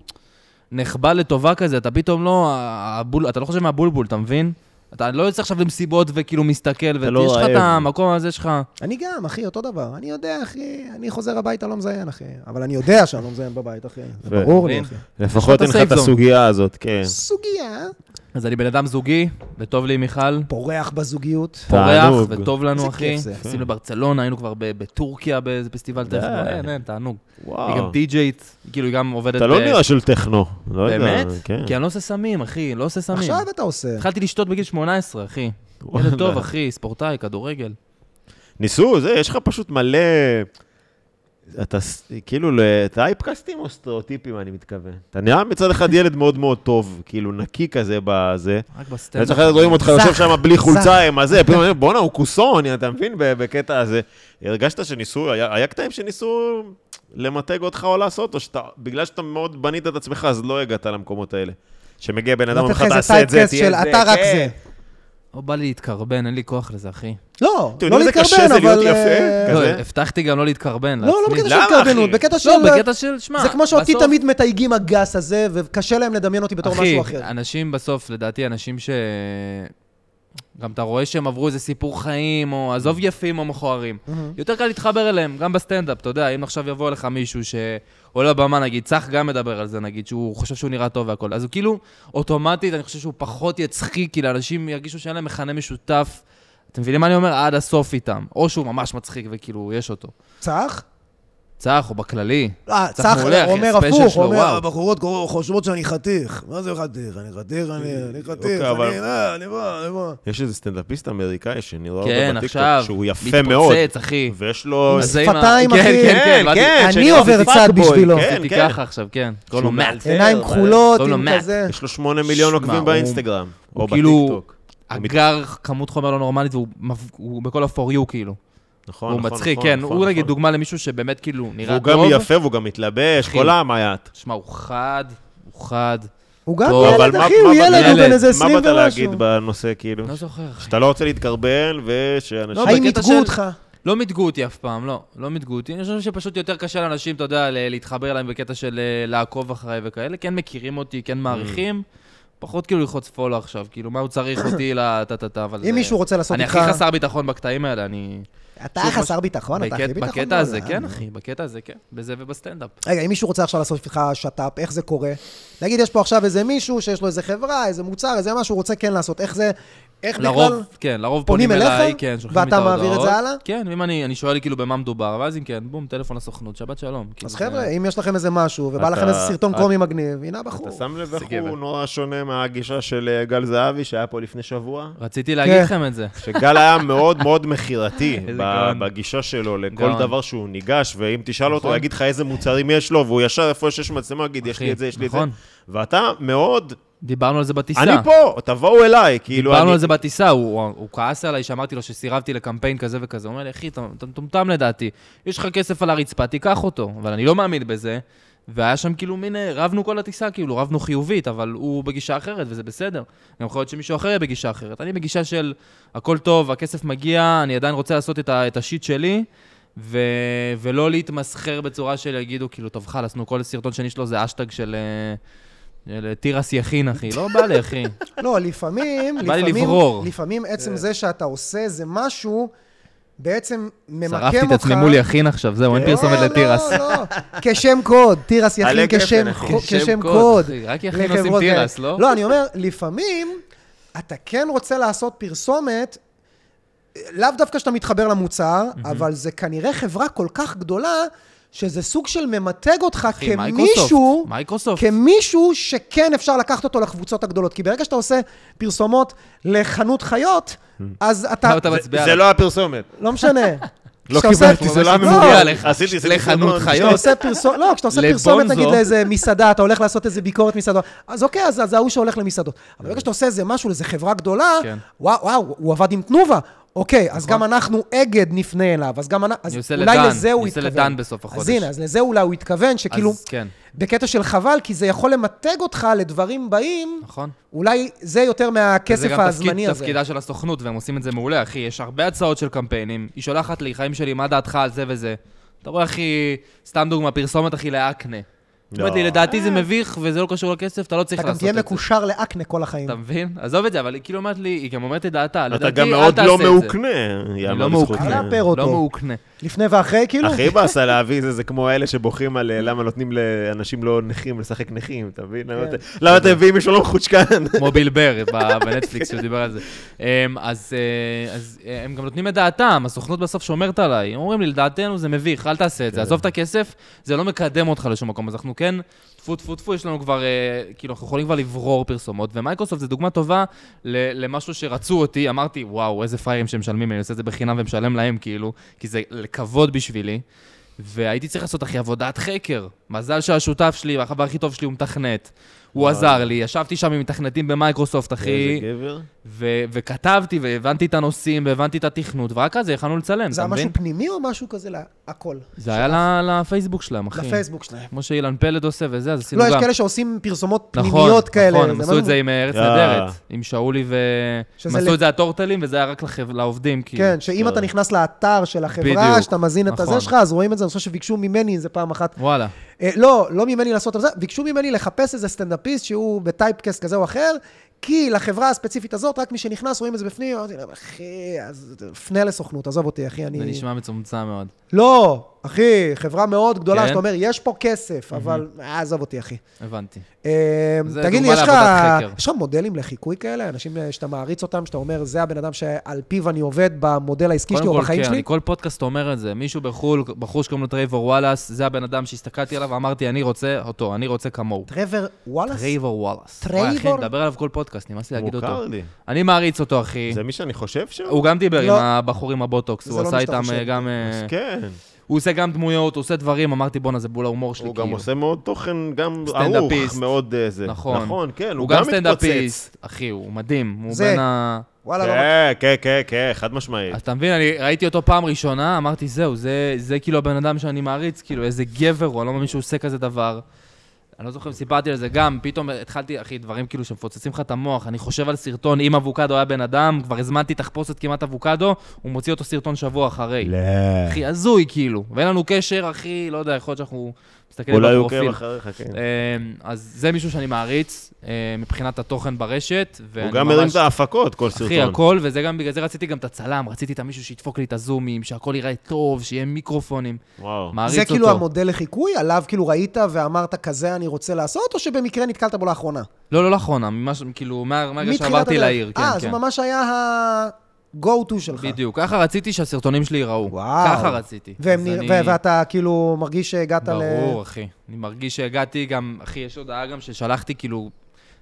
נחבא לטובה כזה, אתה פתאום לא, הבול, אתה לא חושב מהבולבול, אתה מבין? אתה לא יוצא עכשיו למסיבות וכאילו מסתכל,
לא
ויש לך את
רעב.
המקום הזה שלך.
אני גם, אחי, אותו דבר. אני יודע, אחי, אני חוזר הביתה, לא מזיין, אחי. אבל אני יודע שאני לא מזיין בבית, אחי. זה
ו-
ברור לי,
מבין?
אחי.
לפחות אין
יש
לך
לה את
את
ה-safe zone.
הסוגיה הזאת, כן.
סוגיה.
אז אני בן אדם זוגי, וטוב לי עם מיכל.
פורח בזוגיות.
פורח,
תענוג.
וטוב לנו,
איזה
אחי.
כיף זה, אחי.
עשינו לברצלונה, היינו כבר ב- בטורקיה באיזה פסטיבל טכנון. אין, אין, תענוג. היא גם
וואו.
די-ג'ייט, היא כאילו, היא גם עובדת...
אתה לא
ב-
נראה של טכנו. לא יודע,
באמת?
כן.
כי אני לא עושה סמים, אחי, לא עושה סמים.
עכשיו אתה עושה.
התחלתי לשתות בגיל 18, אחי.
וואלה. [laughs]
ילד טוב, אחי, ספורטאי, כדורגל.
ניסו, זה, יש לך פשוט מלא... אתה ס- כאילו לטייפקאסטים או סטריאוטיפים, אני מתכוון. אתה נראה מצד אחד ילד מאוד מאוד טוב, כאילו נקי כזה בזה.
רק
אני
בסטנדאפ.
צריך לדעת, רואים אותך יושב
זך,
שם בלי
זך.
חולצה עם הזה, פתאום אני אומר, בואנה, הוא כוסון, אתה מבין, ב- בקטע הזה. הרגשת שניסו, היה היה קטעים שניסו למתג אותך או לעשות, או שאתה, בגלל שאתה מאוד בנית את עצמך, אז לא הגעת למקומות האלה. שמגיע בן אדם,
לתת
אומר
לך
לך,
איזה
תעשה את זה,
טייפקס
תהיה
של
זה,
אתה רק
כן."
זה.
לא בא לי להתקרבן, אין לי כוח לזה, אחי.
לא,
אתם
לא
יודעים איזה קשה
להתקרבן,
זה להיות
אבל...
יפה?
אה,
כזה?
לא, הבטחתי גם לא להתקרבן,
לא, לא
לעצמי.
בקטע של
למה, אחי?
התקרבנות, בקטע של...
לא, בקטע של, שמע,
זה כמו שאותי
בסוף-
תמיד מתייגים הגס הזה, וקשה להם לדמיין אותי בתור משהו אחר.
אחי, אנשים בסוף, לדעתי, אנשים ש... גם אתה רואה שהם עברו איזה סיפור חיים, או
Mm-hmm.
עזוב יפים או מכוערים. יותר קל להתחבר אליהם, גם בסטנדאפ, אתה יודע, אם עכשיו יבוא אליך מישהו שעולה לבמה, נגיד, צח גם מדבר על זה, נגיד, שהוא חושב שהוא נראה טוב והכול. אז הוא כאילו, אוטומטית, אני חושב שהוא פחות יצחיק, כי לאנשים ירגישו שאין להם מכנה משותף. אתם מבינים מה אני אומר? עד הסוף איתם. או שהוא ממש מצחיק וכאילו, יש אותו.
צח?
צח, או בכללי.
לא,
אה,
צח
צח
מעולה, אחי,
אומר
הספיישל
הפוך, הוא
שלו,
אומר,
וואו.
הבחורות קורא- חושבות שאני חתיך. מה זה חתיך? אני חתיך, אני אני חתיך,
אוקיי, אבל-
אני... אה, אני בא, אני בא.
יש איזה סטנדאפיסט אמריקאי שאני לא רואה
כן,
אותו בטיקטוק,
עכשיו.
שהוא יפה מאוד,
מתפוצץ, אחי.
ויש לו...
אז זה עם ה-
שפתיים,
כן,
אחי.
כן, כן, באתי-
אני עובר צד בשבילו.
כן,
עשיתי
כן.
ככה עכשיו, כן.
שהוא
קוראים לו
מעט.
מאט.
עיניים כחולות,
טוב לא, לו,
עם
מאט.
כזה.
יש לו שמונה מיליון
שמע,
עוקבים
הוא-
באינסטגרם,
הוא
או
כאילו-
בטיקטוק.
אגר כמות חומר לא נורמלית, והוא מב- הוא בכל ה-for you כאילו.
נכון,
הוא
נכון,
מצחיק,
נכון,
כן.
נכון,
הוא נגיד
נכון.
דוגמה למישהו שבאמת כאילו נראה
והוא
טוב.
גם יפה והוא גם מתלבש,
אחי.
כל המעיית.
שמע, הוא חד, הוא חד.
הוא גם
טוב,
ילד,
אבל מה-
אחי, הוא
מה
ילד, הוא
ילד?
בן איזה
מה
20
באת להגיד
ומשהו.
בנושא, כאילו?
לא זוכר, אחי.
שאתה לא רוצה להתקרבן ושאנשים...
לא,
האם
בקטע
ידגו
של-
אותך?
לא מיתגו אותי אף פעם, לא. לא מיתגו אותי. אני חושב שפשוט יותר קשה לאנשים, אתה יודע, ל- להתחבר אליהם בקטע של אה, לעקוב אחריי וכאלה. כן מכירים אותי,
Mm.
כן מעריכים. פחות כאילו לחוץ פולו עכשיו, כאילו, מה הוא צריך אותי לטה-טה-טה, אבל... זה-
אם מישהו רוצה לעשות
אני
איתך...
הכי חסר ביטחון בקטעים האלה, אני...
אתה
שוב,
חסר ביטחון, אתה הכי
בקט-
ביטחון.
בקטע הזה,
בעולם.
כן, אחי, בקטע הזה, כן. בזה ובסטנדאפ.
רגע, אם מישהו רוצה עכשיו לעשות איתך שת"פ, איך זה קורה? נגיד, יש פה עכשיו איזה מישהו שיש לו איזה חברה, איזה מוצר, איזה משהו, הוא רוצה כן לעשות. איך זה... איך
לרוב,
בכלל...
כן, לרוב
פונים
פונים אליי,
אליך?
כן, שולחים לי את
ואתה
ההודעות.
מעביר את זה הלאה?
כן, אם אני, אני שואל כאילו במה מדובר, ואז אם כן, בום, טלפון לסוכנות, שבת שלום. כאילו,
אז
זה-
חבר'ה, אם יש לכם איזה משהו, ובא
אתה-
לכם איזה סרטון
אה,
את-
קומי מגניב, הנה הבחור.
אתה שם לב איך
זה גבר.
הוא נורא שונה מהגישה של אה, גל זהבי, שהיה פה לפני שבוע?
רציתי להגיד
כן.
לכם את זה.
שגל היה מאוד מאוד מכירתי
[laughs] איזה
ב-
גאון.
בגישה שלו לכל
גאון.
דבר שהוא ניגש, ואם תשאל אותו, הוא
נכון.
יגיד לך איזה מוצרים יש לו, והוא ישר איפה שיש מצלמה, הוא יגיד, יש לי
אחי,
את זה, יש לי את זה.
נכון.
ואתה מאוד,
דיברנו על זה בטיסה.
אני פה, תבואו אליי, כאילו,
דיברנו
אני-
על זה בטיסה, הוא, הוא, הוא כעס עליי שאמרתי לו שסירבתי לקמפיין כזה וכזה. הוא אומר לי, אחי, אתה אתה מטומטם לדעתי. יש לך כסף על הרצפה, תיקח אותו. אבל אני לא מאמין בזה. והיה שם כאילו מין, אה, רבנו כל הטיסה, כאילו, רבנו חיובית, אבל הוא בגישה אחרת, וזה בסדר. גם יכול להיות שמישהו אחר יהיה בגישה אחרת. אני בגישה של, הכל טוב, הכסף מגיע, אני עדיין רוצה לעשות את, ה- את השיט שלי, ו, ולא להתמסחר בצורה של יגידו, כאילו, טוב, חלאס, נו, כל סרטון שני שלו זה אשטג של... אה, של תירס יכין, אחי. לא בא לי, אחי.
לא, לפעמים,
[laughs] בא לי
לפעמים,
לברור. כן.
לפעמים עצם זה שאתה עושה איזה משהו, בעצם ממקם אותך...
שרפתי את עצמי מול יכין עכשיו, זהו, אין
לא,
פרסומת
לא,
לתירס.
לא, כשם קוד, תירס יכין
עלי גפן,
כשם
אחי.
קוד- כשם קוד.
קוד, אחי, רק יכין עושים
לחברות האלה.
תירס, לא?
לא, אני אומר, לפעמים אתה כן רוצה לעשות פרסומת, לאו דווקא שאתה מתחבר למוצר, אבל זה כנראה חברה כל כך גדולה, שזה סוג של ממתג אותך
אחי, מייקרוסופט,
כמישהו,
מייקרוסופט.
כמישהו שכן אפשר לקחת אותו לקבוצות הגדולות. כי ברגע שאתה עושה פרסומות לחנות חיות, אז אתה...
אתה מצביע
זה
עליו.
לא הפרסומת.
לא משנה.
לא
כשאתה עושה-
קיבלתי, זה לא היה
לא,
ממוגע
לך.
עשיתי סרטון.
לחנות
כשאתה
חיות.
עושה פרסומת, לא, כשאתה עושה
לבונזו.
פרסומת, נגיד, לאיזה מסעדה, אתה הולך לעשות איזה ביקורת מסעדות, אז אוקיי, אז אז זה ההוא שהולך למסעדות. אבל ברגע שאתה עושה איזה משהו לאיזה חברה גדולה,
כן. נכון.
וואו, וואו, הוא עבד עם תנובה. אוקיי, אז גם אנחנו אגד נפנה אליו, אז גם אנחנו, אז
אני עושה
אולי
לדן,
לזה הוא
אני עושה
התכוון.
לדן בסוף
אז
החודש.
הנה, אז לזה אולי הוא התכוון, שכאילו,
אז כן,
בקטע של חבל, כי זה יכול למתג אותך לדברים באים,
נכון.
אולי זה יותר
זה
מהכסף
גם תפקיד-
הזמני הזה.
תפקידה של הסוכנות, והם עושים את זה מעולה, אחי. יש הרבה הצעות של קמפיינים. היא שולחת לי, חיים שלי, מה דעתך על זה וזה. אתה רואה, אחי, סתם דוגמה, פרסומת, אחי, לאקנה.
לא.
אומרת לי, לדעתי זה מביך וזה לא קשור לכסף, אתה לא צריך
אה. אתה גם
לעשות את
תהיה
זה.
מקושר לאקנה כל החיים.
אתה מבין? עזוב את זה, אבל היא כאילו אומרת לי, היא גם אומרת את דעתה.
אתה
לדעתי,
גם
אל
מאוד
תעשה
לא
את זה.
מעוקנה. יאללה,
לא
בזכות
מעוקנה.
זה.
אל תאפר אותו.
לא מעוקנה.
לפני ואחרי, כאילו?
הכי באסה להביא זה, זה כמו אלה שבוכים על אה, למה נותנים לאנשים לא נכים לשחק נכים, אתה מבין?
כן.
למה אתה- למה אתם מביאים מישהו לא מחושכן?
כמו ביל בר ב- בנטפליקס שהוא דיבר על זה. אמ, אז אה, אז, אה, הם גם נותנים את דעתם, הסוכנות בסוף שומרת עליי. הם אומרים לי, לדעתנו זה מביך, אל תעשה את זה, עזוב את הכסף, זה לא מקדם אותך לשום מקום. אז אנחנו כן, טפו טפו טפו, יש לנו כבר, אה, כאילו, אנחנו יכולים כבר לברור פרסומות, ומייקרוסופט זו דוגמה טובה ל- למשהו שרצו אותי, אמרתי, וואו, איזה פראיירים שמשלמים לי, אני עושה את זה בחינם ומשלם להם, כאילו, כי זה לכבוד בשבילי. והייתי צריך לעשות, אחי, עבודת חקר. מזל שהשותף שלי, החבר הכי טוב שלי, הוא מתכנת. הוא עזר לי, ישבתי שם עם מתכנתים במייקרוסופט,
איזה
אחי,
גבר.
ו- וכתבתי, והבנתי את הנושאים, והבנתי את התכנות, ורק אז יכלנו לצלם,
זה
אתה
היה משהו
מבין?
פנימי או משהו כזה? לה- הכל.
זה היה ל- לפייסבוק שלהם, אחי.
לפייסבוק שלהם.
כמו שאילן פלד עושה וזה, אז כן. עשינו
לא,
גם.
יש כאלה שעושים פרסומות
נכון,
פנימיות כאלה.
נכון, הם עשו
מה
את זה עם אה, ארץ
אה.
נהדרת, עם שאולי ו... הם
שזה
עשו
ל-
את זה הטורטלים, וזה היה רק לחב- לעובדים, כאילו.
כן, שאם אתה נכנס לאתר של החברה,
בדיוק,
שאתה מזין את הזה
נכון.
שלך, אז רואים את זה, אני חושב שביקשו ממני איזה פעם אחת.
וואלה.
אה, לא, לא ממני לעשות את זה, ביקשו ממני לחפש איזה סטנדאפיסט שהוא בטייפקסט כזה או אחר, כי לחברה הספציפית הזאת, רק מי שנכנס, רואים את זה בפנים, אמרתי להם, אחי, אז פנה לסוכנות, עזוב אותי, אחי,
זה
אני...
נשמע מצומצם מאוד.
לא, אחי, חברה מאוד גדולה,
כן?
שאתה אומר, יש פה כסף, אבל אה, עזוב אותי, אחי.
הבנתי.
אה,
זה
תגיד לי,
דוגמה
יש לך,
לעבודת חקר.
יש לך מודלים לחיקוי כאלה? אנשים אה, שאתה מעריץ אותם, שאתה אומר, זה הבן אדם שעל פיו אני עובד במודל העסקי שלי
קודם
או
כל,
בחיים
כן,
שלי?
אני כל פודקאסט אומר את זה. מישהו בחו"ל, בחור שקוראים לו טרייבור וואלאס, זה הבן אדם שהסתכלתי עליו ואמרתי, אני רוצה אותו, אני רוצה כמוהו.
טרבר וואלאס?
טרייבור וואלאס.
טרייבור?
וואי, אחי, אני מדבר עליו כל פודקאסט, נמאס לי להגיד
מוכר
אותו.
לי.
אני מעריץ אותו, אחי.
זה מי שאני חושב שהוא?
הוא גם דיבר עם
לא.
הבחור עם הבוטוקס,
זה
הוא
לא
עשה
מה שאתה
איתם
חושב.
אה, גם... אה,
אז כן.
הוא עושה גם דמויות, הוא עושה דברים, אמרתי, בואנה, זה בול ההומור שלי,
הוא
כאילו.
גם עושה מאוד תוכן, גם ערוך,
סטנדאפיסט.
מאוד אה, זה.
נכון.
נכון, כן,
הוא גם
מתפוצץ.
סטנדאפיסט, אחי, הוא מדהים. הוא
זה.
בין ה...
וואלה, לא מכיר.
כן, כן, כן, כן, חד משמעית.
אז אתה מבין, אני ראיתי אותו פעם ראשונה, אמרתי, זהו, זה, זה כאילו הבן אדם שאני מעריץ, כאילו, איזה גבר הוא, אני לא מאמין שהוא עושה כזה דבר. אני לא זוכר אם סיפרתי על זה גם, פתאום התחלתי, אחי, דברים כאילו שמפוצצים לך את המוח. אני חושב על סרטון, אם אבוקדו היה בן אדם, כבר הזמנתי תחפושת כמעט אבוקדו, הוא מוציא אותו סרטון שבוע אחרי.
לא.
אחי, הזוי כאילו. ואין לנו קשר, אחי, לא יודע, יכול להיות שאנחנו מסתכלים
אולי
בפרופיל.
הוא עוקב אחריך, כן.
אמ, אז זה מישהו שאני מעריץ אה, מבחינת התוכן ברשת.
הוא
ואני
גם מרים
ממש-
את ההפקות, כל סרטון.
אחי, הכל, וזה גם, בגלל זה רציתי גם את הצלם, רציתי את המישהו שידפוק לי את הזומים, שהכל ייראה טוב, שיהיה מיקרופונים.
וואו.
מעריץ
זה
אותו.
כאילו המודל לחיקוי, עליו כאילו ראית ואמרת, כזה אני רוצה לעשות, או שבמקרה נתקלת בו לאחרונה?
לא, לא לאחרונה, ממש, כאילו, מה- מהרגע
מתחילת
שעברתי
הדרך.
לעיר, כן,
אה, אז
כן.
הוא ממש היה ה-go-to שלך.
בדיוק, ככה רציתי שהסרטונים שלי ייראו.
וואו.
ככה רציתי.
והם
אז
נרא-
אני-
ו- ואתה כאילו מרגיש שהגעת ל...
ברור, אחי. אני מרגיש שהגעתי גם, אחי, יש הודעה גם ששלחתי, כאילו,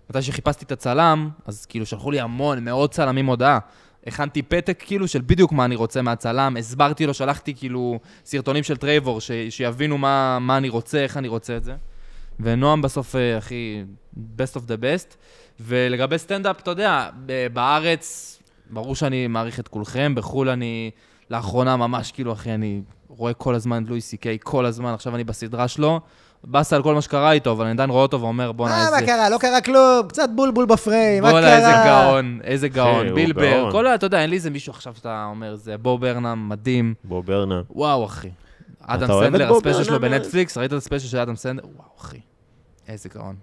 מתי שחיפשתי את הצלם, אז כאילו שלחו לי המון, מאות צלמים הודעה. הכנתי פתק כאילו של בדיוק מה אני רוצה מהצלם, הסברתי לו, שלחתי כאילו סרטונים של טרייבור, ש- שיבינו מה, מה אני רוצה, איך אני רוצה את זה. ונועם בסוף, אה, אחי, best of the best. ולגבי סטנדאפ, אתה יודע, ב- בארץ, ברור שאני מעריך את כולכם, בחו"ל אני, לאחרונה ממש, כאילו, אחי, אני רואה כל הזמן את לואי סי קיי, כל הזמן, עכשיו אני בסדרה שלו, באסה על כל מה שקרה איתו, אבל אני עדיין רואה אותו ואומר, בואנה,
אה, מה
איזה...
קרה? לא קרה כלום, קצת בולבול בפריים, מה קרה?
בואנה, איזה גאון, איזה
אחי,
גאון,
הוא
ביל בר,
גאון.
כל ה... אתה יודע, אין לי איזה מישהו עכשיו שאתה אומר, זה בוב ברנם, מדהים,
בוא, ברנה.
וואו, אחי. אדם
אוהב את
סנדלר,
בוב
הספיישל שלו
ברנם?
בנטפליקס, ראית את הספיישל של אדם סנדלר? וואו, אחי, איזה גאון.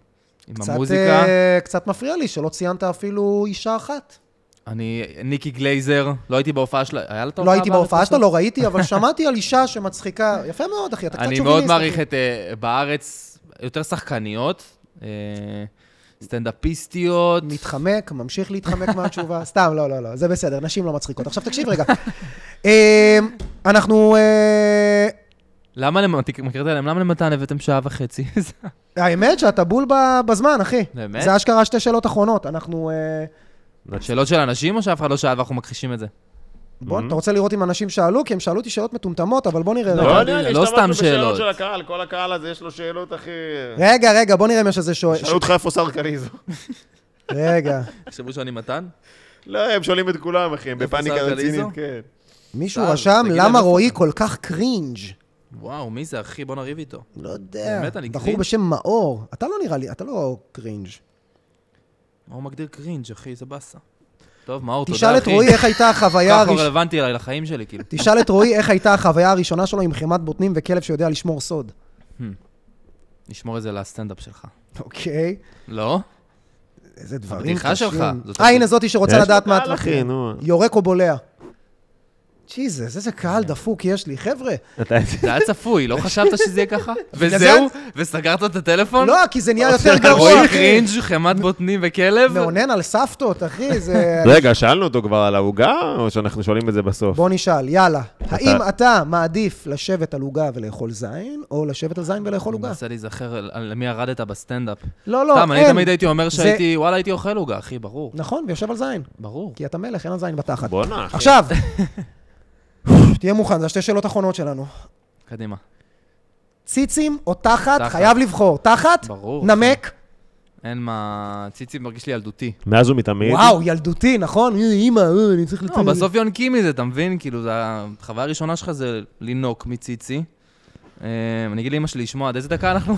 עם
קצת,
המוזיקה.
אה, קצת מפריע לי שלא ציינת אפילו אישה אחת.
אני, ניקי גלייזר, לא הייתי בהופעה שלה, היה לה את
לא
ההופעה
הייתי
בארץ
בהופעה שלה,
בסוף?
לא ראיתי, אבל שמעתי על אישה שמצחיקה. יפה מאוד, אחי, אתה קצת
אני
שוביניסט.
מאוד
אחי.
מעריך את, אה, בארץ, יותר שחקניות, אה, סטנדאפיסטיות.
מתחמק, ממשיך להתחמק
[laughs]
מהתשובה. סתם, לא, לא, לא, זה בסדר, נשים לא מצחיקות. עכשיו תקשיב רגע. אה, אנחנו... אה,
למה למתן, מכירת עליהם, למה למתן הבאתם שעה וחצי? [laughs] זה-
האמת שאתה בול ב- בזמן, אחי.
באמת?
זה אשכרה שתי שאלות אחרונות. אנחנו... אה,
שאלות של אנשים או שאף אחד לא שאל ואנחנו מכחישים את זה?
בוא, אתה רוצה לראות אם אנשים שאלו? כי הם שאלו אותי שאלות מטומטמות, אבל בוא נראה.
Mm-hmm. לא,
רגע.
לא, נראה לי,
לא
השתמשנו
סתם
בשאלות
שאלות.
של הקהל, כל הקהל הזה יש לו שאלות, אחי.
רגע, רגע, בוא נראה אם יש איזה
[laughs]
שואל.
שאלו אותך איפה שר קריזו.
רגע.
תחשבו שאני מתן?
[laughs] לא, הם שואלים את כולם, אחי, הם
איפה
בפאניקה
שר קריזו?
רצינית, כן.
מישהו
טוב,
רשם,
תגיד להם
למה
איפה
רועי
אתה?"
כל כך קרינג'?
וואו, מי זה אחי? בוא נריב איתו.
לא יודע.
באמת, אני
בחור
קרינג'?
בשם מאור. אתה לא נראה לי, אתה לא קרינג'.
מה הוא מגדיר קרינג', אחי? זה באסה. טוב, מאור, תודה, אחי.
תשאל את רועי איך הייתה החוויה
ככה הוא
הראשונה...
רלוונטי אליי לחיים שלי, כאילו.
תשאל את רועי איך הייתה החוויה הראשונה שלו עם חימת בוטנים וכלב שיודע לשמור סוד.
נשמור את זה לסטנדאפ שלך.
אוקיי.
לא?
איזה דברים קשים.
הבדיחה שלך, זאת
אה, הנה זאתי שרוצה
יש
לדעת
לו
מה
קהל, אחי,
הטווחים.
נו.
יורק או בולע. ג'יזוס, איזה קהל דפוק יש לי. חבר'ה,
זה היה צפוי, לא חשבת שזה יהיה
[laughs]
ככה?
זה-
וזהו? וסגרת את הטלפון?
לא, כי זה נהיה יותר גרוע,
נכון. [laughs] רועי
אחי.
קרינג', חמת בוטנים וכלב?
מאונן על סבתות, אחי, זה...
רגע, שאלנו אותו כבר על העוגה, או שאנחנו שואלים את זה בסוף?
בוא נשאל, יאללה. האם אתה מעדיף לשבת על עוגה ולאכול זין, או לשבת על זין ולאכול
אני
עוגה?
מנסה להיזכר על- על מי ירדת בסטנדאפ.
לא, לא, אין.
סתם, אני תמיד הייתי אומר
זה-
שהייתי, וואלה, הייתי אוכל עוגה, אחי, ברור.
נכון, ויושב על זין.
ברור.
כי אתה מלך, אין על זין בתחת.
בואנה, אחי.
[laughs]
עכשיו, תהיה מוכן, זה שתי שאלות אחרונות שלנו.
קדימה.
ציצים או תחת,
תחת.
חייב לבחור. תחת,
ברור.
נמק.
אין מה... ציצי מרגיש לי ילדותי.
מאז ומתמיד.
וואו, ילדותי, נכון? אה, אימא, אה, אני צריך
אה, לא, בסוף יונקים מזה, אתה מבין? כאילו, זה החוויה הראשונה שלך זה לינוק מציצי. אה, אני אגיד לאמא שלי, שמוע, עד איזה דקה אנחנו?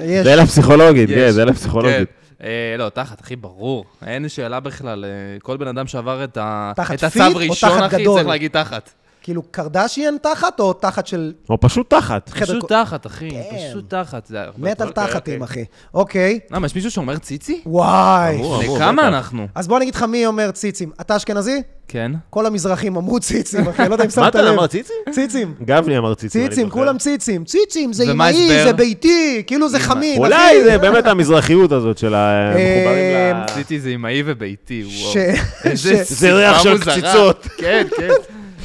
יש.
זה לפסיכולוגית,
יש.
כן, זה
כן.
לפסיכולוגית.
אה, לא, תחת, אחי, ברור. אין שאלה בכלל. אה, כל בן אדם שעבר את ה-
תחת
את הצו
פיט או
ראשון,
תחת
אחי,
גדול?
צריך להגיד תחת.
כאילו, קרדשיאן תחת, או תחת של...
או פשוט תחת.
חדר
פשוט
כל-
תחת, אחי,
כן.
פשוט תחת. זה הרבה
מת על
אוקיי,
תחתים,
אוקיי.
אחי. אוקיי.
למה, יש מישהו שאומר ציצי?
וואי.
אמור, אמור,
לכמה
בטח.
אנחנו?
אז בוא אני אגיד לך מי אומר ציצים. אתה אשכנזי?
כן.
כל המזרחים אמרו ציצים, אחי, לא יודע אם
מה
שמת
אתה
לב.
אמר ציצי?
ציצים.
גבני אמר ציצי. אני
ציצים,
זוכר.
כולם ציצים. ציצים, זה
לא, ומה
אמאי,
ההסבר?
זה ביתי, כאילו זה חמין, אחי.
אולי זה באמת המזרחיות הזאת של המחוברים ל...
ציצי זה אמאי וביתי,
ש...
וואו.
ש...
איזה
זה ריח
סיבה
של
מוזרה.
קציצות.
כן, כן.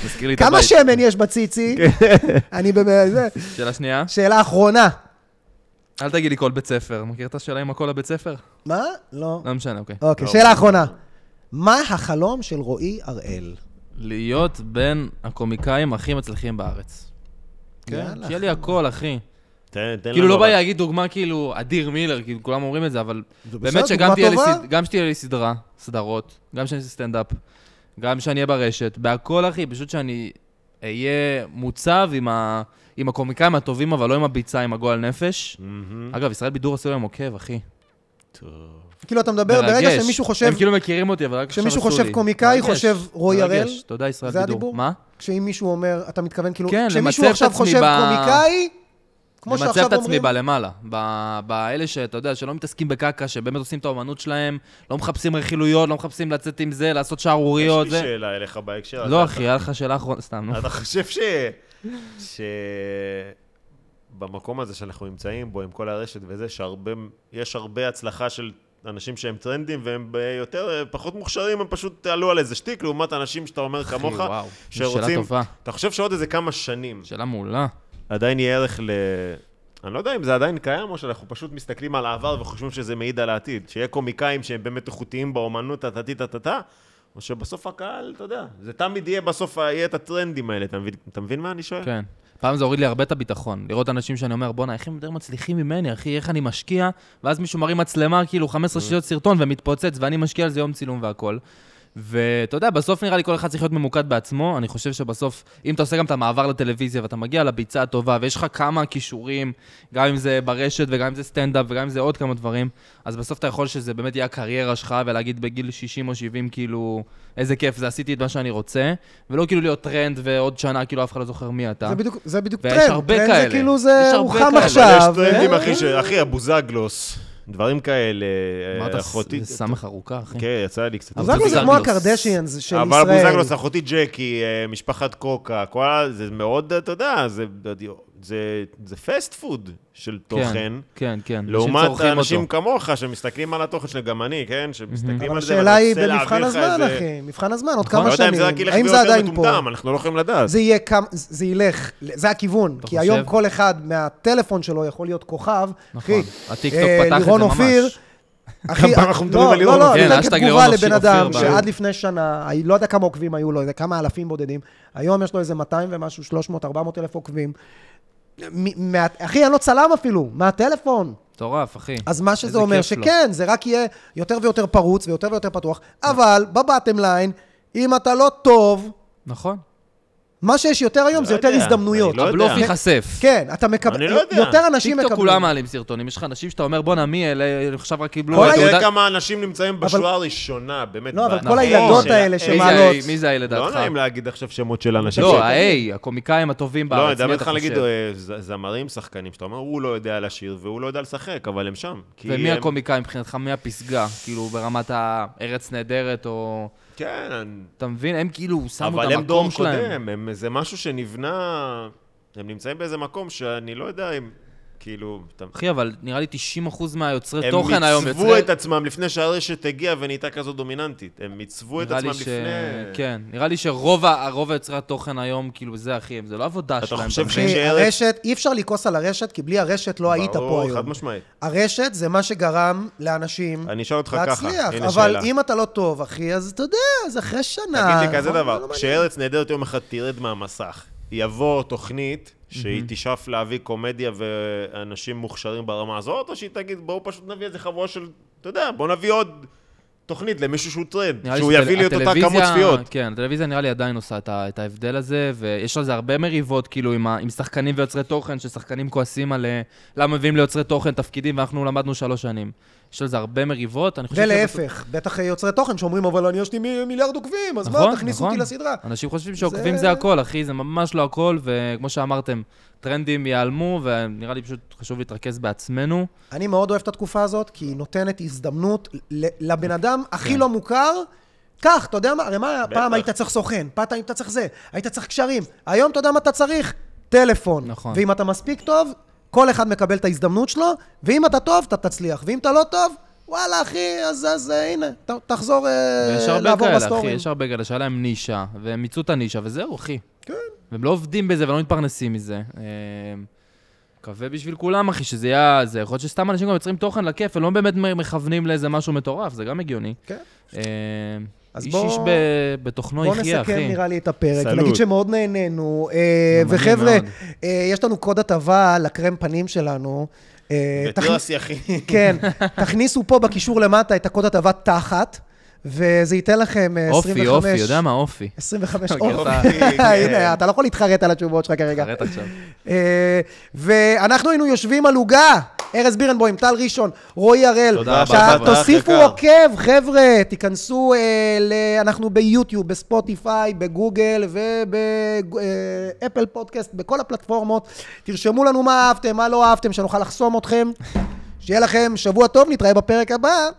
מזכיר לי את
כמה
הבית.
שמן יש בציצי?
כן.
אני באמת... זה-
שאלה שנייה,
שאלה אחרונה.
אל תגיד לי כל בית ספר. מכיר את השאלה עם הכל הבית ספר?
מה? לא.
לא משנה, אוקיי.
אוקיי,
לא.
שאלה אחרונה. מה החלום של רועי הראל?
להיות בין הקומיקאים הכי מצליחים בארץ. כן,
יאללה.
שיהיה לי הכל, אחי.
תן- תן
כאילו,
לנו
לא בא
רק.
לי להגיד דוגמה כאילו, אדיר מילר, כאילו, כולם אומרים את זה, אבל
זה בסדר,
באמת שגם
דוגמה
תהיה לי
טובה.
סד- גם שתהיה לי סדרה, סדרות, גם שאני אעשה סטנדאפ, גם שאני אהיה ברשת, בהכל, אחי, פשוט שאני אהיה מוצב עם ה- עם הקומיקאים הטובים, אבל לא עם הביצה, עם הגועל נפש.
מהמם.
אגב, ישראל בידור עשו להם עוקב, אחי.
טוב.
כאילו, אתה מדבר, ברגע
מרגש.
שמישהו חושב...
הם כאילו מכירים אותי, אבל רק עכשיו
כשמישהו
עשו לי.
חושב קומיקאי,
מרגש,
חושב רועי הראל?
מרגש. תודה, ישראל
זה
בידור.
הדיבור?
מה?
כשאם מישהו אומר, אתה מתכוון כאילו...
כן,
כשמישהו
למצב את
עכשיו
עצמי
חושב
ב-
קומיקאי, כמו
למצב את
שעכשיו
עצמי
אומרים...
בלמעלה, ב- באלה שאתה יודע, שלא מתעסקים בקקה, שבאמת עושים את האומנות שלהם, לא מחפשים רכילויות, לא מחפשים לצאת עם זה, לעשות שערוריות.
יש
זה-
לי שאלה אליך בהקשר הזה.
לא, אחי, היה לך שאלה אחרונה, סתם, נו.
אתה חושב ש... ש... במקום הזה שאנחנו נמצאים בו, עם כל הרשת וזה, שהרבה... יש הרבה הצלחה של אנשים שהם טרנדים והם ב- יותר, פחות מוכשרים, הם פשוט עלו על איזה שטיק, לעומת אנשים שאתה אומר
אחי,
כמוך,
וואו, זו שאלה
שרוצים...
טובה,
אתה חושב שעוד איזה כמה שנים
שאלה מעולה.
עדיין יהיה ערך ל... אני לא יודע אם זה עדיין קיים, או שאנחנו פשוט מסתכלים על העבר וחושבים שזה מעיד על העתיד. שיהיה קומיקאים שהם באמת איכותיים באומנות, טה-טה-טה-טה, או שבסוף הקהל, אתה יודע, זה תמיד יהיה בסוף, יהיה את הטרנדים האלה, אתה מבין, אתה מבין מה אני שואל?
כן. פעם זה הוריד לי הרבה את הביטחון, לראות אנשים שאני אומר, בואנה, איך הם יותר מצליחים ממני, אחי, איך אני משקיע, ואז מישהו מרים מצלמה, כאילו, 15
אה.
שניות סרטון ומתפוצץ, ואני משקיע על זה יום צילום והכל. ואתה יודע, בסוף נראה לי כל אחד צריך להיות ממוקד בעצמו. אני חושב שבסוף, אם אתה עושה גם את המעבר לטלוויזיה ואתה מגיע לביצה הטובה, ויש לך כמה כישורים, גם אם זה ברשת וגם אם זה סטנדאפ וגם אם זה עוד כמה דברים, אז בסוף אתה יכול שזה באמת יהיה הקריירה שלך, ולהגיד בגיל 60 או 70, כאילו, איזה כיף, זה עשיתי את מה שאני רוצה, ולא כאילו להיות טרנד ועוד שנה, כאילו אף אחד לא זוכר מי אתה.
זה בדיוק- זה בדיוק
ויש
טרנד.
הרבה
טרנד זה
כאלה.
כאילו
יש
זה, הוא חם
הרבה כאלה.
אבל יש
עכשיו.
טרנדים,
אה?
אחי, ש- אחי, הבוזגלוס, דברים כאלה,
מה אתה
אה, אחותי...
זה סמך ארוכה, אחי.
כן, יצא לי קצת.
בוזגלו זה
הבוזגלוס.
כמו הקרדשיאנס של ישראל.
אבל בוזגלוס, אחותי ג'קי, אה, משפחת קוקה, כל ה... זה מאוד, אתה יודע, זה זה, זה פסט פוד של תוכן.
כן, כן. אנשים
לא לעומת
צורכים
אנשים
אותו.
כמוך, שמסתכלים על התוכן שלהם, גם אני, כן? שמסתכלים
אבל
על זה,
השאלה היא
מנסה
במבחן
להעביר לך
הזמן,
איזה-
אחי. מבחן הזמן, עוד
לא
כמה
יודע אם זה
שנים.
רק ילך
האם זה
ויותר
עדיין פה?
מטומטם, אנחנו לא יכולים לדעת.
זה יהיה כמה, זה ילך, זה הכיוון.
אתה
כי היום
חושב?
כל אחד מהטלפון שלו יכול להיות כוכב.
נכון.
אחי,
הטיקטוק
אה,
פתח את זה
לירון
ממש.
אופיר, אחי,
פעם אנחנו מדברים
לא,
על לירון
לא, לא,
אופיר.
אני
כן,
נותן
האשטג
כתגובה
לירון
לבן
אופיר,
אדם
ברור.
שעד לפני שנה, אני לא יודע כמה עוקבים היו לו, איזה כמה אלפים בודדים, היום יש לו איזה 200 ומשהו, 300, 400 אלף עוקבים. מ- מה- אחי, אין לו צלם אפילו, מהטלפון.
מטורף, אחי.
אז מה שזה
איזה
אומר,
כיף
שכן, זה רק יהיה יותר ויותר פרוץ ויותר ויותר פתוח, אבל בבטם ליין, אם אתה לא טוב,
לו. נכון.
מה שיש יותר היום זה
לא
יותר
יודע,
הזדמנויות.
אני לא יודע.
הבלוף ייחשף.
כן, אתה מקבל,
אני לא יודע.
יותר אנשים מקבלים. אה,
טיקטוק כולם מעלים סרטונים, יש לך אנשים שאתה אומר, בואנה, מי אלה, עכשיו רק כאילו לא קיבלו...
כל
את
אתה
תעודת-
יודע כמה אנשים נמצאים בשורה הראשונה, באמת.
לא, אבל
ב-
כל הילדות האלה
מי זה
שמעלות-
ה- מי זה הילד
לא
דעתך?
נעים להגיד עכשיו שמות של אנשים. ש-
לא, ה-A, הקומיקאים הטובים
לא, אני
בארץ,
מדבר
מי אתה
איתך נגיד
חושב?
אה, ז- זמרים, שחקנים, שאתה אומר, הוא לא יודע לשיר והוא לא יודע לשחק, אבל הם שם. כי
ומי
הם-
הקומיקאי מבחינתך, מי הפסגה? כאילו, ברמת הארץ נהדרת, או...
כן,
אתה מבין? הם כאילו שמו את
אבל הם דור
המקום שלהם.
קודם, הם- זה משהו שנבנה... הם נמצאים באיזה מקום שאני לא יודע אם... כאילו, אתה-
אחי, אבל נראה לי 90% מהיוצרי
הם
תוכן היום
מיצבו
יוצרי...
את עצמם לפני שהרשת הגיעה ונהייתה כזאת דומיננטית. הם מיצבו את
נראה
עצמם
לי ש...
לפני...
כן, נראה לי שרוב ה- הרוב היוצרי התוכן היום, כאילו, זה אחי, זה לא עבודה
אתה
שלהם.
חושב
מבין?
ש-
אחי,
שארץ-
הרשת, אי אפשר לכעוס על הרשת, כי בלי הרשת לא היית פה
ברור, חד
היום.
משמעית.
הרשת זה מה שגרם לאנשים
אני אשאל אותך ככה,
להצליח,
הנה
אבל
שאלה.
אם אתה לא טוב, אחי, אז אתה יודע, אז אחרי שנה...
תגיד לי כזה
נכון?
דבר,
לא מעניין.
כשארץ נהדרת יום אחד תרד מהמסך, יבוא תוכנית שהיא תשאף להביא קומדיה ואנשים מוכשרים ברמה הזאת, או שהיא תגיד, בואו פשוט נביא איזה חבורה של, אתה יודע, בואו נביא עוד תוכנית למישהו שהוא טרנד,
נראה
שהוא
שטל-
יביא לי את אותה
הטלוויזיה-
כמות צפיות.
אה,
כן, הטלוויזיה נראה לי עדיין עושה את, ה- את ההבדל הזה, ויש על זה הרבה מריבות, כאילו, עם, ה- עם שחקנים ויוצרי תוכן, ששחקנים כועסים על אה, למה מביאים ליוצרי תוכן תפקידים, ואנחנו למדנו שלוש שנים. יש על זה הרבה מריבות, אני חושב
ולהפך, בטח יוצרי תוכן שאומרים, אבל אני יש לי מי- מיליארד עוקבים, אז מה,
נכון,
תכניסו
נכון.
אותי לסדרה.
אנשים חושבים שעוקבים זה... זה הכל, אחי, זה ממש לא הכל, וכמו שאמרתם, טרנדים ייעלמו, ונראה לי פשוט חשוב להתרכז בעצמנו.
אני מאוד אוהב את התקופה הזאת, כי היא נותנת הזדמנות ל- לבן אדם הכי
כן.
לא מוכר. קח, אתה יודע מה, הרי מה, פעם היית צריך סוכן, פעם היית צריך זה, היית צריך קשרים. היום אתה יודע מה אתה צריך? טלפון.
נכון.
ואם אתה מספיק טוב, כל אחד מקבל את ההזדמנות שלו, ואם אתה טוב, אתה תצליח. ואם אתה לא טוב, וואלה, אחי, אז, אז אה, הנה, ת, תחזור אה,
ויש הרבה
לעבור
כאלה, אחי,
בסטורים.
יש הרבה כאלה שהיה להם נישה, והם מיצו את הנישה, וזהו, אחי.
כן.
והם לא עובדים בזה ולא מתפרנסים מזה. אה, מקווה בשביל כולם, אחי, שזה יהיה... זה יכול להיות שסתם אנשים גם יוצרים תוכן לכיף, הם לא באמת מ- מכוונים לאיזה משהו מטורף, זה גם הגיוני.
כן.
אה,
אז
איש
בוא-
איש ב- בתוכנו
בואו
יחיה,
נסכם
אחי.
נראה לי את הפרק,
סלוד.
ונגיד שמאוד נהנינו, אה,
מעניין
וחבר'ה,
מאוד.
אה, יש לנו קוד הטבה לקרם פנים שלנו. אה, תכניס-
ותירס יחיד.
כן, תכניסו פה בקישור למטה את הקוד הטבה תחת, וזה ייתן לכם אה, 25...
אופי, אופי, יודע מה? אופי.
25
אוקיי,
אופי.
אתה-
[laughs] הנה, אתה לא יכול להתחרט על התשובות שלך כרגע.
תראה עכשיו.
אה, ואנחנו היינו יושבים על עוגה, ארז בירנבוים, טל ראשון, רועי הראל.
תודה
עכשיו,
רבה, חבר'ה,
תוסיפו
אח יקר.
עוקב, חבר'ה, תיכנסו, אה, ל- אנחנו ביוטיוב, בספוטיפיי, בגוגל ובאפל פודקאסט, בכל הפלטפורמות. תרשמו לנו מה אהבתם, מה לא אהבתם, שנוכל לחסום אתכם. שיהיה לכם שבוע טוב, נתראה בפרק הבא.